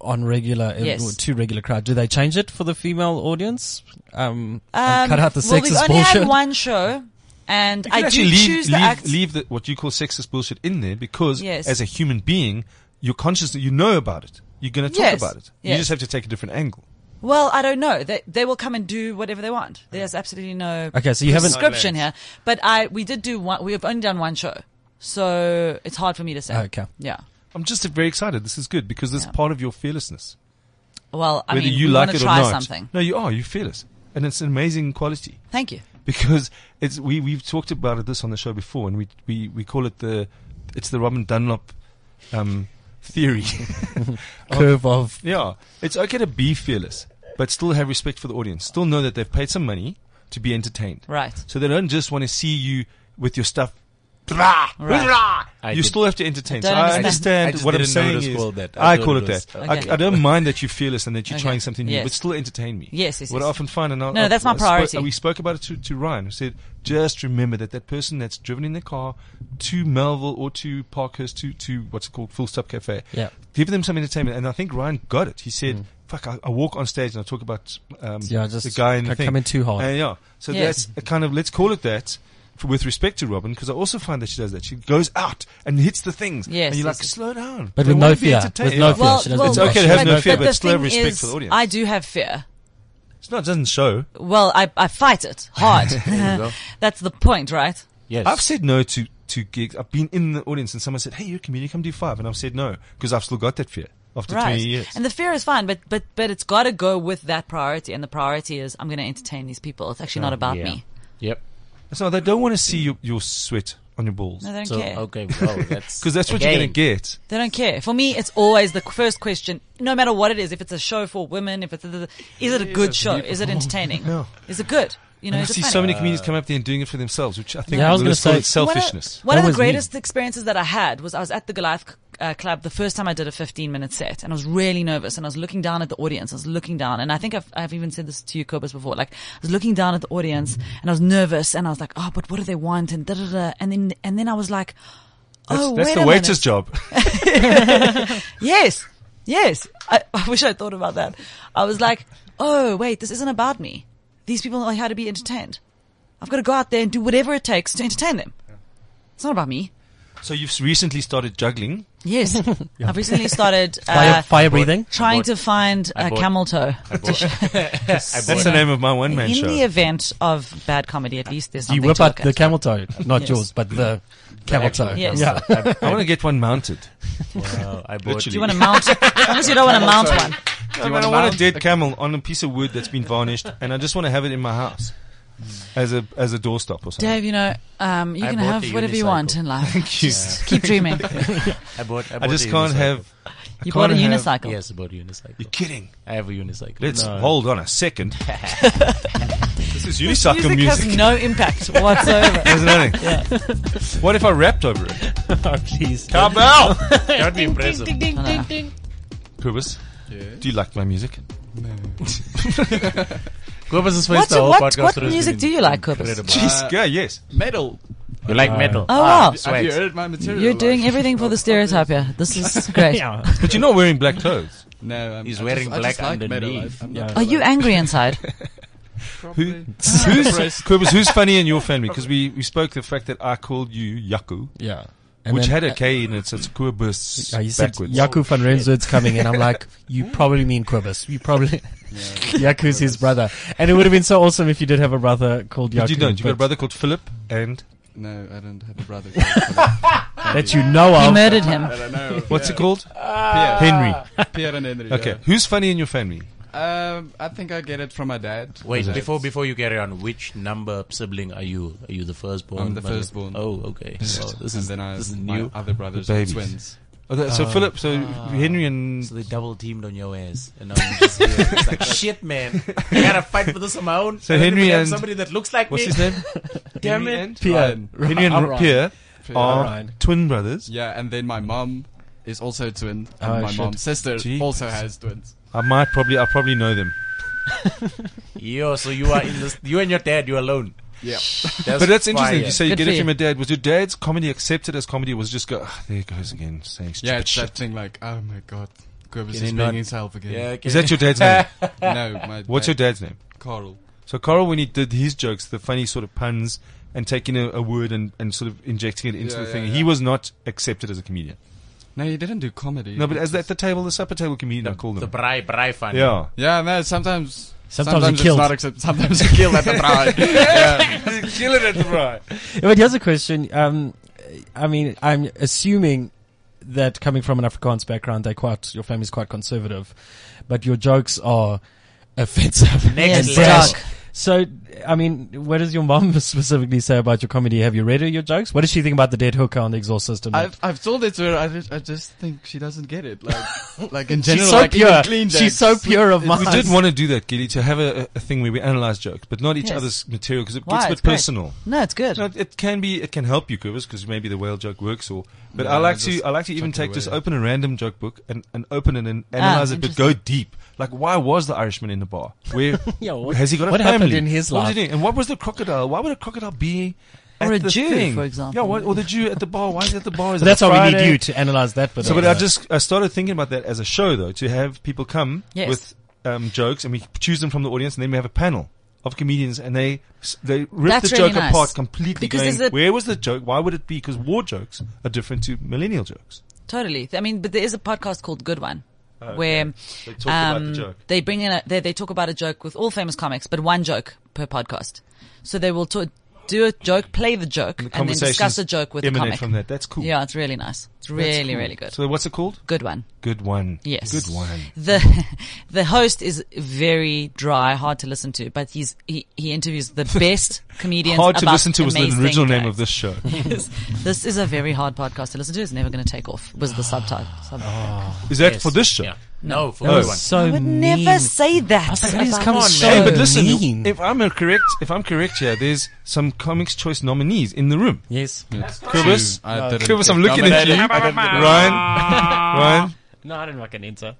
[SPEAKER 5] on regular,
[SPEAKER 6] Yes.
[SPEAKER 5] or to regular crowd, do they change it for the female audience? Um, and
[SPEAKER 6] Um,
[SPEAKER 5] cut out the
[SPEAKER 6] well,
[SPEAKER 5] sexist
[SPEAKER 6] we've only
[SPEAKER 5] bullshit.
[SPEAKER 6] had one show, and
[SPEAKER 2] You
[SPEAKER 6] I do
[SPEAKER 2] actually leave,
[SPEAKER 6] choose the
[SPEAKER 2] leave,
[SPEAKER 6] acts.
[SPEAKER 2] leave the, what you call sexist bullshit in there because
[SPEAKER 6] Yes.
[SPEAKER 2] as a human being, you're conscious that you know about it. You're going to talk
[SPEAKER 6] Yes.
[SPEAKER 2] about it. You
[SPEAKER 6] Yes.
[SPEAKER 2] just have to take a different angle.
[SPEAKER 6] Well, I don't know. They, they will come and do whatever they want. There's absolutely no
[SPEAKER 5] Okay, so you haven't-
[SPEAKER 6] prescription here. But I we did do one. We have only done one show, so it's hard for me to say.
[SPEAKER 5] uh, Okay.
[SPEAKER 6] Yeah.
[SPEAKER 2] I'm just very excited. This is good because this
[SPEAKER 6] Yeah.
[SPEAKER 2] is part of your fearlessness.
[SPEAKER 6] Well, I
[SPEAKER 2] Whether
[SPEAKER 6] mean,
[SPEAKER 2] you
[SPEAKER 6] we
[SPEAKER 2] like
[SPEAKER 6] want
[SPEAKER 2] it or
[SPEAKER 6] to try
[SPEAKER 2] not.
[SPEAKER 6] something.
[SPEAKER 2] No, you are. You're fearless. And it's an amazing quality.
[SPEAKER 6] Thank you.
[SPEAKER 2] because it's we we've talked about it this on the show before, and we we we call it the it's the Robin Dunlop um, theory.
[SPEAKER 5] curve of
[SPEAKER 2] yeah, it's okay to be fearless, but still have respect for the audience. Still know that they've paid some money to be entertained,
[SPEAKER 6] Right.
[SPEAKER 2] so they don't just want to see you with your stuff.
[SPEAKER 6] Right.
[SPEAKER 3] I
[SPEAKER 2] you
[SPEAKER 3] did-
[SPEAKER 2] still have to entertain.
[SPEAKER 6] don't
[SPEAKER 2] so I
[SPEAKER 6] understand.
[SPEAKER 2] understand
[SPEAKER 3] I just
[SPEAKER 2] what I'm
[SPEAKER 3] didn't know it
[SPEAKER 2] saying
[SPEAKER 3] was
[SPEAKER 2] is
[SPEAKER 3] called that.
[SPEAKER 2] I,
[SPEAKER 3] I
[SPEAKER 2] call
[SPEAKER 3] thought
[SPEAKER 2] it
[SPEAKER 3] it was-
[SPEAKER 2] that.
[SPEAKER 6] Okay.
[SPEAKER 2] I, I don't mind that you're fearless and that you're
[SPEAKER 6] Okay.
[SPEAKER 2] trying something new,
[SPEAKER 6] Yes.
[SPEAKER 2] but still entertain me.
[SPEAKER 6] Yes, yes,
[SPEAKER 2] What
[SPEAKER 6] yes.
[SPEAKER 2] I often find, and I,
[SPEAKER 6] No, that's my
[SPEAKER 2] I spoke-
[SPEAKER 6] priority.
[SPEAKER 2] we spoke about it to, to Ryan, who said, just remember that that person that's driven in the car to Melville or to Parkhurst to to what's it called Full Stop Cafe,
[SPEAKER 5] Yeah.
[SPEAKER 2] give them some entertainment. And I think Ryan got it. He said. Fuck! I, I walk on stage and I talk about um,
[SPEAKER 5] Yeah, just
[SPEAKER 2] the guy in the
[SPEAKER 5] don't
[SPEAKER 2] thing.
[SPEAKER 5] come in too hard.
[SPEAKER 2] And yeah, so
[SPEAKER 6] Yeah.
[SPEAKER 2] that's a kind of let's call it that for, with respect to Robin, because I also find that she does that. She goes out and hits the things,
[SPEAKER 6] Yes,
[SPEAKER 2] and you're
[SPEAKER 6] yes,
[SPEAKER 2] like,
[SPEAKER 6] yes.
[SPEAKER 2] slow down,
[SPEAKER 5] But
[SPEAKER 2] They
[SPEAKER 5] with
[SPEAKER 2] wanna
[SPEAKER 5] no
[SPEAKER 2] be
[SPEAKER 5] fear.
[SPEAKER 2] entertained.
[SPEAKER 5] With no
[SPEAKER 2] Yeah.
[SPEAKER 5] fear. Well, She doesn't
[SPEAKER 2] it's okay to have no fear, but,
[SPEAKER 6] the
[SPEAKER 2] still have
[SPEAKER 6] thing
[SPEAKER 2] respect
[SPEAKER 6] is,
[SPEAKER 2] for the audience.
[SPEAKER 6] I do have fear.
[SPEAKER 2] it's not it doesn't show.
[SPEAKER 6] Well, I, I fight it hard. That's the point, right?
[SPEAKER 3] Yes.
[SPEAKER 2] I've said no to to gigs. I've been in the audience and someone said, "Hey, you're a comedian, come do five. and I've said no because I've still got that fear after 20 years.
[SPEAKER 6] And the fear is fine, but but but it's got to go with that priority. And the priority is I'm going to entertain these people. It's actually
[SPEAKER 2] Uh,
[SPEAKER 6] not about
[SPEAKER 3] Yeah.
[SPEAKER 6] me.
[SPEAKER 3] Yep.
[SPEAKER 2] so they don't want to see your, your sweat on your balls
[SPEAKER 6] No, they
[SPEAKER 2] because
[SPEAKER 6] don't
[SPEAKER 3] So
[SPEAKER 6] care.
[SPEAKER 3] okay, well, that's
[SPEAKER 2] that's what you're going
[SPEAKER 3] again,
[SPEAKER 2] to get.
[SPEAKER 6] They don't care. For me, it's always the first question, no matter what it is. If it's a show for women, if it's a, is it a good show? Is it entertaining?
[SPEAKER 2] Yeah.
[SPEAKER 6] Is it good? You know,
[SPEAKER 2] And I
[SPEAKER 6] is it
[SPEAKER 2] see
[SPEAKER 6] funny?
[SPEAKER 2] so many comedians come up there and doing it for themselves, which I think
[SPEAKER 5] Yeah, I was
[SPEAKER 2] let's
[SPEAKER 5] gonna
[SPEAKER 2] call it
[SPEAKER 5] say-
[SPEAKER 2] selfishness.
[SPEAKER 6] One
[SPEAKER 5] That
[SPEAKER 6] of, one of
[SPEAKER 5] was
[SPEAKER 6] the
[SPEAKER 5] me.
[SPEAKER 6] greatest experiences that I had was I was at the Goliath uh, Club the first time I did a 15 minute set and I was really nervous and I was looking down at the audience. I was looking down and I think I've, I've even said this to you, Cobus, before. Like I was looking down at the audience and I was nervous and I was like, oh, but what do they want? And da da da. And then, and then I was like,
[SPEAKER 2] That's,
[SPEAKER 6] oh,
[SPEAKER 2] that's
[SPEAKER 6] wait
[SPEAKER 2] the
[SPEAKER 6] a
[SPEAKER 2] waiter's
[SPEAKER 6] minute.
[SPEAKER 2] job.
[SPEAKER 6] Yes. Yes. I, I wish I thought about that. I was like, oh, wait, this isn't about me. These people are here to be entertained. I've got to go out there and do whatever it takes to entertain them. It's not about me.
[SPEAKER 2] so you've recently started juggling.
[SPEAKER 6] Yes. I've recently started
[SPEAKER 5] fire,
[SPEAKER 6] uh,
[SPEAKER 5] fire breathing.
[SPEAKER 6] trying
[SPEAKER 3] bought-
[SPEAKER 6] to find
[SPEAKER 3] I
[SPEAKER 6] uh,
[SPEAKER 3] bought-
[SPEAKER 6] camel toe.
[SPEAKER 2] That's the name of my one man
[SPEAKER 6] In
[SPEAKER 2] show.
[SPEAKER 6] the event of bad comedy, at least there's
[SPEAKER 5] You
[SPEAKER 6] something
[SPEAKER 5] whip
[SPEAKER 6] to
[SPEAKER 5] out
[SPEAKER 6] look
[SPEAKER 5] the
[SPEAKER 6] at.
[SPEAKER 5] camel toe, not
[SPEAKER 6] Yes.
[SPEAKER 5] yours, but the camel toe.
[SPEAKER 6] Yes.
[SPEAKER 5] Yeah.
[SPEAKER 2] I want to get one mounted.
[SPEAKER 3] wow, I bought
[SPEAKER 6] Do you want to mount? As long as you don't want to mount one.
[SPEAKER 2] I mean, I want a dead camel on a piece of wood that's been varnished, and I just want to have it in my house
[SPEAKER 6] Mm.
[SPEAKER 2] as a as a doorstop or something.
[SPEAKER 6] Dave, you know, um, you
[SPEAKER 3] I
[SPEAKER 6] can
[SPEAKER 3] bought
[SPEAKER 6] have
[SPEAKER 3] the
[SPEAKER 6] whatever you want
[SPEAKER 3] unicycle.
[SPEAKER 6] in life.
[SPEAKER 2] Thank you.
[SPEAKER 6] Just keep dreaming.
[SPEAKER 3] I bought. I,
[SPEAKER 2] I
[SPEAKER 3] bought
[SPEAKER 2] just
[SPEAKER 3] a
[SPEAKER 2] can't
[SPEAKER 3] unicycle.
[SPEAKER 2] have.
[SPEAKER 6] You bought a
[SPEAKER 2] can't have-
[SPEAKER 6] unicycle.
[SPEAKER 3] Yes, I bought a unicycle.
[SPEAKER 2] You're kidding.
[SPEAKER 3] I have a unicycle.
[SPEAKER 2] Let's
[SPEAKER 3] No.
[SPEAKER 2] hold on a second. this is unicycle
[SPEAKER 6] Music
[SPEAKER 2] music.
[SPEAKER 6] has no impact whatsoever.
[SPEAKER 2] There's nothing. What if I rapped over it?
[SPEAKER 5] Oh, please.
[SPEAKER 2] Cowbell!
[SPEAKER 3] That would be impressive.
[SPEAKER 6] I don't know.
[SPEAKER 2] Pubis,
[SPEAKER 4] Yes.
[SPEAKER 2] do you like my music?
[SPEAKER 3] Kobus has faced
[SPEAKER 6] What's-
[SPEAKER 3] the whole
[SPEAKER 6] what-
[SPEAKER 3] podcast.
[SPEAKER 6] what
[SPEAKER 3] through. It's
[SPEAKER 6] music
[SPEAKER 3] been
[SPEAKER 6] do you like, Kobus?
[SPEAKER 3] incredible.
[SPEAKER 2] Jeez, yeah, yes.
[SPEAKER 4] Metal.
[SPEAKER 3] You like metal?
[SPEAKER 6] Oh, wow.
[SPEAKER 3] Ah,
[SPEAKER 4] Have
[SPEAKER 3] sweet.
[SPEAKER 4] you heard my material?
[SPEAKER 6] You're doing
[SPEAKER 4] Like-
[SPEAKER 6] everything for the stereotype here. This is great.
[SPEAKER 2] But you're not wearing black clothes.
[SPEAKER 4] No, I'm,
[SPEAKER 3] He's
[SPEAKER 4] I
[SPEAKER 3] wearing
[SPEAKER 4] just, I
[SPEAKER 3] black
[SPEAKER 4] just like metal. I-
[SPEAKER 3] underneath.
[SPEAKER 4] I'm not
[SPEAKER 6] Are you angry inside?
[SPEAKER 2] Who, who's, Kobus, who's funny in your family? Because we, we spoke the fact that I called you Yaku,
[SPEAKER 5] Yeah.
[SPEAKER 2] which
[SPEAKER 5] then- uh,
[SPEAKER 2] had a K in it, so it's Kobus
[SPEAKER 5] Yeah, you said
[SPEAKER 2] backwards.
[SPEAKER 5] Yaku van Renswood's coming, and I'm like, you probably mean Quibus. You probably. Yaku's his brother. And it would have been so awesome if you did have a brother called Yaku.
[SPEAKER 2] But you don't. You got a
[SPEAKER 5] but-
[SPEAKER 2] brother called Philip and
[SPEAKER 4] No, I don't have a brother. I
[SPEAKER 5] That you know
[SPEAKER 6] He
[SPEAKER 5] of.
[SPEAKER 6] murdered him.
[SPEAKER 2] uh,
[SPEAKER 4] don't know.
[SPEAKER 2] what's
[SPEAKER 4] yeah.
[SPEAKER 2] it called?
[SPEAKER 5] Ah,
[SPEAKER 4] Pierre.
[SPEAKER 2] Henry.
[SPEAKER 4] Pierre and Henry.
[SPEAKER 2] Okay. Who's funny in your family?
[SPEAKER 4] yeah. Um, I think I get it from my dad.
[SPEAKER 3] Wait,
[SPEAKER 4] That's-
[SPEAKER 3] before before you carry on, which number sibling are you? Are you the firstborn?
[SPEAKER 4] I'm the
[SPEAKER 3] Mother-
[SPEAKER 4] firstborn.
[SPEAKER 3] Oh, okay. Well, this
[SPEAKER 4] and
[SPEAKER 3] is
[SPEAKER 4] then I
[SPEAKER 3] this is
[SPEAKER 4] my
[SPEAKER 3] new.
[SPEAKER 4] other brothers
[SPEAKER 2] The
[SPEAKER 4] are
[SPEAKER 2] babies.
[SPEAKER 4] twins.
[SPEAKER 2] Oh, that,
[SPEAKER 5] Ah.
[SPEAKER 2] so Philip, so Henry and
[SPEAKER 3] So they double teamed on your ass, and now I'm just here. It's like shit, man. I gotta fight for this on my own.
[SPEAKER 2] So
[SPEAKER 3] I don't
[SPEAKER 2] Henry
[SPEAKER 3] even have
[SPEAKER 2] and-
[SPEAKER 3] somebody that looks like
[SPEAKER 2] what's
[SPEAKER 3] me.
[SPEAKER 2] his name?
[SPEAKER 3] Damn
[SPEAKER 2] Henry
[SPEAKER 3] it.
[SPEAKER 2] and-
[SPEAKER 5] Pierre.
[SPEAKER 2] Henry and
[SPEAKER 5] Alright.
[SPEAKER 2] Pierre are
[SPEAKER 5] Alright.
[SPEAKER 2] twin brothers.
[SPEAKER 4] Yeah, and then my mom is also a twin, and
[SPEAKER 5] Oh,
[SPEAKER 4] my
[SPEAKER 5] shit.
[SPEAKER 4] mom's sister
[SPEAKER 2] Jeez.
[SPEAKER 4] also has twins.
[SPEAKER 2] I might probably, I probably know them.
[SPEAKER 3] Yo, so you are in this. You and your dad, you alone.
[SPEAKER 4] Yeah.
[SPEAKER 3] That's
[SPEAKER 2] But that's interesting.
[SPEAKER 3] fire.
[SPEAKER 2] You say you
[SPEAKER 6] Good
[SPEAKER 2] get
[SPEAKER 6] for
[SPEAKER 2] it
[SPEAKER 6] you.
[SPEAKER 2] from your dad. Was your dad's comedy accepted as comedy? Or was it just go "Ah, there he goes again saying stupid
[SPEAKER 4] Yeah, it's
[SPEAKER 2] shit.
[SPEAKER 4] that thing like, oh my god, Goebbels
[SPEAKER 3] he
[SPEAKER 4] is
[SPEAKER 3] not-
[SPEAKER 4] being himself again.
[SPEAKER 3] yeah, okay.
[SPEAKER 2] Is that your dad's name?
[SPEAKER 4] No, my
[SPEAKER 2] What's your dad's name?
[SPEAKER 4] Carl.
[SPEAKER 2] So Carl, when he did his jokes, the funny sort of puns and taking a, a word and, and sort of injecting it into
[SPEAKER 4] Yeah,
[SPEAKER 2] the thing,
[SPEAKER 4] yeah,
[SPEAKER 2] he
[SPEAKER 4] yeah.
[SPEAKER 2] was not accepted as a comedian.
[SPEAKER 4] No, he didn't do comedy.
[SPEAKER 2] No, but as at the table, the supper table comedian, I call
[SPEAKER 3] the
[SPEAKER 2] them.
[SPEAKER 3] Bri Bri fund?
[SPEAKER 2] yeah.
[SPEAKER 4] Yeah, no, sometimes.
[SPEAKER 5] Sometimes he
[SPEAKER 4] it's
[SPEAKER 5] killed.
[SPEAKER 4] not accept- sometimes you kill at the bride.
[SPEAKER 2] Killing it, right?
[SPEAKER 5] Yeah, but here's a question. Um, I mean, I'm assuming that coming from an Afrikaans background, they quite your family's quite conservative, but your jokes are offensive.
[SPEAKER 3] Next
[SPEAKER 5] and
[SPEAKER 6] level.
[SPEAKER 5] brash. So, I mean, what does your mom specifically say about your comedy? Have you read her your jokes? What does she think about the dead hooker on the exhaust system?
[SPEAKER 4] I've I've told it to her. I just, I just think she doesn't get it. Like like in general,
[SPEAKER 5] She's so
[SPEAKER 4] like even
[SPEAKER 5] pure.
[SPEAKER 4] clean
[SPEAKER 5] She's
[SPEAKER 4] jokes.
[SPEAKER 5] so pure of mind.
[SPEAKER 2] We did want to do that, Gilly, to have a, a thing where we analyze jokes, but not each
[SPEAKER 6] Yes.
[SPEAKER 2] other's material because it
[SPEAKER 6] Why?
[SPEAKER 2] gets a
[SPEAKER 6] It's
[SPEAKER 2] bit
[SPEAKER 6] great.
[SPEAKER 2] personal.
[SPEAKER 6] No, it's good.
[SPEAKER 2] No, it- it can be, it can help you, Curvis, because maybe the whale joke works. Or, but I
[SPEAKER 4] Yeah,
[SPEAKER 2] like to,
[SPEAKER 4] just
[SPEAKER 2] I like to even
[SPEAKER 4] chuck it
[SPEAKER 2] take just
[SPEAKER 4] away.
[SPEAKER 2] open a random joke book and, and open it
[SPEAKER 5] Ah,
[SPEAKER 2] and analyze it, but go deep. Like, why was the Irishman in the bar? Where
[SPEAKER 5] Yeah, what-
[SPEAKER 2] has he got a
[SPEAKER 5] what
[SPEAKER 2] family?
[SPEAKER 5] happened in his
[SPEAKER 2] What was
[SPEAKER 5] life?
[SPEAKER 2] he doing? And what was the crocodile? Why would a crocodile be? at
[SPEAKER 6] Or a
[SPEAKER 2] the
[SPEAKER 6] Jew,
[SPEAKER 2] thing?
[SPEAKER 6] for example.
[SPEAKER 2] Yeah, what, or the Jew at the bar. Why is he at the bar? Is
[SPEAKER 5] so
[SPEAKER 2] it a
[SPEAKER 5] that's why we need
[SPEAKER 2] Friday?
[SPEAKER 5] you to analyze that. But
[SPEAKER 2] So, but I just I started thinking about that as a show, though, to have people come
[SPEAKER 6] Yes.
[SPEAKER 2] with um, jokes, and we choose them from the audience, and then we have a panel of comedians, and they s- they rip
[SPEAKER 6] That's
[SPEAKER 2] the
[SPEAKER 6] really
[SPEAKER 2] joke
[SPEAKER 6] nice.
[SPEAKER 2] apart completely.
[SPEAKER 6] Because
[SPEAKER 2] going,
[SPEAKER 6] there's a-
[SPEAKER 2] where was the joke? Why would it be? Because war jokes are different to millennial jokes.
[SPEAKER 6] Totally. I mean, but there is a podcast called Good One. Where
[SPEAKER 2] They talk about the
[SPEAKER 6] um,
[SPEAKER 2] joke.
[SPEAKER 6] they bring in a, they they talk about a joke with all famous comics, but one joke per podcast. So they will ta- do a joke, play the joke, and, then discuss the joke with the
[SPEAKER 2] emanate
[SPEAKER 6] comic.
[SPEAKER 2] from that. That's cool.
[SPEAKER 6] Yeah, it's really nice. It's
[SPEAKER 2] That's
[SPEAKER 6] really
[SPEAKER 2] cool.
[SPEAKER 6] really good.
[SPEAKER 2] So what's it called?
[SPEAKER 6] Good one.
[SPEAKER 2] Good one.
[SPEAKER 6] Yes.
[SPEAKER 2] Good one.
[SPEAKER 6] the the host is very dry, hard to listen to, but he's he, he interviews the best comedians.
[SPEAKER 2] Hard to
[SPEAKER 6] about
[SPEAKER 2] listen to was the
[SPEAKER 6] amazing
[SPEAKER 2] original name
[SPEAKER 6] jokes.
[SPEAKER 2] of this show.
[SPEAKER 6] Yes. this is a very hard podcast to listen to. It's never going to take off. Was the subtitle? Sub-
[SPEAKER 2] Oh. Is that
[SPEAKER 3] Yes.
[SPEAKER 2] for this show?
[SPEAKER 3] Yeah. No, for
[SPEAKER 2] Oh, No.
[SPEAKER 3] everyone.
[SPEAKER 5] so
[SPEAKER 6] I would
[SPEAKER 5] mean.
[SPEAKER 6] never say that.
[SPEAKER 5] Please
[SPEAKER 6] about-
[SPEAKER 5] come
[SPEAKER 3] on,
[SPEAKER 5] so
[SPEAKER 3] man.
[SPEAKER 2] Hey, but listen,
[SPEAKER 5] mean.
[SPEAKER 2] if I'm correct, if I'm correct here, there's some Comics Choice nominees in the room.
[SPEAKER 5] yes.
[SPEAKER 2] Kubus,
[SPEAKER 4] I didn't
[SPEAKER 2] Kubus, I'm
[SPEAKER 4] get
[SPEAKER 2] looking at you.
[SPEAKER 4] nominated. I didn't get
[SPEAKER 2] Ryan, Ryan,
[SPEAKER 8] No, I didn't fucking enter.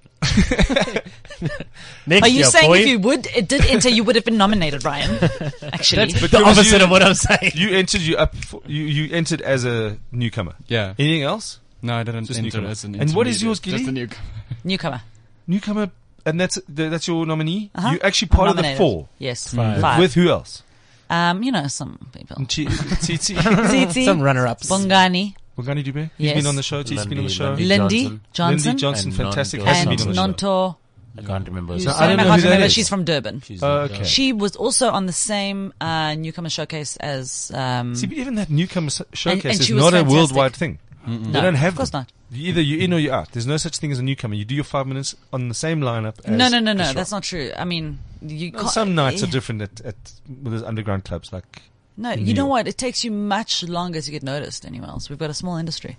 [SPEAKER 5] Next
[SPEAKER 6] Are you
[SPEAKER 5] year,
[SPEAKER 6] saying
[SPEAKER 5] boy.
[SPEAKER 6] if you would it did enter, you would have been nominated, Ryan? Actually,
[SPEAKER 5] the
[SPEAKER 2] Because
[SPEAKER 5] opposite
[SPEAKER 2] you-
[SPEAKER 5] of what I'm saying?
[SPEAKER 2] you entered. You up. For, you you entered as a newcomer.
[SPEAKER 4] Yeah.
[SPEAKER 2] Anything else?
[SPEAKER 4] No, I didn't
[SPEAKER 2] Just
[SPEAKER 4] enter
[SPEAKER 2] newcomer.
[SPEAKER 4] as an
[SPEAKER 2] And what is
[SPEAKER 4] intermediate,
[SPEAKER 2] yours, Gilly?
[SPEAKER 4] Just a newcomer.
[SPEAKER 6] newcomer.
[SPEAKER 2] Newcomer, and that's the, that's your nominee.
[SPEAKER 6] Uh-huh.
[SPEAKER 2] You're actually
[SPEAKER 6] I'm
[SPEAKER 2] part of the
[SPEAKER 6] nominated.
[SPEAKER 2] four.
[SPEAKER 6] Yes,
[SPEAKER 5] Five.
[SPEAKER 6] five.
[SPEAKER 2] With who else?
[SPEAKER 6] um, you know some people.
[SPEAKER 2] Chi- Tsitsi,
[SPEAKER 6] Tsitsi,
[SPEAKER 5] Some runner-ups.
[SPEAKER 6] Bongani,
[SPEAKER 2] Bongani Dube. He's
[SPEAKER 6] Yes.
[SPEAKER 2] been on the show. He's been on the
[SPEAKER 3] Lundy,
[SPEAKER 2] show.
[SPEAKER 3] Lundy.
[SPEAKER 6] Lindy Johnson,
[SPEAKER 2] Lindy Johnson,
[SPEAKER 3] And
[SPEAKER 2] fantastic.
[SPEAKER 3] Nonto.
[SPEAKER 2] hasn't
[SPEAKER 6] and
[SPEAKER 2] been on the show.
[SPEAKER 6] Nonto.
[SPEAKER 3] I can't remember.
[SPEAKER 6] who's-
[SPEAKER 2] So I don't know
[SPEAKER 6] I
[SPEAKER 2] who
[SPEAKER 6] can't
[SPEAKER 2] that
[SPEAKER 6] remember.
[SPEAKER 2] is.
[SPEAKER 6] She's from Durban.
[SPEAKER 3] She's
[SPEAKER 2] Uh,
[SPEAKER 3] not-
[SPEAKER 2] okay.
[SPEAKER 6] She was also on the same uh, newcomer showcase as. Um,
[SPEAKER 2] See, but even that newcomer s- showcase
[SPEAKER 6] and
[SPEAKER 2] is
[SPEAKER 6] she was
[SPEAKER 2] not a
[SPEAKER 6] fantastic.
[SPEAKER 2] worldwide thing.
[SPEAKER 6] No,
[SPEAKER 2] they don't have
[SPEAKER 6] of course
[SPEAKER 2] them.
[SPEAKER 6] not.
[SPEAKER 2] You Either you're in or you're out. There's no such thing as a newcomer. You do your five minutes on the same lineup. As
[SPEAKER 6] no, no, no,
[SPEAKER 2] the
[SPEAKER 6] no.
[SPEAKER 2] show.
[SPEAKER 6] That's not true. I mean, you
[SPEAKER 2] No,
[SPEAKER 6] can't.
[SPEAKER 2] Some nights
[SPEAKER 6] eh,
[SPEAKER 2] are different at, at well, there's underground clubs like.
[SPEAKER 6] No,
[SPEAKER 2] in
[SPEAKER 6] you
[SPEAKER 2] New
[SPEAKER 6] know
[SPEAKER 2] York.
[SPEAKER 6] what? It takes you much longer to get noticed anywhere else. We've got a small industry.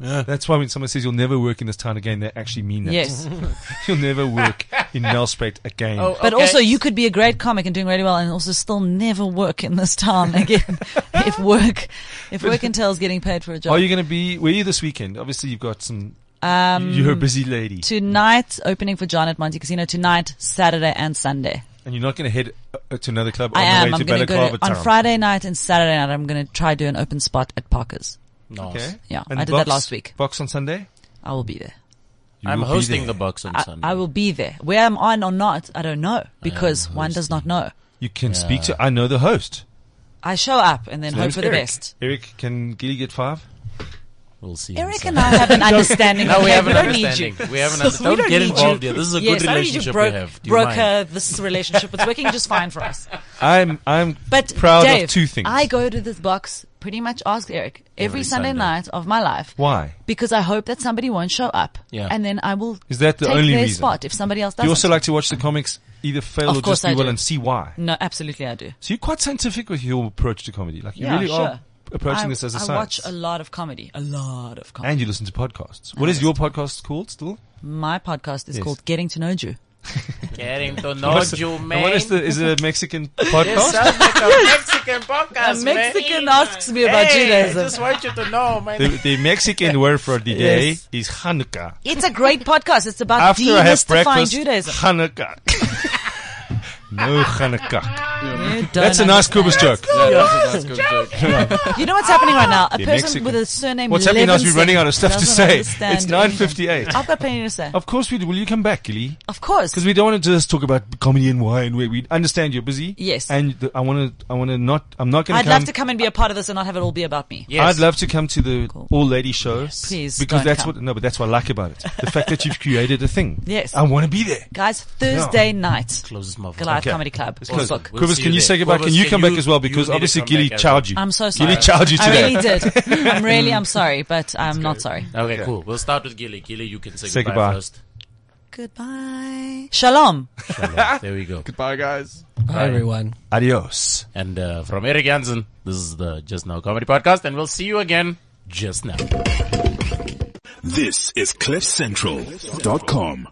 [SPEAKER 2] That's why when someone says you'll never work in this town again, they actually mean that.
[SPEAKER 6] Yes.
[SPEAKER 2] you'll never work in Nelspruit again.
[SPEAKER 3] Oh,
[SPEAKER 6] But
[SPEAKER 3] okay.
[SPEAKER 6] also, you could be a great comic and doing really well, and also still never work in this town again. if work, if work entails getting paid for a job,
[SPEAKER 2] Are you going to be? Where are you this weekend? Obviously, you've got some.
[SPEAKER 6] Um,
[SPEAKER 2] You're a busy lady,
[SPEAKER 6] Tonight, opening for John at Monte Casino. Tonight, Saturday and Sunday.
[SPEAKER 2] and you're not going to head uh, to another club
[SPEAKER 6] I
[SPEAKER 2] on
[SPEAKER 6] am.
[SPEAKER 2] the way
[SPEAKER 6] I'm
[SPEAKER 2] to
[SPEAKER 6] going to go
[SPEAKER 2] Balaclava
[SPEAKER 6] to, on
[SPEAKER 2] Town.
[SPEAKER 6] Friday night and Saturday night. I'm going to try do an open spot at Parker's.
[SPEAKER 2] Okay.
[SPEAKER 6] Yeah,
[SPEAKER 2] And
[SPEAKER 6] I did
[SPEAKER 2] box-
[SPEAKER 6] that last week.
[SPEAKER 2] Box on Sunday.
[SPEAKER 6] I will be there.
[SPEAKER 2] You
[SPEAKER 3] I'm
[SPEAKER 2] will be
[SPEAKER 3] hosting
[SPEAKER 2] there.
[SPEAKER 3] the box on
[SPEAKER 6] I,
[SPEAKER 3] Sunday.
[SPEAKER 6] I will be there. Where I'm on or not, I don't know because one does not know.
[SPEAKER 2] You can speak to. I know the host.
[SPEAKER 6] I show up and
[SPEAKER 2] His
[SPEAKER 6] then hope
[SPEAKER 2] name's
[SPEAKER 6] for the
[SPEAKER 2] Eric.
[SPEAKER 6] best.
[SPEAKER 2] Eric, can Gilly get five?
[SPEAKER 3] We'll see. on
[SPEAKER 6] Eric and
[SPEAKER 3] Sunday.
[SPEAKER 6] I have an understanding.
[SPEAKER 3] No, we
[SPEAKER 6] okay?
[SPEAKER 3] have an
[SPEAKER 6] don't need
[SPEAKER 3] understanding.
[SPEAKER 6] you.
[SPEAKER 3] We have an understanding.
[SPEAKER 6] we
[SPEAKER 3] Don't get
[SPEAKER 6] need you.
[SPEAKER 3] involved here. This is a
[SPEAKER 6] Yes,
[SPEAKER 3] good
[SPEAKER 6] I don't need you
[SPEAKER 3] relationship
[SPEAKER 6] broke,
[SPEAKER 3] we have. Do you
[SPEAKER 6] broke
[SPEAKER 3] mind?
[SPEAKER 6] her this relationship. It's working just fine for us.
[SPEAKER 2] I'm. I'm
[SPEAKER 6] But
[SPEAKER 2] proud
[SPEAKER 6] Dave,
[SPEAKER 2] of two things.
[SPEAKER 6] I go to this box pretty much ask Eric every,
[SPEAKER 3] Every
[SPEAKER 6] Sunday,
[SPEAKER 3] Sunday.
[SPEAKER 6] night of my life
[SPEAKER 2] Why?
[SPEAKER 6] because I hope that somebody won't show up.
[SPEAKER 3] Yeah.
[SPEAKER 6] And then I will
[SPEAKER 2] Is that the
[SPEAKER 6] take
[SPEAKER 2] only
[SPEAKER 6] their
[SPEAKER 2] reason?
[SPEAKER 6] spot if somebody else
[SPEAKER 2] Do
[SPEAKER 6] doesn't.
[SPEAKER 2] you also like to watch the comics either fail
[SPEAKER 6] Of
[SPEAKER 2] or just
[SPEAKER 6] course
[SPEAKER 2] do
[SPEAKER 6] I
[SPEAKER 2] well
[SPEAKER 6] do.
[SPEAKER 2] and see why?
[SPEAKER 6] no, absolutely I do.
[SPEAKER 2] So you're quite scientific with your approach to comedy. Like you
[SPEAKER 6] Yeah,
[SPEAKER 2] really
[SPEAKER 6] sure.
[SPEAKER 2] are approaching
[SPEAKER 6] I,
[SPEAKER 2] this as a
[SPEAKER 6] I
[SPEAKER 2] science.
[SPEAKER 6] watch a lot of comedy. A lot of comedy.
[SPEAKER 2] and you listen to podcasts. What is your podcast called still?
[SPEAKER 6] my podcast is
[SPEAKER 2] Yes.
[SPEAKER 6] called Getting to Know You.
[SPEAKER 3] Getting to know you,
[SPEAKER 2] And what
[SPEAKER 3] man.
[SPEAKER 2] is the is it a Mexican podcast?
[SPEAKER 3] Sounds like a Mexican podcast,
[SPEAKER 6] A
[SPEAKER 3] man.
[SPEAKER 6] Mexican asks me about
[SPEAKER 3] Hey,
[SPEAKER 6] Judaism.
[SPEAKER 3] I just want you to know, man.
[SPEAKER 2] the, the Mexican word for the day
[SPEAKER 6] Yes.
[SPEAKER 2] is Hanukkah.
[SPEAKER 6] It's a great podcast. It's about
[SPEAKER 2] After I have
[SPEAKER 6] demystifying
[SPEAKER 2] breakfast,
[SPEAKER 6] Judaism.
[SPEAKER 2] Hanukkah. no Hanukkah.
[SPEAKER 6] You
[SPEAKER 2] That's a
[SPEAKER 6] don't
[SPEAKER 2] nice Kubus joke.
[SPEAKER 4] Yeah, that's a nice good joke.
[SPEAKER 6] You know what's happening right now? A
[SPEAKER 2] You're
[SPEAKER 6] person
[SPEAKER 2] Mexican.
[SPEAKER 6] with a surname.
[SPEAKER 2] What's happening now is we're
[SPEAKER 6] Levinson
[SPEAKER 2] running out of stuff to
[SPEAKER 6] doesn't
[SPEAKER 2] say.
[SPEAKER 6] understand
[SPEAKER 2] It's nine
[SPEAKER 6] anything.
[SPEAKER 2] fifty-eight.
[SPEAKER 6] I've got plenty to say.
[SPEAKER 2] Of course we do. Will you come back, Gilly?
[SPEAKER 6] Of course.
[SPEAKER 2] Because we don't want to just talk about comedy and wine. We, we understand you're busy.
[SPEAKER 6] Yes.
[SPEAKER 2] And the, I want to. I want to not. I'm not going
[SPEAKER 6] I'd
[SPEAKER 2] to.
[SPEAKER 6] love to come and be a part of this and not have it all be about me.
[SPEAKER 3] Yes.
[SPEAKER 2] I'd love to come to the
[SPEAKER 6] Cool.
[SPEAKER 2] all lady show.
[SPEAKER 6] Please
[SPEAKER 2] Because
[SPEAKER 6] don't
[SPEAKER 2] that's
[SPEAKER 6] come.
[SPEAKER 2] what no, but that's what I like about it. The fact that you've created a thing.
[SPEAKER 6] Yes.
[SPEAKER 2] I want to be there.
[SPEAKER 6] Guys, Thursday night,
[SPEAKER 3] Closes my
[SPEAKER 6] Goliath
[SPEAKER 2] Okay.
[SPEAKER 6] Comedy Club.
[SPEAKER 2] It's
[SPEAKER 6] Or
[SPEAKER 2] close.
[SPEAKER 6] book.
[SPEAKER 3] We'll
[SPEAKER 2] Kubus,
[SPEAKER 3] see
[SPEAKER 2] can
[SPEAKER 3] you
[SPEAKER 2] you
[SPEAKER 3] there.
[SPEAKER 2] say goodbye? Can
[SPEAKER 3] Kubus,
[SPEAKER 2] you
[SPEAKER 3] can
[SPEAKER 2] come back
[SPEAKER 3] you-
[SPEAKER 2] as well?
[SPEAKER 3] you
[SPEAKER 2] Because
[SPEAKER 3] need to
[SPEAKER 2] obviously
[SPEAKER 3] come
[SPEAKER 2] Gilly
[SPEAKER 3] back as
[SPEAKER 2] charged you.
[SPEAKER 6] I'm so
[SPEAKER 2] Gilly
[SPEAKER 6] sorry.
[SPEAKER 2] charged you
[SPEAKER 6] I
[SPEAKER 2] today.
[SPEAKER 6] really did. I'm really, I'm sorry, but I'm not sorry.
[SPEAKER 3] Okay, cool. We'll start with Gilly. Gilly, you can say,
[SPEAKER 2] Say
[SPEAKER 3] goodbye,
[SPEAKER 2] goodbye.
[SPEAKER 3] first.
[SPEAKER 6] Goodbye. Shalom.
[SPEAKER 3] there we go.
[SPEAKER 4] Bye, guys.
[SPEAKER 5] Hi, everyone.
[SPEAKER 2] Adios.
[SPEAKER 3] And uh, from Eric Jansen, this is the Just Now Comedy Podcast, and we'll see you again just now.
[SPEAKER 1] This is CliffCentral.com.